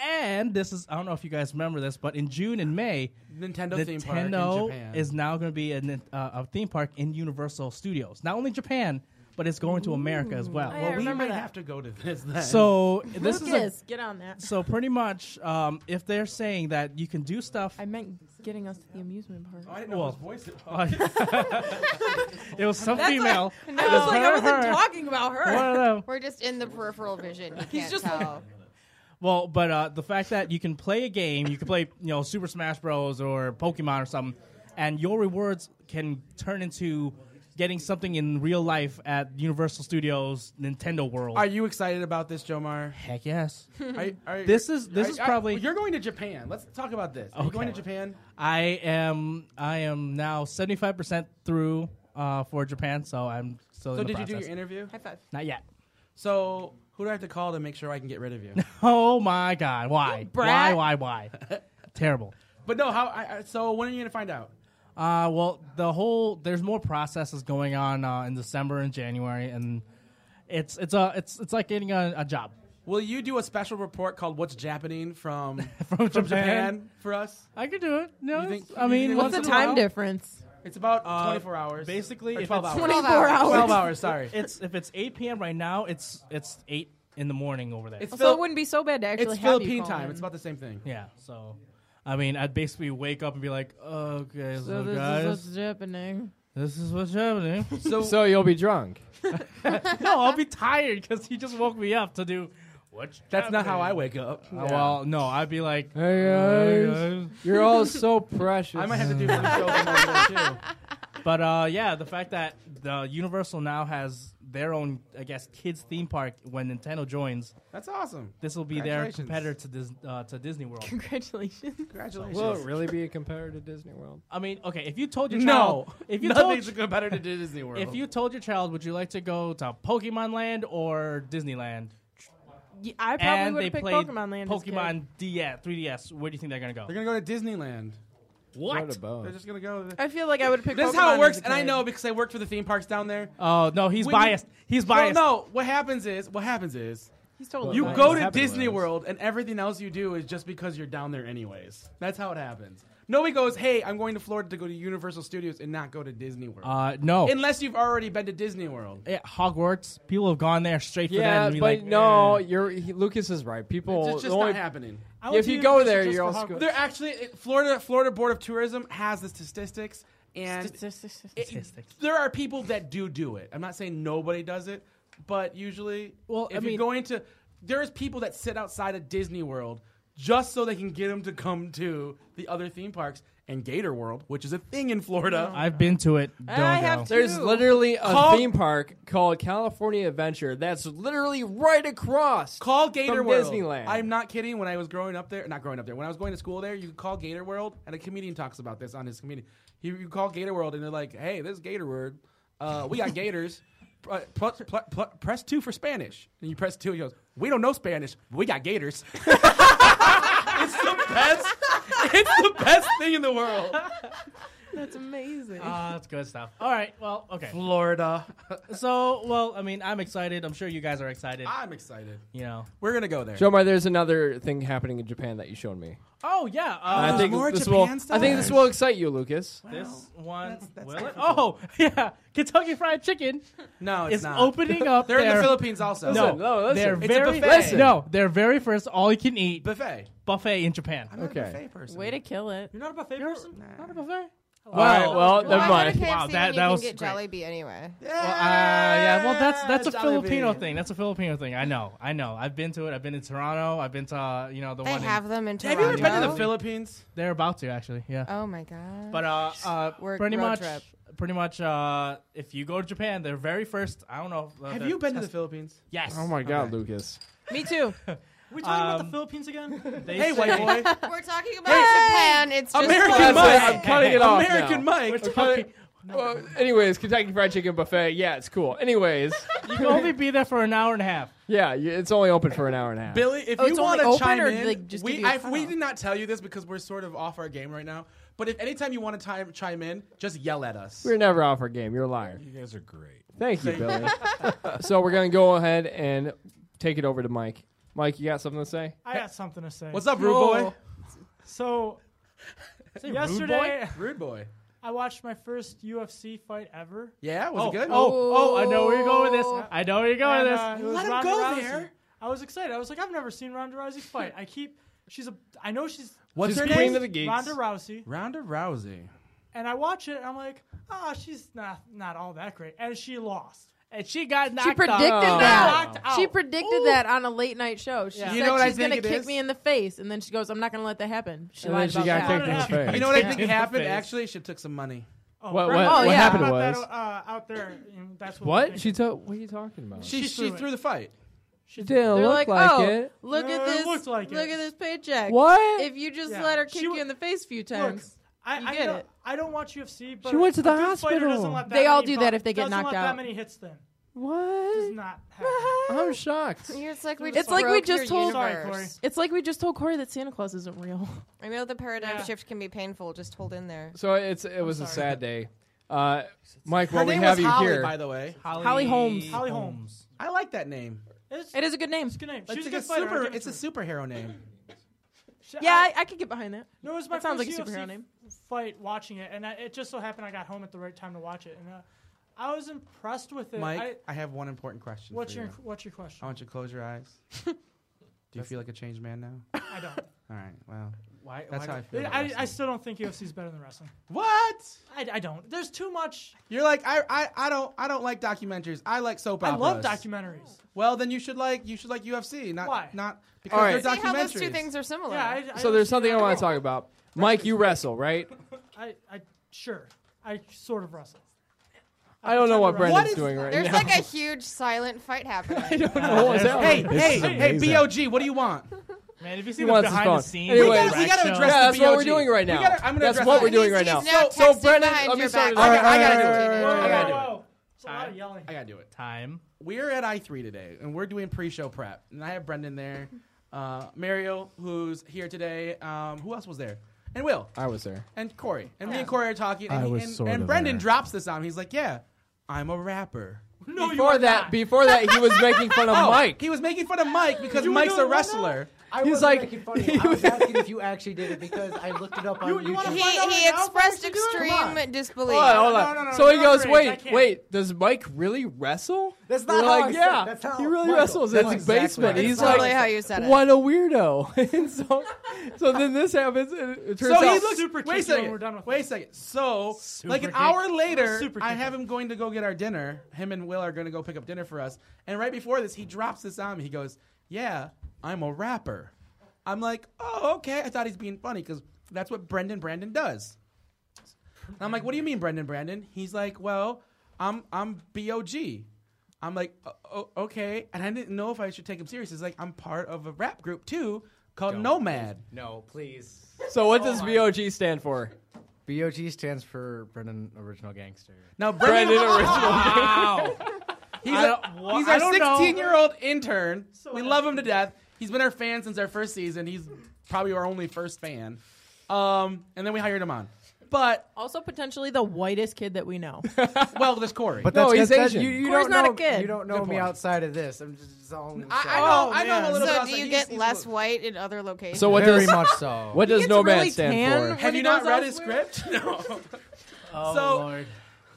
P: And this is, I don't know if you guys remember this, but in June and May,
I: Nintendo theme park in
P: Nintendo
I: Japan.
P: is now going to be a, nin- uh, a theme park in Universal Studios. Not only Japan, but it's going to America as well.
I: well, we might have to go to this then.
P: So this is
L: Lucas,
P: a,
L: get on that.
P: So pretty much, um, if they're saying that you can do stuff,
L: I meant getting us to the amusement park.
I: I didn't
P: well, it was some
L: That's
P: female.
L: like-
P: It
L: I was like, I
P: her,
L: wasn't
P: her.
L: talking about her.
P: One of them.
N: We're just in the peripheral vision. You can't
L: He's just like-
N: tell.
P: Well, but uh, the fact that you can play a game, you can play, you know, Super Smash Bros. or Pokemon or something, and your rewards can turn into getting something in real life at Universal Studios Nintendo World.
I: Are you excited about this, Jomar?
P: Heck yes.
I: Are- are-
P: This is- this
I: are-
P: is
I: are-
P: probably-
I: you're going to Japan. Let's talk about this. Are you
P: Okay.
I: going to Japan?
P: I am. I am now seventy five percent through uh, for Japan, so I'm still.
I: so
P: in the
I: did
P: process.
I: you do your interview? High
L: five.
P: Not yet.
I: So who do I have to call to make sure I can get rid of you?
P: Oh my God! Why?
I: brat.
P: Why? Why? Why? Terrible.
I: but no, how? I, I- so when are you going to find out?
P: Uh, well, the whole there's more processes going on uh, in December and January, and it's it's a it's it's like getting a, a job.
I: Will you do a special report called "What's Japaning" from
P: from,
I: Japan.
P: Japan.
I: for us?
P: I could do it. No,
I: You think-
P: I mean, once
I: What's the
P: in a
I: time
P: while-
L: difference?
I: It's about
P: Uh,
I: 24 hours.
P: Basically,
I: Or
P: if
I: 12
P: it's-
I: hours.
L: 24 hours.
I: 12 hours. Sorry.
P: it's if it's 8 p.m. right now, it's it's 8 in the morning over there.
I: It's
L: so it wouldn't be so bad to actually
I: it's
L: have you
I: Philippine
L: call
I: time.
L: in.
I: It's about the same thing.
P: yeah, so I mean, I'd basically wake up and be like, okay, so,
L: So this
P: guys,
L: is what's happening.
P: this is what's happening.
I: So,
H: So you'll be drunk.
P: no, I'll be tired because he just woke me up to do. What?
I: That's not how I wake up.
P: Uh, well, no, I'd be like,
H: Hey
P: "Hey,
H: guys,
P: guys."
H: you're all so precious.
I: I might have to do some show over there, too.
P: But uh, yeah, the fact that the Universal now has their own, I guess, kids theme park when Nintendo joins,
I: That's awesome.
P: this will be their
I: Congratulations.
P: competitor to Dis- uh, to Disney World.
L: Congratulations.
I: Congratulations.
H: Will it really be a competitor to Disney World?
P: I mean, okay, if you told your
I: No.
P: child, if you
I: Nothing's
P: told,
I: better to Disney World.
P: if you told your child, would you like to go to Pokemon Land or Disneyland?
L: Yeah, I probably
P: and
L: would
P: they
L: have picked
P: played
L: Pokemon Land. as a kid.
P: Pokemon DS, 3DS. Where do you think they're gonna go?
I: They're going to go to Disneyland.
P: what?
I: They're just going to go.
L: I feel like I would have picked.
I: This is
L: Pokemon
I: how it
L: as
I: works,
L: a
I: and I
L: kid.
I: know because I worked for the theme parks down there.
P: Oh no, he's
I: When you-
P: biased. He's
I: Well,
P: biased.
I: no, what happens is, what happens is,
L: He's totally.
I: you
L: biased.
I: go
H: what
I: to
H: happened
I: Disney
H: was-
I: World, and everything else you do is just because you're down there anyways. That's how it happens. Nobody goes, hey, I'm going to Florida to go to Universal Studios and not go to Disney World.
P: Uh, no.
I: Unless you've already been to Disney World.
P: Yeah, Hogwarts. People have gone there straight for that.
H: Yeah,
P: And
H: but
P: be like,
H: no,
P: eh.
H: you're he, Lucas is right. People
I: it's just
H: the only-
I: not happening.
P: I went
H: If
P: to
H: you go
P: Universal
H: there,
P: just
H: you're
P: for
H: all
P: Hogwarts.
H: screwed.
I: They're actually it- Florida Florida Board of Tourism has the statistics and
L: Statistics.
I: it-
P: Statistics.
I: there are people that do do it. I'm not saying nobody does it, but usually
P: Well,
I: if
P: I mean-
I: you're going to there's people that sit outside of Disney World just so they can get them to come to the other theme parks and Gator World, which is a thing in Florida.
P: I've been to it. Don't
L: Eh, I
P: go.
L: have to-
H: There's
L: Ew.
H: literally a
I: Call-
H: theme park called California Adventure that's literally right across.
I: Call Gator
H: From
I: World.
H: Disneyland.
I: I'm not kidding. When I was growing up there, not growing up there, when I was going to school there, you could call Gator World, and a comedian talks about this on his comedian. He, you call Gator World, and they're like, "Hey, this is Gator World. Uh, we got gators. Pr- pl- pl- pl- press two for Spanish." And you press two, and he goes, "We don't know Spanish. We got gators." it's the best. It's the best thing in the world.
L: That's amazing.
P: Ah, that's good stuff. All right. Well, okay.
I: Uh, Florida.
P: so, well, I mean, I'm excited. I'm sure you guys are excited.
I: I'm excited.
P: You know,
I: We're gonna go there.
H: Shomar, there's another thing happening in Japan that you showed me.
P: Oh yeah. Uh,
H: And I think this will. I think this will excite you, Lucas.
P: This one will it? Oh yeah, Kentucky Fried Chicken.
I: No, it's
P: is
I: not.
P: opening up.
I: They're in the
P: their-
I: Philippines also.
P: No,
I: Listen, no, listen.
P: they're
I: It's a
P: very
I: buffet. Listen.
P: no, their very first all-you-can-eat
I: buffet
P: buffet in Japan.
I: I'm not a buffet person.
L: Way to kill it.
I: You're not a buffet person.
P: Not a buffet.
H: All right, well, never
N: I
H: mind.
N: go to KFC
P: Wow,
N: and
P: that-
N: you
P: that
N: can
P: was
N: get
P: great.
N: Jollibee anyway.
P: Well, uh, yeah, well, that's that's a
I: Jollibee.
P: Filipino thing. That's a Filipino thing. I know, I know. I've been to it. I've been to Toronto. I've been to uh, you know the
N: They
P: one.
N: have
P: in,
N: them in
I: Have you ever been to the
N: Toronto?
I: Philippines?
P: They're about to actually. Yeah.
N: Oh my god!
P: But uh, uh
N: Work-
P: pretty
N: road
P: much,
N: trip.
P: pretty much, uh, if you go to Japan, their very first, I don't know. uh,
I: Have
P: their
I: you been to the
P: test-
I: Philippines?
P: Yes.
H: Oh my God, Lucas.
L: Me too.
I: We
P: talking about the Um,
I: Philippines again?
P: they
I: hey, white
P: say-
I: boy.
N: We're talking about Japan. It's just
I: American Mike.
H: I'm cutting it off
I: American
H: now.
I: Mike.
H: I'm cutting- Well, anyways, Kentucky Fried Chicken buffet. Yeah, it's cool. Anyways,
P: You can only be there for an hour and a half.
H: yeah, you- it's only open for an hour and a half.
I: Billy, if
L: Oh,
I: you
L: it's
I: want
L: only
I: to
L: open
I: chime
L: or,
I: in,
L: like, just
I: we,
L: give you a
I: I- we
L: funnel?
I: did not tell you this because we're sort of off our game right now. But if anytime you want to time, chime in, just yell at us.
H: We're never off our game. You're a liar.
M: You guys are great.
H: Thank you,
I: Thank
H: Billy. so we're gonna go ahead and take it over to Mike. Mike, you got something to say?
R: I got something to say.
I: What's up, rude boy?
R: Oh. So,
P: rude
R: yesterday
I: Rude boy.
R: I watched my first UFC fight ever.
I: Yeah, was
R: oh,
I: it good?
R: Oh, oh, I know where you're going with this. I know where you're going with this.
I: And, uh,
R: It was
I: let him
R: Ronda
I: go
R: Rousey.
I: there.
R: I was excited. I was like, I've never seen Ronda Rousey fight. I keep, she's a, I know she's.
I: What's
R: she's
I: her
R: queen
I: name?
R: of the geeks. Ronda Rousey.
I: Ronda Rousey.
R: And I watch it, and I'm like, ah, she's not not all that great. And she lost.
P: And she got knocked
L: She predicted
P: out.
L: that.
R: Knocked out.
L: She predicted that on a late night show. She
R: Yeah.
L: said
R: You
I: know what I
L: she's going to
I: think it
L: kick
I: is?
L: me in the face, and then she goes, "I'm not going to let that happen." She
H: And then
L: lied
H: she
L: about
H: got
L: that.
H: kicked in the face.
I: You know what I
P: Yeah.
I: think
P: In the
I: happened?
P: face.
I: Actually, she took some money.
R: Oh,
H: What-
R: crap.
H: what-
L: Oh, what yeah. happened
R: About that,
H: was-
R: uh, out there. and That's what. we
H: What?
R: think.
H: She told. What are you talking about?
I: She,
R: She
I: she,
R: threw
I: threw,
R: it.
I: the fight.
H: She didn't
L: They're
H: look
L: like,
H: like
L: "Oh,
H: it.
L: look
R: No,
L: at
R: it
L: this!
R: looks like it.
L: look at this paycheck.
H: What?
L: If you just
R: Yeah.
L: let her kick
R: She
L: you
R: wa-
L: in the face a few
R: Look,
L: times,
R: I,
L: You
R: I
L: get
R: don't,
L: it.
R: I don't watch UFC, but
H: She went to the
R: a good fighter
H: hospital.
R: Doesn't let that
L: They all
R: many
L: do
R: bu-
L: that if they get
R: doesn't
L: knocked
R: let
L: out.
R: That many hits then does
H: What?
R: not happen.
H: I'm shocked.
N: It's like we
L: It's
N: just
L: like we
N: broke
L: just
N: your
L: told-
R: Sorry,
N: universe.
R: Corey.
L: it's like we just told Corey that Santa Claus isn't real.
N: I know the paradigm
R: Yeah.
N: shift can be painful. Just hold in there.
H: So it's it was a
L: sorry.
H: sad day. Uh, Mike,
I: Her
H: while we
I: name
H: have
I: was
H: you
I: Holly,
H: here,
I: by the way.
L: Holly Holmes.
R: Holly Holmes.
I: I like that name.
R: It's,
L: It is a good name.
R: it's a good name.
I: It's
R: She's a
I: like
R: good fighter.
I: super, it's a superhero name.
L: Yeah, I, I could get behind that.
R: No, it was my
L: that sounds
R: first
L: like a
R: UFC
L: superhero name.
R: fight watching it, and I, it just so happened I got home at the right time to watch it, and uh, I was impressed with it.
I: Mike,
R: I,
I: I, have one important question.
R: what's
I: for
R: your
I: you.
R: What's your
I: I
R: question?
I: want you to close your eyes. Do you feel like a changed man now?
R: I don't.
I: All right. Well,
P: Why?
I: that's how I feel. about
R: I, I
I: wrestling.
R: still don't think UFC is better than wrestling.
I: what?
R: I, I don't. There's too much.
I: You're like I, I I don't I don't like documentaries. I like soap
R: I
I: operas.
R: love documentaries.
I: Well, then you should like you should like UFC. Not
R: Why?
I: not because
H: All right.
I: they're
N: See how those
I: documentaries.
N: two things are similar.
R: Yeah. I, I
H: so there's
R: see
H: something I
R: that.
H: want to talk about. Mike, you wrestle, right?
R: I, I sure. I sort of wrestle.
H: I don't know what
R: What
H: Brendan's
I: is
H: doing right
N: There's
H: now.
N: like a huge silent fight happening.
H: I don't know what's
I: hey,
H: happening.
I: hey,
P: is
I: hey, BOG, what do you want?
P: Man, if you see
H: He
P: the
H: wants his
P: behind
H: phone.
P: the scenes,
H: Anyway,
I: we gotta, we gotta
P: Rack
I: address
P: show.
H: yeah, that's
I: the BOG.
H: what we're doing right
I: We
H: now.
I: gotta- I'm gonna
H: that's
I: address
H: what
I: that.
H: we're doing
N: He's-
H: right now.
N: he's now
H: so,
N: texting
H: Brendan,
N: behind
H: let me
N: your
H: start.
N: back.
H: it.
I: I gotta- I gotta do it.
R: Whoa,
I: I
R: whoa,
I: gotta do it.
R: whoa. It's a lot of yelling.
I: I gotta do it.
P: Time.
I: We're at I3 today, and we're doing pre-show prep. And I have Brendan there, uh, Mario, who's here today. Um, who else was there? And Will
H: I was there.
I: and Corey. And me and Corey are talking. And,
K: I
I: he-
K: was
I: and,
K: sorta
I: and Brendan
K: there.
I: drops this on. me. He's like, "Yeah, I'm a rapper."
R: No, you
H: before
R: are
H: that,
R: not.
H: before that, he was making fun of
I: Oh,
H: Mike.
I: He was making fun of Mike because
R: You were
I: Mike's a
R: doing what now?
I: wrestler.
S: I
H: He's
S: was
H: like-
S: making fun of you. I was asking if you actually did it because I looked it up on
R: You- you wanna
S: YouTube.
N: He,
R: find out right
N: he
R: now?
N: expressed
R: Why don't you do it? Come on.
N: extreme disbelief.
H: Hold on, hold on.
R: No, no, no,
H: so he
R: you're
H: goes,
R: outraged. I
H: "Wait,
R: can't."
H: wait, does Mike really wrestle?"
S: That's
H: We're
S: not how
H: like,
S: I said it.
H: "Yeah,
S: That's how-
H: he really
S: Michael,
H: wrestles in
I: that's
H: his
I: exactly
H: basement."
I: how I
H: He's
I: said it.
H: like,
N: Totally how you said it.
H: "What a weirdo!" and so, so then this happens, and it turns
I: So
H: out
I: he looks.
R: Super
I: wait a
R: kick
I: second.
R: when we're done with
I: wait a
R: it.
I: second. So,
P: Super
I: like an
P: kick.
I: hour later,
R: Super
I: I
R: kick.
I: have him going to go get our dinner. Him and Will are going to go pick up dinner for us. And right before this, he drops this on me. He goes, "Yeah, I'm a rapper." I'm like, "Oh, okay." I thought he's being funny because that's what Brendan Brandon does. And I'm like, "What do you mean, Brendan Brandon?" He's like, "Well, I'm I'm Bog." I'm like, "O- o- "Okay," and I didn't know if I should take him serious. He's like, "I'm part of a rap group too." Called Nomad.
S: No, please.
H: So what does BOG stand for?
S: BOG stands for Brendan Original Gangster.
I: Now Brendan,
H: Brendan Original.
P: Wow.
I: He's,
P: I
I: a,
P: don't- wha-
I: he's
P: I
I: our
P: don't know.
I: 16 year old intern. we
R: happy.
I: love him to death. He's been our fan since our first season. He's probably our only first fan. Um, and then we hired him on. But
L: also potentially the whitest kid that we know.
I: well, there's Corey.
S: But that's
L: no, he's
S: contention.
L: Asian. You, you Corey's
S: don't
L: not
S: know,
L: a kid.
S: You don't know
L: Good
S: me
L: point.
S: outside of this. I'm just it's all. I'm gonna say.
N: So do you get less white in other locations?
H: So what
S: Very
H: does
S: much so.
H: What
S: He
H: does
S: gets
H: No Man
S: really tan
H: stand for?
I: Have you not read his script? No.
S: Oh,
I: so,
S: Lord.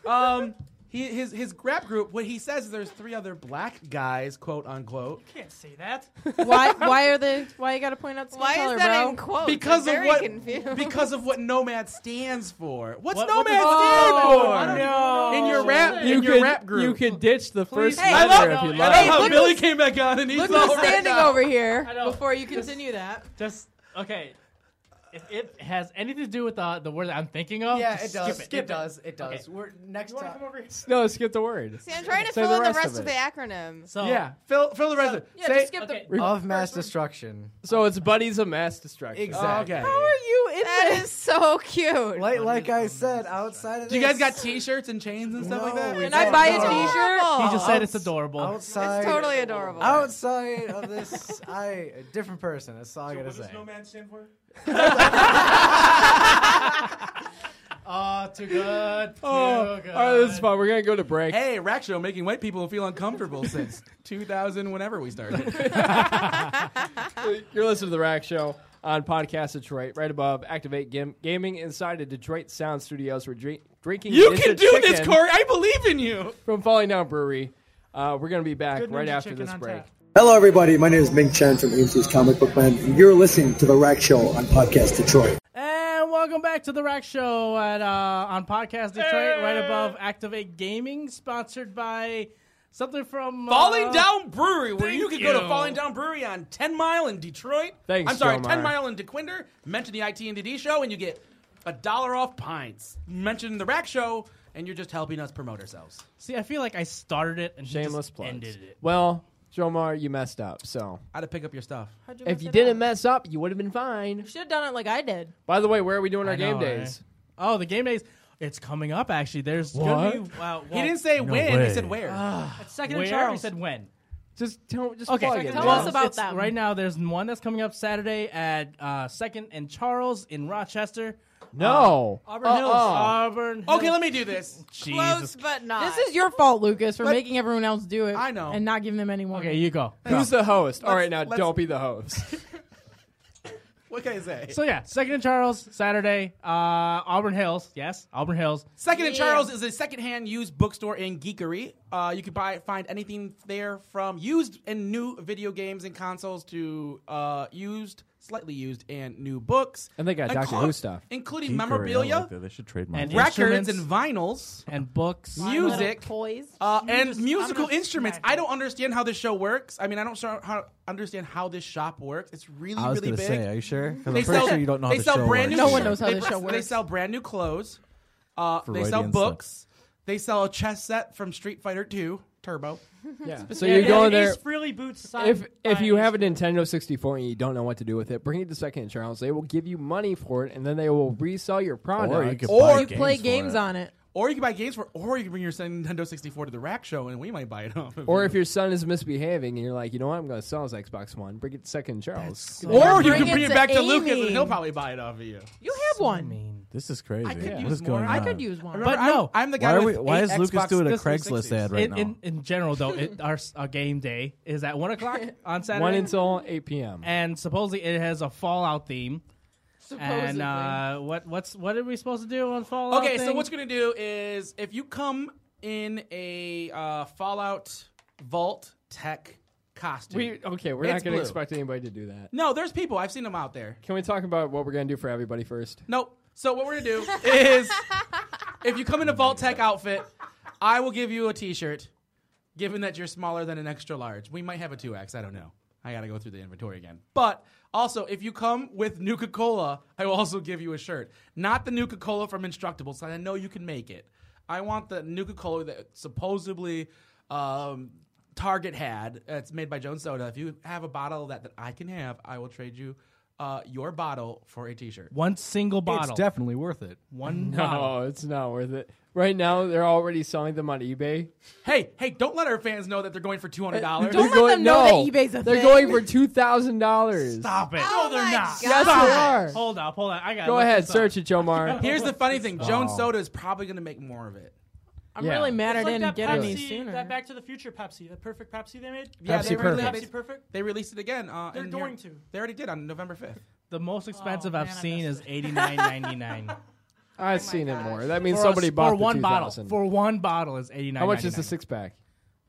I: um, he, his his rap group. What he says is there's three other black guys, quote unquote.
R: You can't say that.
L: why? Why are they? Why you got to point out? skin
N: Why is
L: color,
N: that
L: bro?
N: in quotes?
I: Because
N: I'm
I: of
N: very
I: what?
N: confused.
I: Because of what Nomad stands for. What's
N: What- what
I: Nomad
N: the-
I: stand
N: Oh,
I: for?
N: no.
I: In your rap,
H: You
I: in your
H: could-
I: rap group.
H: you could ditch the first
L: Hey,
H: letter
L: I love-
H: if you
L: I
H: like.
L: love how Hey, Billy
I: came back on and
L: Look who's standing over here. Before you
T: Just-
L: continue that,
T: Just okay. If it has anything to do with uh, the word that I'm thinking of,
S: Yeah,
T: just
S: it does.
T: Skip it.
S: it does. It does. We're next time.
H: No, oh, skip the word.
N: See, I'm trying to
H: Say
N: fill
H: the
N: in the
H: rest
N: rest
H: of
N: of, the acronym.
T: So
S: yeah, fill fill the rest of it.
L: yeah,
S: Say-
L: just skip the- Okay.
S: of mass destruction.
H: So it's buddies of mass destruction. Oh,
S: Exactly.
L: how are you in
N: That
L: this?
N: is so cute.
S: Like, like I said, outside of
I: Do you guys got T-shirts and chains and stuff like that?
S: we Can I don't. buy a
I: No.
S: T-shirt?
T: He just said it's
S: Outs-
T: adorable.
S: outside.
N: It's totally adorable.
S: Outside of this, I a different person. That's all I gotta
M: what
S: say.
M: does No Man stand for?
T: Oh, too good. Too
H: Oh,
T: good.
H: all right, this is fun. We're gonna go to break.
I: Hey, Rack Show making white people feel uncomfortable since 2000, whenever we started.
H: You're listening to the Rack Show on Podcast Detroit, right above Activate Gam- Gaming inside of Detroit Sound Studios. We're drink- drinking.
I: you
H: Ninja
I: can do this,
H: Chicken
I: Corey. I believe in you.
H: From Falling Down Brewery, uh, we're gonna be back
I: Good
H: right
I: Ninja
H: after
I: Chicken
H: this
I: on
H: break.
U: Hello, everybody. My name is Ming Chen from AMC's Comic Book Man, and you're listening to The Rack Show on Podcast Detroit.
P: And welcome back to the Rack Show at uh, on Podcast Detroit, right above Activate Gaming, sponsored by something from uh,
I: Falling Down Brewery, where
P: Thank
I: you can go to
P: you.
I: Falling Down Brewery on 10 Mile in Detroit.
H: Thanks,
I: I'm sorry,
H: Joe
I: 10
H: Meyer.
I: Mile in DeQuinder. Mention the IT and DD show, and you get a dollar off pints. Mention the Rack Show, and you're just helping us promote ourselves.
P: See, I feel like I started it and he
H: Shameless
P: just
H: plugs.
P: ended it.
H: Well, Jomar, you messed up. So
I: I had to pick up your stuff.
L: How'd you
H: if
L: mess
H: you
L: it
H: didn't mess up, you would have been fine.
L: You should have done it like I did.
H: By the way, where are we doing our
P: I
H: game
P: know,
H: days?
P: right? Oh, the game days. It's coming up. Actually, there's gonna
H: What?
P: be. Wow,
I: He didn't say
H: No when, he way. said
I: where.
P: That's second
T: and
P: Ah, where?
T: Charles.
P: He said when.
H: Just tell. Just
P: Okay,
H: plug it,
P: tell
H: man.
P: us about that. Right now, there's one that's coming up Saturday at uh, Second and Charles in Rochester.
H: No.
P: Uh, Auburn Hills.
H: Uh-uh.
P: Auburn. Hills.
I: Okay, let me do this.
P: Jesus.
N: but not.
L: This is your fault, Lucas, for
I: Let-
L: making everyone else do it. I
I: know.
L: and not giving them any warning.
P: Okay, you go.
H: Who's the host? All
P: Let's-
H: right, now
P: let's-
H: don't be the host.
I: What can I say?
P: So yeah, Second and Charles Saturday, uh, Auburn Hills. Yes, Auburn Hills.
I: Second and Charles is a secondhand used bookstore in Geekery. Uh, you can buy find anything there from used and new video games and consoles to uh, used, slightly used, and new books.
H: And they got
I: Inclu-
H: Doctor Who stuff.
I: including
H: Geekery, I like
I: memorabilia,
K: that. They should trademark
P: And
K: that.
I: records,
P: instruments.
I: and vinyls,
P: and books,
I: music,
L: toys,
I: uh,
P: You
I: and
P: just- I'm
I: musical
P: gonna
I: instruments.
P: smack
I: I don't understand how this show works. I mean, I don't sure how, understand how this shop works. It's really,
K: I was gonna
I: really big.
K: say, are you sure? Because I'm
I: They
K: pretty
I: sell-
K: sure you don't know
I: They
K: how the
I: sell
K: show
I: brand
K: works.
I: new.
L: No one knows how
I: they-
L: this show
I: They
L: works.
I: sell brand new clothes. Uh, they sell
K: Freudian slip.
I: books. They sell a chess set from Street Fighter Two Turbo.
H: Yeah.
I: It's
H: So
I: been-
H: you're going
I: it
H: there.
I: is
R: Freely boots. signed
H: If if
R: by-
H: you have a Nintendo 64 and you don't know what to do with it, bring it to Second and Charles. They will give you money for it, and then they will resell your product.
L: play games on it.
I: Or you can buy games for, or you can bring your Nintendo 64 to the rack show, and we might buy it off. of
H: Or
I: you.
H: if your son is misbehaving and you're like, you know what, I'm going to sell his Xbox One, bring it to Second and Charles.
I: or you
L: Bring
I: can
L: it
I: bring it
L: to
I: back to Lucas, and
L: Amy.
I: he'll probably buy it off of you.
L: You have one.
K: This is crazy.
I: I could
K: What
I: use
K: is
I: more.
K: going
I: I
K: on?
I: could
L: use one.
I: Remember,
P: but
I: I'm-
P: no,
I: I'm the guy
K: Why are
I: with
K: we- why
I: eight
K: is Lucas
I: Xbox
K: doing a
I: 360s.
K: Craigslist ad right
P: in,
K: now?
P: in, in general, though, it, our, s- our game day is at one o'clock on Saturday.
H: One until 8 p.m.
P: and supposedly it has a Fallout theme. And
I: Supposedly.
P: uh, what what's what are we supposed to do on Fallout?
I: Okay, so
P: thing?
I: what's gonna do is if you come in a uh, Fallout Vault Tech costume,
H: We, okay, we're not
I: it's
H: going to
I: blue.
H: expect anybody to do that.
I: No, there's people. I've seen them out there.
H: Can we talk about what we're going to do for everybody first?
I: Nope. So what we're gonna do is, if you come in a Vault Tech outfit, I will give you a T-shirt. Given that you're smaller than an extra large, we might have a two X. I don't know. I gotta go through the inventory again. But also, if you come with Nuka Cola, I will also give you a shirt. Not the Nuka Cola from Instructables. I know you can make it. I want the Nuka Cola that supposedly um, Target had. It's made by Jones Soda. If you have a bottle of that that I can have, I will trade you uh, your bottle for a T-shirt.
P: One single bottle.
I: It's
P: definitely worth it. One
H: no,
P: bottle.
H: it's not worth it. Right now, they're already selling them on eBay.
I: Hey, hey! Don't let our fans know that they're going for two hundred dollars.
H: They're going- no, They're going for two thousand dollars.
P: Stop it.
N: Oh
P: no, they're not.
H: Yes,
P: Stop
H: they
P: it.
H: are.
P: Hold up, hold on. I got
H: Go ahead, search it, Jomar.
I: Here's the funny thing:
H: Wow.
I: Joan Soda is probably going to make more of it.
L: I'm really mad I
R: It's like
L: didn't
R: that
L: get
R: Pepsi,
L: any sooner.
R: That Back to the Future Pepsi, the perfect Pepsi they made.
I: Yeah, they released-
R: Pepsi perfect.
I: They released it again. Uh,
R: They're
I: in
R: going
I: here.
R: to.
I: They already did on November fifth.
P: The most
N: Oh,
P: expensive I've
R: man, I
P: seen is
R: missed
P: eighty nine ninety nine.
H: I've seen it more. That means
P: For a
H: somebody
P: s-
H: bought
P: for
H: the
P: one bottle.
H: 2,000.
P: For one bottle is eighty nine.
H: How much is the six pack?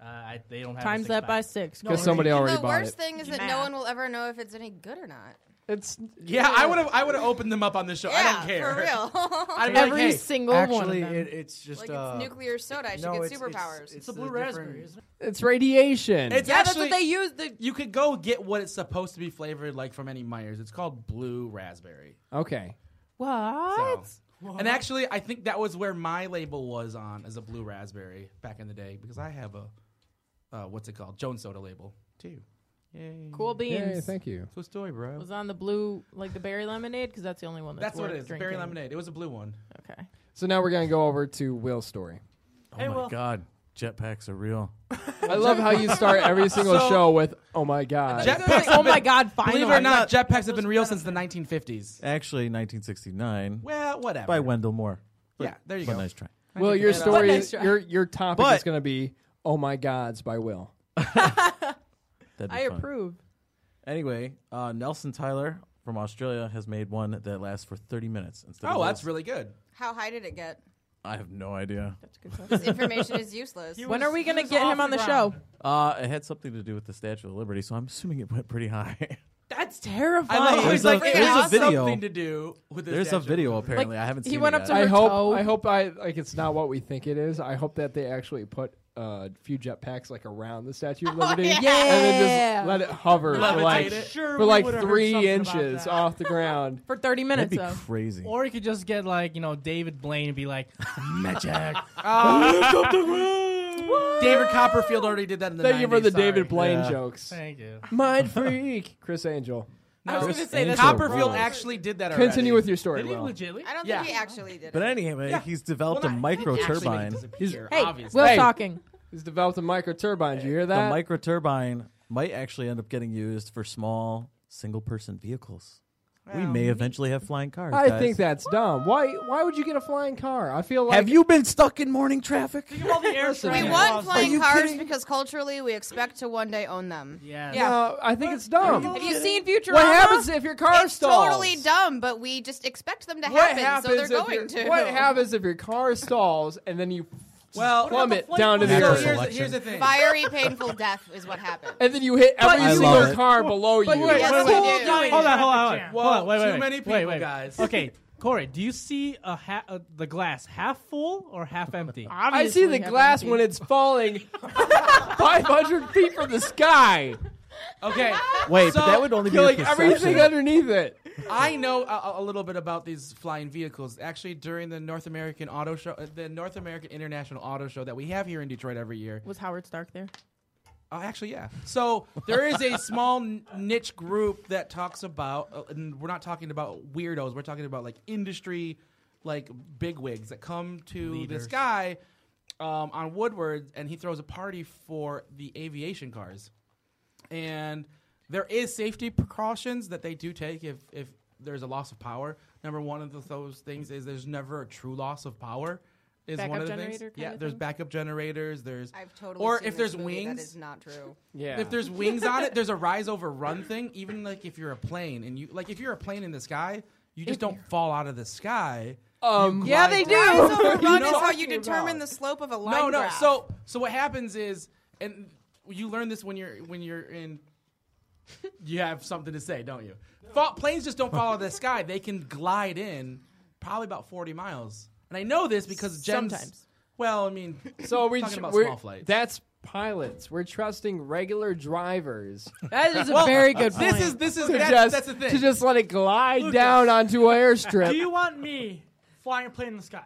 P: Uh, I, they don't have a
L: Times
P: six
L: that
P: pack.
L: by six.
H: Because somebody already
N: the
H: bought
N: worst
H: it.
N: thing is that no one will ever know if it's any good or not.
H: It's
I: yeah. I would have. I would have opened them up on this show. I don't care.
N: For real.
I: I'd be like, hey,
S: Actually, it, it's just
N: like
S: uh,
N: it's nuclear soda. I should
S: no,
N: get
S: it's- it's-
N: superpowers.
S: it's the different-
H: It's radiation.
I: It's
N: Yeah, that's
I: actually,
N: what they use, the-
I: you could go get what it's supposed to be flavored like from any Myers. It's called blue raspberry.
H: okay.
L: What?
I: And actually, I think that was where my label was on as a blue raspberry back in the day because I have a uh, what's it called Jones Soda label too. Yay.
L: Cool beans.
H: Yay, thank you.
I: Cool story, bro.
L: Was on the blue, like the berry lemonade, because that's the only one that's,
I: That's what it
L: worth
I: is.
L: Drinking.
I: Berry lemonade. It was a blue one.
L: Okay.
H: So now we're gonna go over to Will's story.
K: Oh
L: Hey,
K: my
L: Will.
K: god, jetpacks are real.
H: I love how you start every single
I: So-
H: show with "Oh my god."
I: Jetpacks.
L: Like,
I: have
L: oh my
I: been-
L: God,
I: Believe
L: finally.
I: it or not, jetpacks have been real since the 1950s.
K: Actually, 1969.
I: Well, whatever.
K: By Wendell Moore. But-
I: Yeah, there you
K: but
I: go.
K: Nice try.
H: Will, your
I: But
H: story,
I: nice try.
H: your your topic
K: But-
H: is gonna be "Oh my gods" by Will.
K: That'd be
L: I
K: fun.
L: approve.
K: Anyway, uh, Nelson Tyler from Australia has made one that lasts for 30 minutes instead. of
I: Oh, that's
K: those-
I: really good.
N: How high did it get?
K: I have no idea. That's
L: good.
N: This information is useless.
L: When are we gonna get him on the show?
K: Uh, it had something to do with the Statue of Liberty, so I'm assuming it went pretty high.
L: That's
I: I
L: terrifying.
I: love how he's
K: There's a-
I: like, it
K: there's a
I: has
K: video.
I: something to do with this
K: There's a
I: statue.
K: video apparently. I haven't
L: he
K: seen.
L: went
K: it
L: up
K: yet.
L: to
H: I
L: her
H: hope
L: toe.
H: I hope I like it's not what we think it is. I hope that they actually put a few jetpacks like around the Statue of
L: Oh,
H: Liberty,
L: yeah.
H: and then
L: Yeah.
H: just let it hover for
I: Levitate
H: like
I: it. Sure
H: for
I: we
H: like
I: would've heard
H: three
I: something about
H: inches
I: that.
H: off the ground.
L: for thirty minutes.
K: That'd be
L: though.
K: crazy.
P: Or you could just get like you know David Blaine and be like magic.
L: Ah.
H: Oh.
I: David Copperfield already did that in the
H: Thank
I: 90s.
H: you for the
I: sorry.
H: David Blaine
K: Yeah.
H: jokes.
P: Thank you.
H: Mind freak, Chris Angel.
L: I was
K: Chris
L: gonna say that's
K: Angel
I: Copperfield
K: rules.
I: actually did that already.
H: Continue with your story,
P: Did he
H: Will.
P: legitly?
N: I don't
I: Yeah.
N: think he actually did
K: But
N: it.
K: anyway,
I: Yeah.
K: he's developed
I: Well,
K: a
I: not-
K: micro
I: actually made it
K: turbine.
I: disappear,
L: Hey,
I: obviously.
L: Will
H: Hey.
L: talking.
H: He's developed a micro turbine. Did you hear
K: The
H: that?
K: micro turbine might actually end up getting used for small single person vehicles. we may eventually have flying cars.
H: I
K: guys.
H: think that's dumb. Why? Why would you get a flying car? I feel like
K: Have you been stuck in morning traffic?
R: Think of all the air
N: We
R: travel
N: want
R: laws.
N: flying
K: you
N: cars
K: kidding?
N: because culturally we expect to one day own them.
P: Yeah.
H: Yeah, I think it's dumb.
N: Have you seen Futurama?
H: What happens if your car
N: it's
H: stalls?
N: totally dumb, but we just expect them to
H: What
N: happen,
H: happens,
N: so they're
H: if
N: going
H: your-
N: to.
H: what happens if your car stalls and then you
I: Well,
H: plummet down to the
I: so
K: Natural
H: earth,
I: here's,
K: selection.
I: here's the thing.
N: Fiery, painful death is what happens.
H: and then you hit every
K: I love
H: single
K: it.
H: car below you?
P: Wait, wait,
N: Yes, we
P: wait,
N: do.
P: wait, Hold on, hold on, hold on.
I: Well,
P: hold on, wait,
I: too
P: wait, wait.
I: many
P: Wait,
I: people,
P: wait.
I: guys.
P: Okay, Corey, do you see a ha- uh, the glass half full or half empty?
H: I see the glass when it's falling 500 feet from the sky,
I: Okay.
K: Wait,
I: So-
K: but that would only be a
H: killing
K: perception.
H: everything underneath it.
I: I know a, a little bit about these flying vehicles. Actually, during the North American Auto Show, uh, the North American International Auto Show that we have here in Detroit every year.
L: Was Howard Stark there?
I: Uh, actually, yeah. So there is a small n- niche group that talks about, uh, and we're not talking about weirdos. We're talking about like industry, like bigwigs that come to this
P: Leaders.
I: guy um, on Woodward, and he throws a party for the aviation cars. And there is safety precautions that they do take if if there's a loss of power. Number one of the, those things is there's never a true loss of power. Is one
L: Backup
I: of the
L: generator kind
I: things. Yeah,
L: of
I: there's
L: thing?
I: backup generators. There's
N: I've totally
I: or
N: seen
I: if
N: this
I: there's
N: movie,
I: wings.
N: That is not true.
H: Yeah.
I: If there's wings on it, there's a rise over run thing. Even like if you're a plane and you like if you're a plane in the sky, you just don't fall out of the sky.
H: Um,
N: Yeah, they do. Rise over
I: You
N: run
I: know
N: is how
I: what
N: you
I: you're
N: determine
I: about.
N: the slope of a line
I: No, no.
N: graph.
I: So so what happens is, and you learn this when you're when you're in. You have something to say, don't you? Fall, planes just don't fall out of the sky. They can glide in, probably about forty miles. And I know this because Jen's,
L: Sometimes.
I: Well, I mean,
H: so we
I: talking about
H: we're-
I: small flights.
H: that's pilots. We're trusting regullar drivers
L: That is a
I: Well,
L: very good point.
I: this is this is
H: to
I: that's,
H: just
I: that's the thing.
H: to just let it glide
R: Lucas.
H: down onto an
R: Do
H: airstrip.
R: you want me flying a plane in the sky?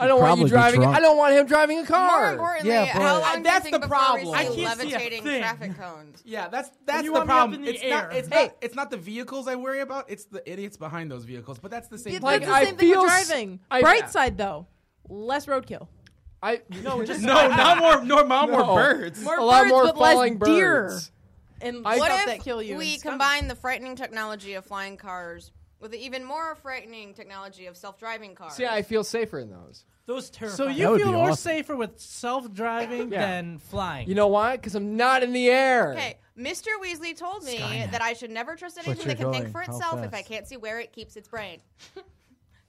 H: I don't want
K: probably
H: you
K: be
H: driving.
K: drunk.
H: I don't want him driving a car.
N: More importantly,
H: Yeah,
N: how
H: but-
N: long
I: That's
N: do you
I: the
N: think before we
I: problem. I
N: see
I: can't see a
N: levitating
I: thing.
N: traffic cones?
I: Yeah, that's that's
N: you
I: the
N: want me up
I: problem.
N: in the
I: it's not
N: air.
I: it's
N: Hey.
I: not it's not the vehicles I worry about. It's the idiots behind those vehicles. But that's the same.
L: Yeah,
I: thing.
L: that's the same thing with driving. Bright side though, less roadkill.
H: I
I: No, just- No, not more- nor- more- more No. birds.
L: More
I: A lot
L: birds,
I: more
L: but less
I: falling
L: deer.
I: birds.
L: And
N: what
L: stuff
N: if
L: that kill you.
N: we
L: and stuff.
N: combine the frightening technology of flying cars with the even more frightening technology of self-driving cars?
H: See, I feel safer in those.
V: Those terrifying.
P: So
H: That
P: you
H: would
P: feel
H: be
P: more
H: awesome.
P: safer with self-driving
H: Yeah.
P: than flying.
H: You know why? Because I'm not in the air.
N: Okay, Mr. Weasley told me that I should never trust anything
H: you're
N: that can think
H: going,
N: for
H: how
N: itself if
H: fast?
N: I can't see where it keeps its brain.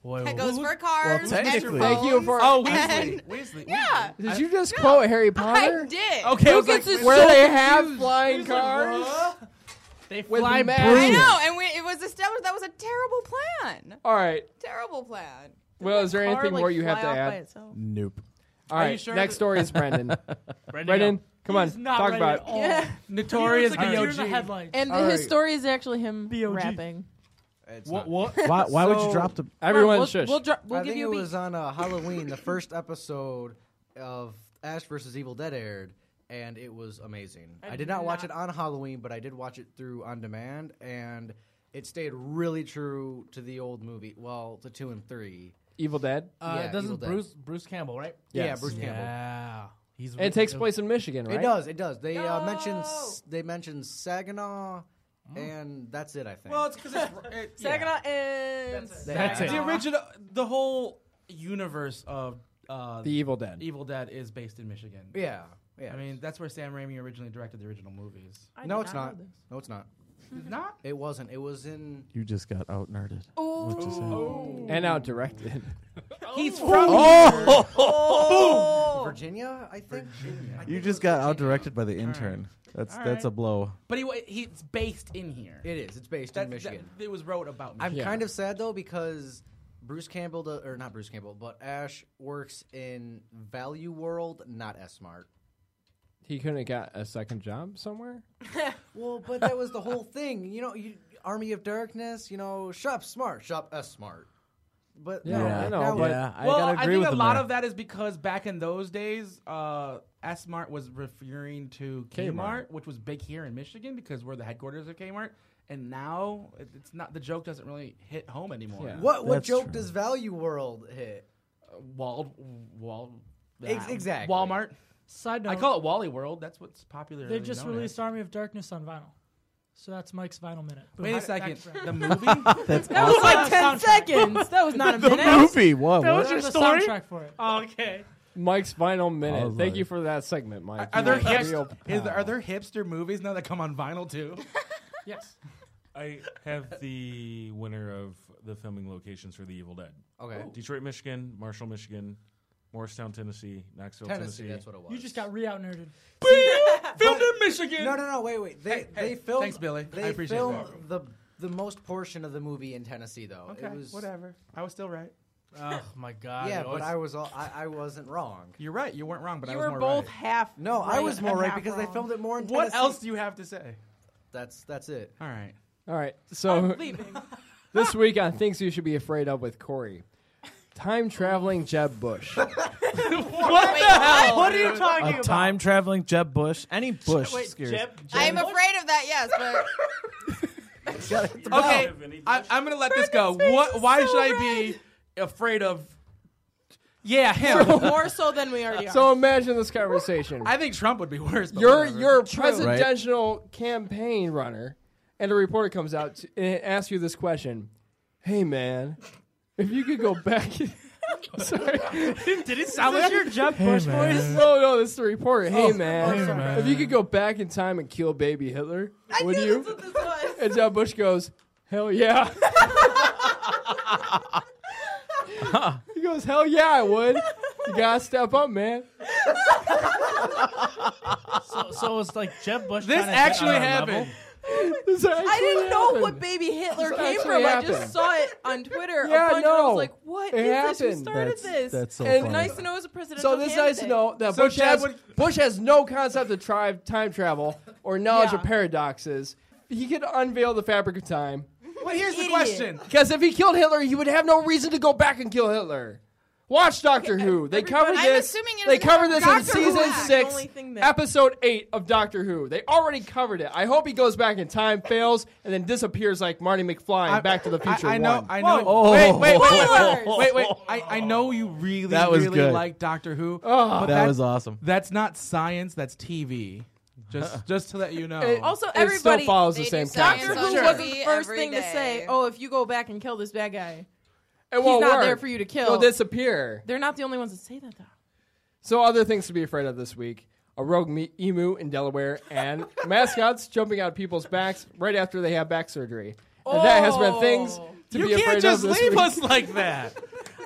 H: Whoa.
N: That goes for cars. and
H: technically-
N: phones
H: Thank you for-
I: Oh,
N: and-
I: Weasley, Weasley.
N: Yeah.
H: Did you just quote Harry Potter?
N: I did.
I: Okay, I was like,
H: where
I: so
H: they have
I: confused.
H: flying
I: He's like,
H: cars?
I: "Huh?"
P: They
H: With
P: fly
H: masks.
P: birds.
N: I know, and we, it was established that was a terrible plan.
H: All right.
N: Terrible plan.
H: Well, is there
N: car,
H: anything
N: like,
H: more you have to
N: fly off by
H: add?
N: itself?
K: Nope.
H: All
I: Are you
H: right.
I: sure
H: next
I: that-
H: story is Brendan.
I: Brendan,
H: Brendan,
I: no.
H: come on,
I: He's not
H: talk
I: ready
H: about
I: at
H: it.
I: all. Yeah. Notorious He looks like a deer in the B.O.G.. headlights.
L: And
I: All
L: the
I: right.
L: story is actually him rapping.
P: What?
K: Why- why would you drop the-
H: Everyone
S: we'll,
H: shush.
L: we'll dro- we'll
S: I
L: give
S: think
L: you a
S: it
L: beat.
S: was on uh, Halloween, the first episode of Ash versus Evil Dead aired, and it was amazing.
V: I
S: I,
V: did
S: did not watch
V: not-
S: it on Halloween, but I did watch it through on demand, and it stayed really true to the old movie. Well, to two and three.
H: Evil Dead.
S: Uh, Yeah, doesn't Evil Dead.
P: Bruce Bruce Campbell, right?
S: Yeah, Bruce Campbell.
P: Yeah, he's.
H: And it takes place in Michigan, right?
S: It does. It does. They uh, mentioned s- they mentioned Saginaw, and that's it. I think.
I: Well, it's because it's it, yeah.
L: Saginaw and
K: That's it.
I: The original, the whole universe of uh,
H: The Evil Dead.
I: Evil Dead is based in Michigan.
S: Yeah, yeah.
I: I mean, that's where Sam Raimi originally directed the original movies.
L: I
S: no,
L: did
S: it's
L: not
S: not.
L: know this.
S: No, it's not.
I: It's not?
S: It wasn't. It was in.
K: You just got out nerded.
H: And out directed.
S: He's
I: from
K: Oh!
S: oh! Virginia, I think. I
K: You
S: think
K: just got out directed by the intern. That's
I: All
K: that's
I: right.
K: a blow.
I: But he, wa- he it's based in here.
S: It is. It's based in
I: That's- that-
S: Michigan.
I: it was wrote about.
S: I'm
I: Michigan.
S: kind of sad though because Bruce Campbell, do, or not Bruce Campbell, but Ash works in Value World, not S Smart.
H: He couldn't have got a second job somewhere?
S: well, but that was the whole thing. You know, you, Army of Darkness. You know, shop smart, shop S Smart. But
H: Yeah,
S: no,
H: I
S: right
H: know,
S: now-
H: but-
K: Yeah, I
I: well,
K: gotta
I: I
K: agree
I: think
K: with
I: a
K: him
I: lot
K: there.
I: of that is because back in those days, uh, S Mart was referring to Kmart,
K: Kmart.
I: which was big here in Michigan because we're the headquarters of Kmart. And now it- it's not the joke doesn't really hit home anymore.
S: what what joke does Value World hit?
I: Wald Wald
S: Ex- exactly.
I: Walmart.
R: Side note.
I: I call it Wally World. That's what's popular.
R: They just released Army of Darkness on vinyl. So that's Mike's vinyl minute. Boom.
I: Wait a
R: Back-
I: second.
R: back to
I: The
R: Brad.
I: movie?
K: That's
R: That was
I: awesome.
R: like 10
L: seconds. That was not a
K: The
L: minute.
K: movie, what,
R: That
K: what?
R: was your
K: There's
L: a
R: story?
L: soundtrack for it.
R: Okay.
H: Mike's final minute.
K: All
H: Thank
K: right.
H: you for that segment, Mike.
I: Are
H: You
I: there,
H: are a real
I: hipster, is
H: pal.
I: there- are there hipster movies now that come on vinyl too?
R: yes.
M: I have the winner of the filming locations for The Evil Dead.
S: Okay. Ooh.
M: Detroit, Michigan, Marshall, Michigan, Morristown, Tennessee, Knoxville,
S: Tennessee,
M: Tennessee.
S: that's what it was.
R: You just got re out nerded.
I: filmed in Michigan.
S: No, no, no. Wait, wait. They they filmed.
I: thanks, Billy.
S: They
I: I appreciate
S: filmed the the most portion of the movie in Tennessee, though.
I: Okay,
S: it was,
I: whatever. I Oh, was still right.
P: Oh my god.
S: yeah,
P: it
S: but
P: always-
S: I was all, I, I wasn't wrong.
I: You're right. You weren't wrong, but I
L: You
I: was
L: were
I: more
L: both
I: right.
L: half.
S: No, I
L: right
S: was more
L: and
S: right
L: half
S: because they
L: wrong.
S: filmed it more in
I: What
S: Tennessee.
I: else do you have to say?
S: That's that's it.
I: All right.
H: All right. So this week on Things You Should Be Afraid of with Corey. Time traveling Jeb Bush.
I: What the hell?
R: What are you talking
K: A
R: about?
K: time traveling Jeb Bush. Any Bush
R: Wait,
K: scares.
R: Jeb-
N: I'm afraid of that, yes, but
I: Okay, I, I'm gonna let this go. What? Why should I be afraid of? Yeah, him.
L: More so than we already are.
H: so imagine this conversation.
I: I think Trump would be worse. But
H: you're
I: whatever.
H: you're a presidential campaign runner, and a reporter comes out to, and asks you this question: Hey, man, if you could go back, sorry,
R: Did it sound like your Jeb Bush voice?
H: no, no, this is the reporter. Hey,
R: Oh,
H: man,
R: oh, sorry.
H: if you could go back in time and kill baby Hitler, would
L: knew
H: you?
L: that's what this was.
H: And Jeb Bush goes, Hell yeah. he goes, Hell yeah, I would. You gotta step up, man.
P: so, so it's like Jeb Bush.
I: This
P: kinda hit
I: actually
P: on our
I: happened.
P: level.
H: This actually
L: I didn't know
H: happened.
L: what baby Hitler
H: This
L: came
H: actually
L: from. I
H: happened.
L: just saw it on Twitter.
H: Yeah,
L: a bunch, and I
H: no.
L: was like, what
H: It
L: is this?
H: happened.
L: Who started
K: That's-
L: this?
K: that's so
L: and
K: funny.
L: nice to know it was a presidential
H: So this nice to
L: candidate.
H: know that
I: So
H: Bush
I: Chad
H: has
I: would-
H: Bush has no concept of tri- time travel or knowledge of
L: Yeah.
H: paradoxes. He could unveil the fabric of time.
I: But here's the
L: Idiot.
I: question.
H: Because if he killed Hitler, he would have no reason to go back and kill Hitler. Watch Doctor Who. They covered
N: I'm
H: this.
N: assuming it
H: They
N: is
H: covered this in
N: Doctor Who.
H: season
N: That's the
H: six,
N: only thing that-
H: episode eight of Doctor Who. They already covered it. I hope he goes back in time, fails, and then disappears like Marty McFly in Back to the Future.
I: I know.
H: One.
I: I know.
H: Whoa.
I: Wait, wait, wait, wait,
H: Spoilers!
I: wait, wait. I, I know you really,
K: That was
I: really
K: good.
I: like Doctor Who.
K: Oh.
I: but
K: That was awesome. Uh-uh.
I: That's not science. That's TV. Just, just to let you know.
L: It- Uh, also, everybody Doctor Who
N: on
L: was the
N: TV
L: first
N: every
L: thing to
N: day.
L: say, "Oh, if you go back and kill this bad guy,
H: It won't
L: he's not
H: work.
L: there for you to kill.
H: He'll disappear.
L: They're not the only ones that say that, though.
H: So other things to be afraid of this week. A rogue me- emu in Delaware and mascots jumping out of people's backs right after they have back surgery. And that has
L: Oh.
H: been things to
I: You
H: be
I: can't
H: afraid
I: just
H: of this
I: leave
H: week.
I: us like that.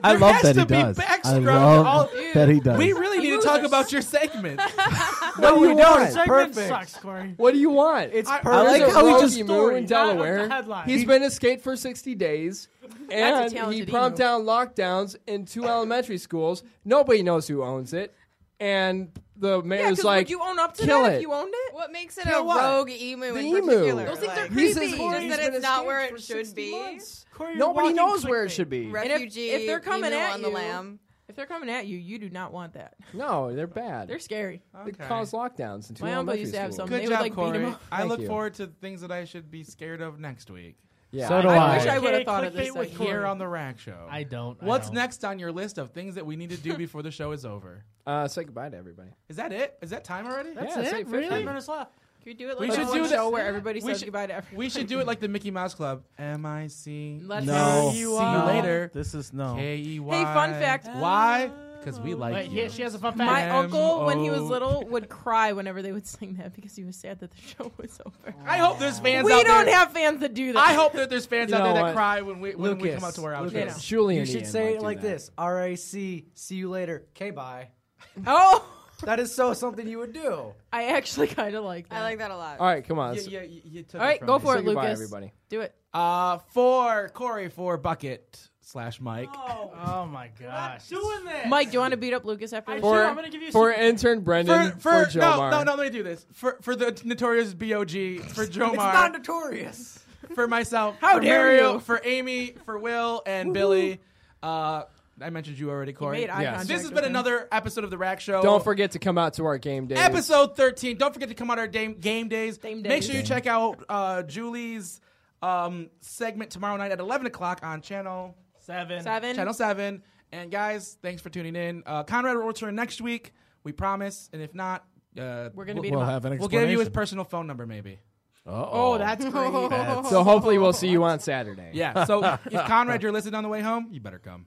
K: I
I: There
K: love
I: has
K: that
I: to
K: he
I: be
K: does. I
I: backstrap.
K: love
I: All-
K: that he does.
I: We really need to talk about your segment.
H: What do you want?
R: Segment sucks, Corey.
H: What do you want?
R: It's
H: I,
R: perfect.
H: there's
R: I like
H: a
R: how he
H: rogue
R: just
H: emu
R: story,
H: in
R: not of the
H: Delaware.
R: headline.
H: He's been escaped for 60 days,
L: a
H: and he
L: talented
H: pumped
L: emu.
H: down lockdowns in two elementary schools. Nobody knows who owns it, and the
L: Yeah,
H: mayor's
L: 'cause
H: like,
L: would you own up to
H: "Kill
L: that
H: it."
L: if you owned it?
N: What makes it
L: Kill
N: a
L: what?
N: rogue emu
H: The
N: in
H: emu.
N: particular?
H: Those
L: things are
N: Like,
L: creepy.
N: Just
L: Corey's
N: that
L: been
N: it's not where
L: escaped
N: it
L: for
N: should be.
R: Corey,
H: Nobody
R: walking
H: knows
R: clickbait.
H: where it should be.
L: And if-
N: Refugee
L: if, they're coming
N: emu
L: at
N: on
L: you,
N: the lamb.
L: if they're coming at you, you do not want that.
H: No, they're bad.
L: They're scary.
H: They cause lockdowns in two
L: My uncle
H: elementary
L: used to have
H: schools.
L: some.
I: Good
L: They would,
I: job,
L: like, beat him
I: Corey.
L: up.
I: I
H: Thank
I: look
H: you.
I: forward to things that I should be scared of next week.
H: Yeah.
K: So do I.
I: wish I
K: Okay,
I: would have thought of
R: clickbait
I: this
R: with
I: here
R: Corey.
I: on the Rack Show.
P: I don't, I
I: What's
P: don't.
I: next on your list of things that we need to do before the show is over?
H: Uh, say goodbye to everybody.
I: Is that it? Is that time already?
H: That's Yeah, it's it? 8:50. Really?
R: Ten minutes left.
L: Can we do it
I: We
L: like we
I: should do
L: one
I: that-
L: show where everybody
I: we
L: says
I: should-
L: goodbye to everyone?
I: We should do it like the Mickey Mouse Club. M I C.
L: Let's
K: No.
I: See
K: No.
I: you later.
K: This is no.
I: K E Y.
L: Hey, fun fact.
I: Why? Because we like
P: Wait,
I: you.
P: yeah, she has a fun fact.
L: My uncle, when he was
I: M O-
L: little, would cry whenever they would sing that because he was sad that the show was over.
I: I hope there's fans
L: we
I: out there.
L: don't have fans that do that.
I: I hope that there's fans
H: You
I: out there
H: know
I: that
H: what?
I: cry when we when we
S: Lucas,
I: come out to our outro.
S: Lucas,
H: Julian
S: you should
H: Ian
S: say
H: might
S: it
H: do
S: like
H: that.
S: this: R A C. See you later. K. Bye.
L: Oh,
S: That is so something you would do.
L: I actually kind of like that.
N: I like that a lot.
H: All right, come on.
I: Yeah,
H: Say
I: yeah, you, you took
L: All right,
I: from
L: go
I: me.
L: for it,
H: goodbye,
L: Lucas.
H: everybody.
L: Do it.
I: Uh, for Corey for Bucket slash Mike.
P: Oh my gosh.
R: Doing this.
L: Mike, do you want to beat up Lucas after
R: I
L: this?
R: do.
H: For,
R: I'm gonna give you
H: for
R: some-
H: intern Brendan,
I: for, for,
H: Joe
I: no,
H: Mar.
I: no, no, let me do this. For for the notorious BOG, for Jomar,
S: It's not notorious.
I: for myself,
L: How
I: for
L: dare
I: Mario,
L: you.
I: for Amy, for Will and Billy. Uh, I mentioned you already, Corey.
L: made eye Yes. contact
I: This has
L: with
I: been
L: him.
I: another episode of the Rack Show.
H: Don't forget to come out to our game day.
I: Episode 13. Don't forget to come out our game, game days.
L: Game
I: Make
L: days.
I: sure you
L: Game.
I: check out uh, Julie's um, segment tomorrow night at 11 o'clock on channel
P: Seven.
L: Seven.
I: Channel 7. And guys, thanks for tuning in. Uh, Conrad will return next week. We promise. And if not, uh,
L: We're gonna
I: we'll,
L: beat him
K: we'll
L: up.
K: have an
I: we'll give you his
K: explanation.
I: personal phone number, maybe.
K: Uh-oh.
L: Oh, great.
K: That's-
H: So hopefully we'll see you on Saturday.
I: Yeah. So if Conrad, you're listening on the way home, you better come.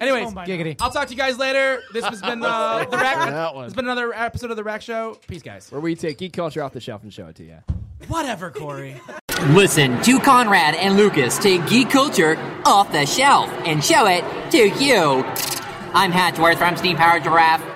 I: Anyways,
R: Oh my
K: Giggity.
I: I'll talk to you guys later. This has been uh, the Rack.
K: That one.
I: It's been another episode of the Rack Show. Peace, guys.
H: Where we take geek culture off the shelf and show it to you.
I: Whatever, Corey.
J: Listen to Conrad and Lucas take geek culture off the shelf and show it to you. I'm Hatchworth from Steam Power Giraffe.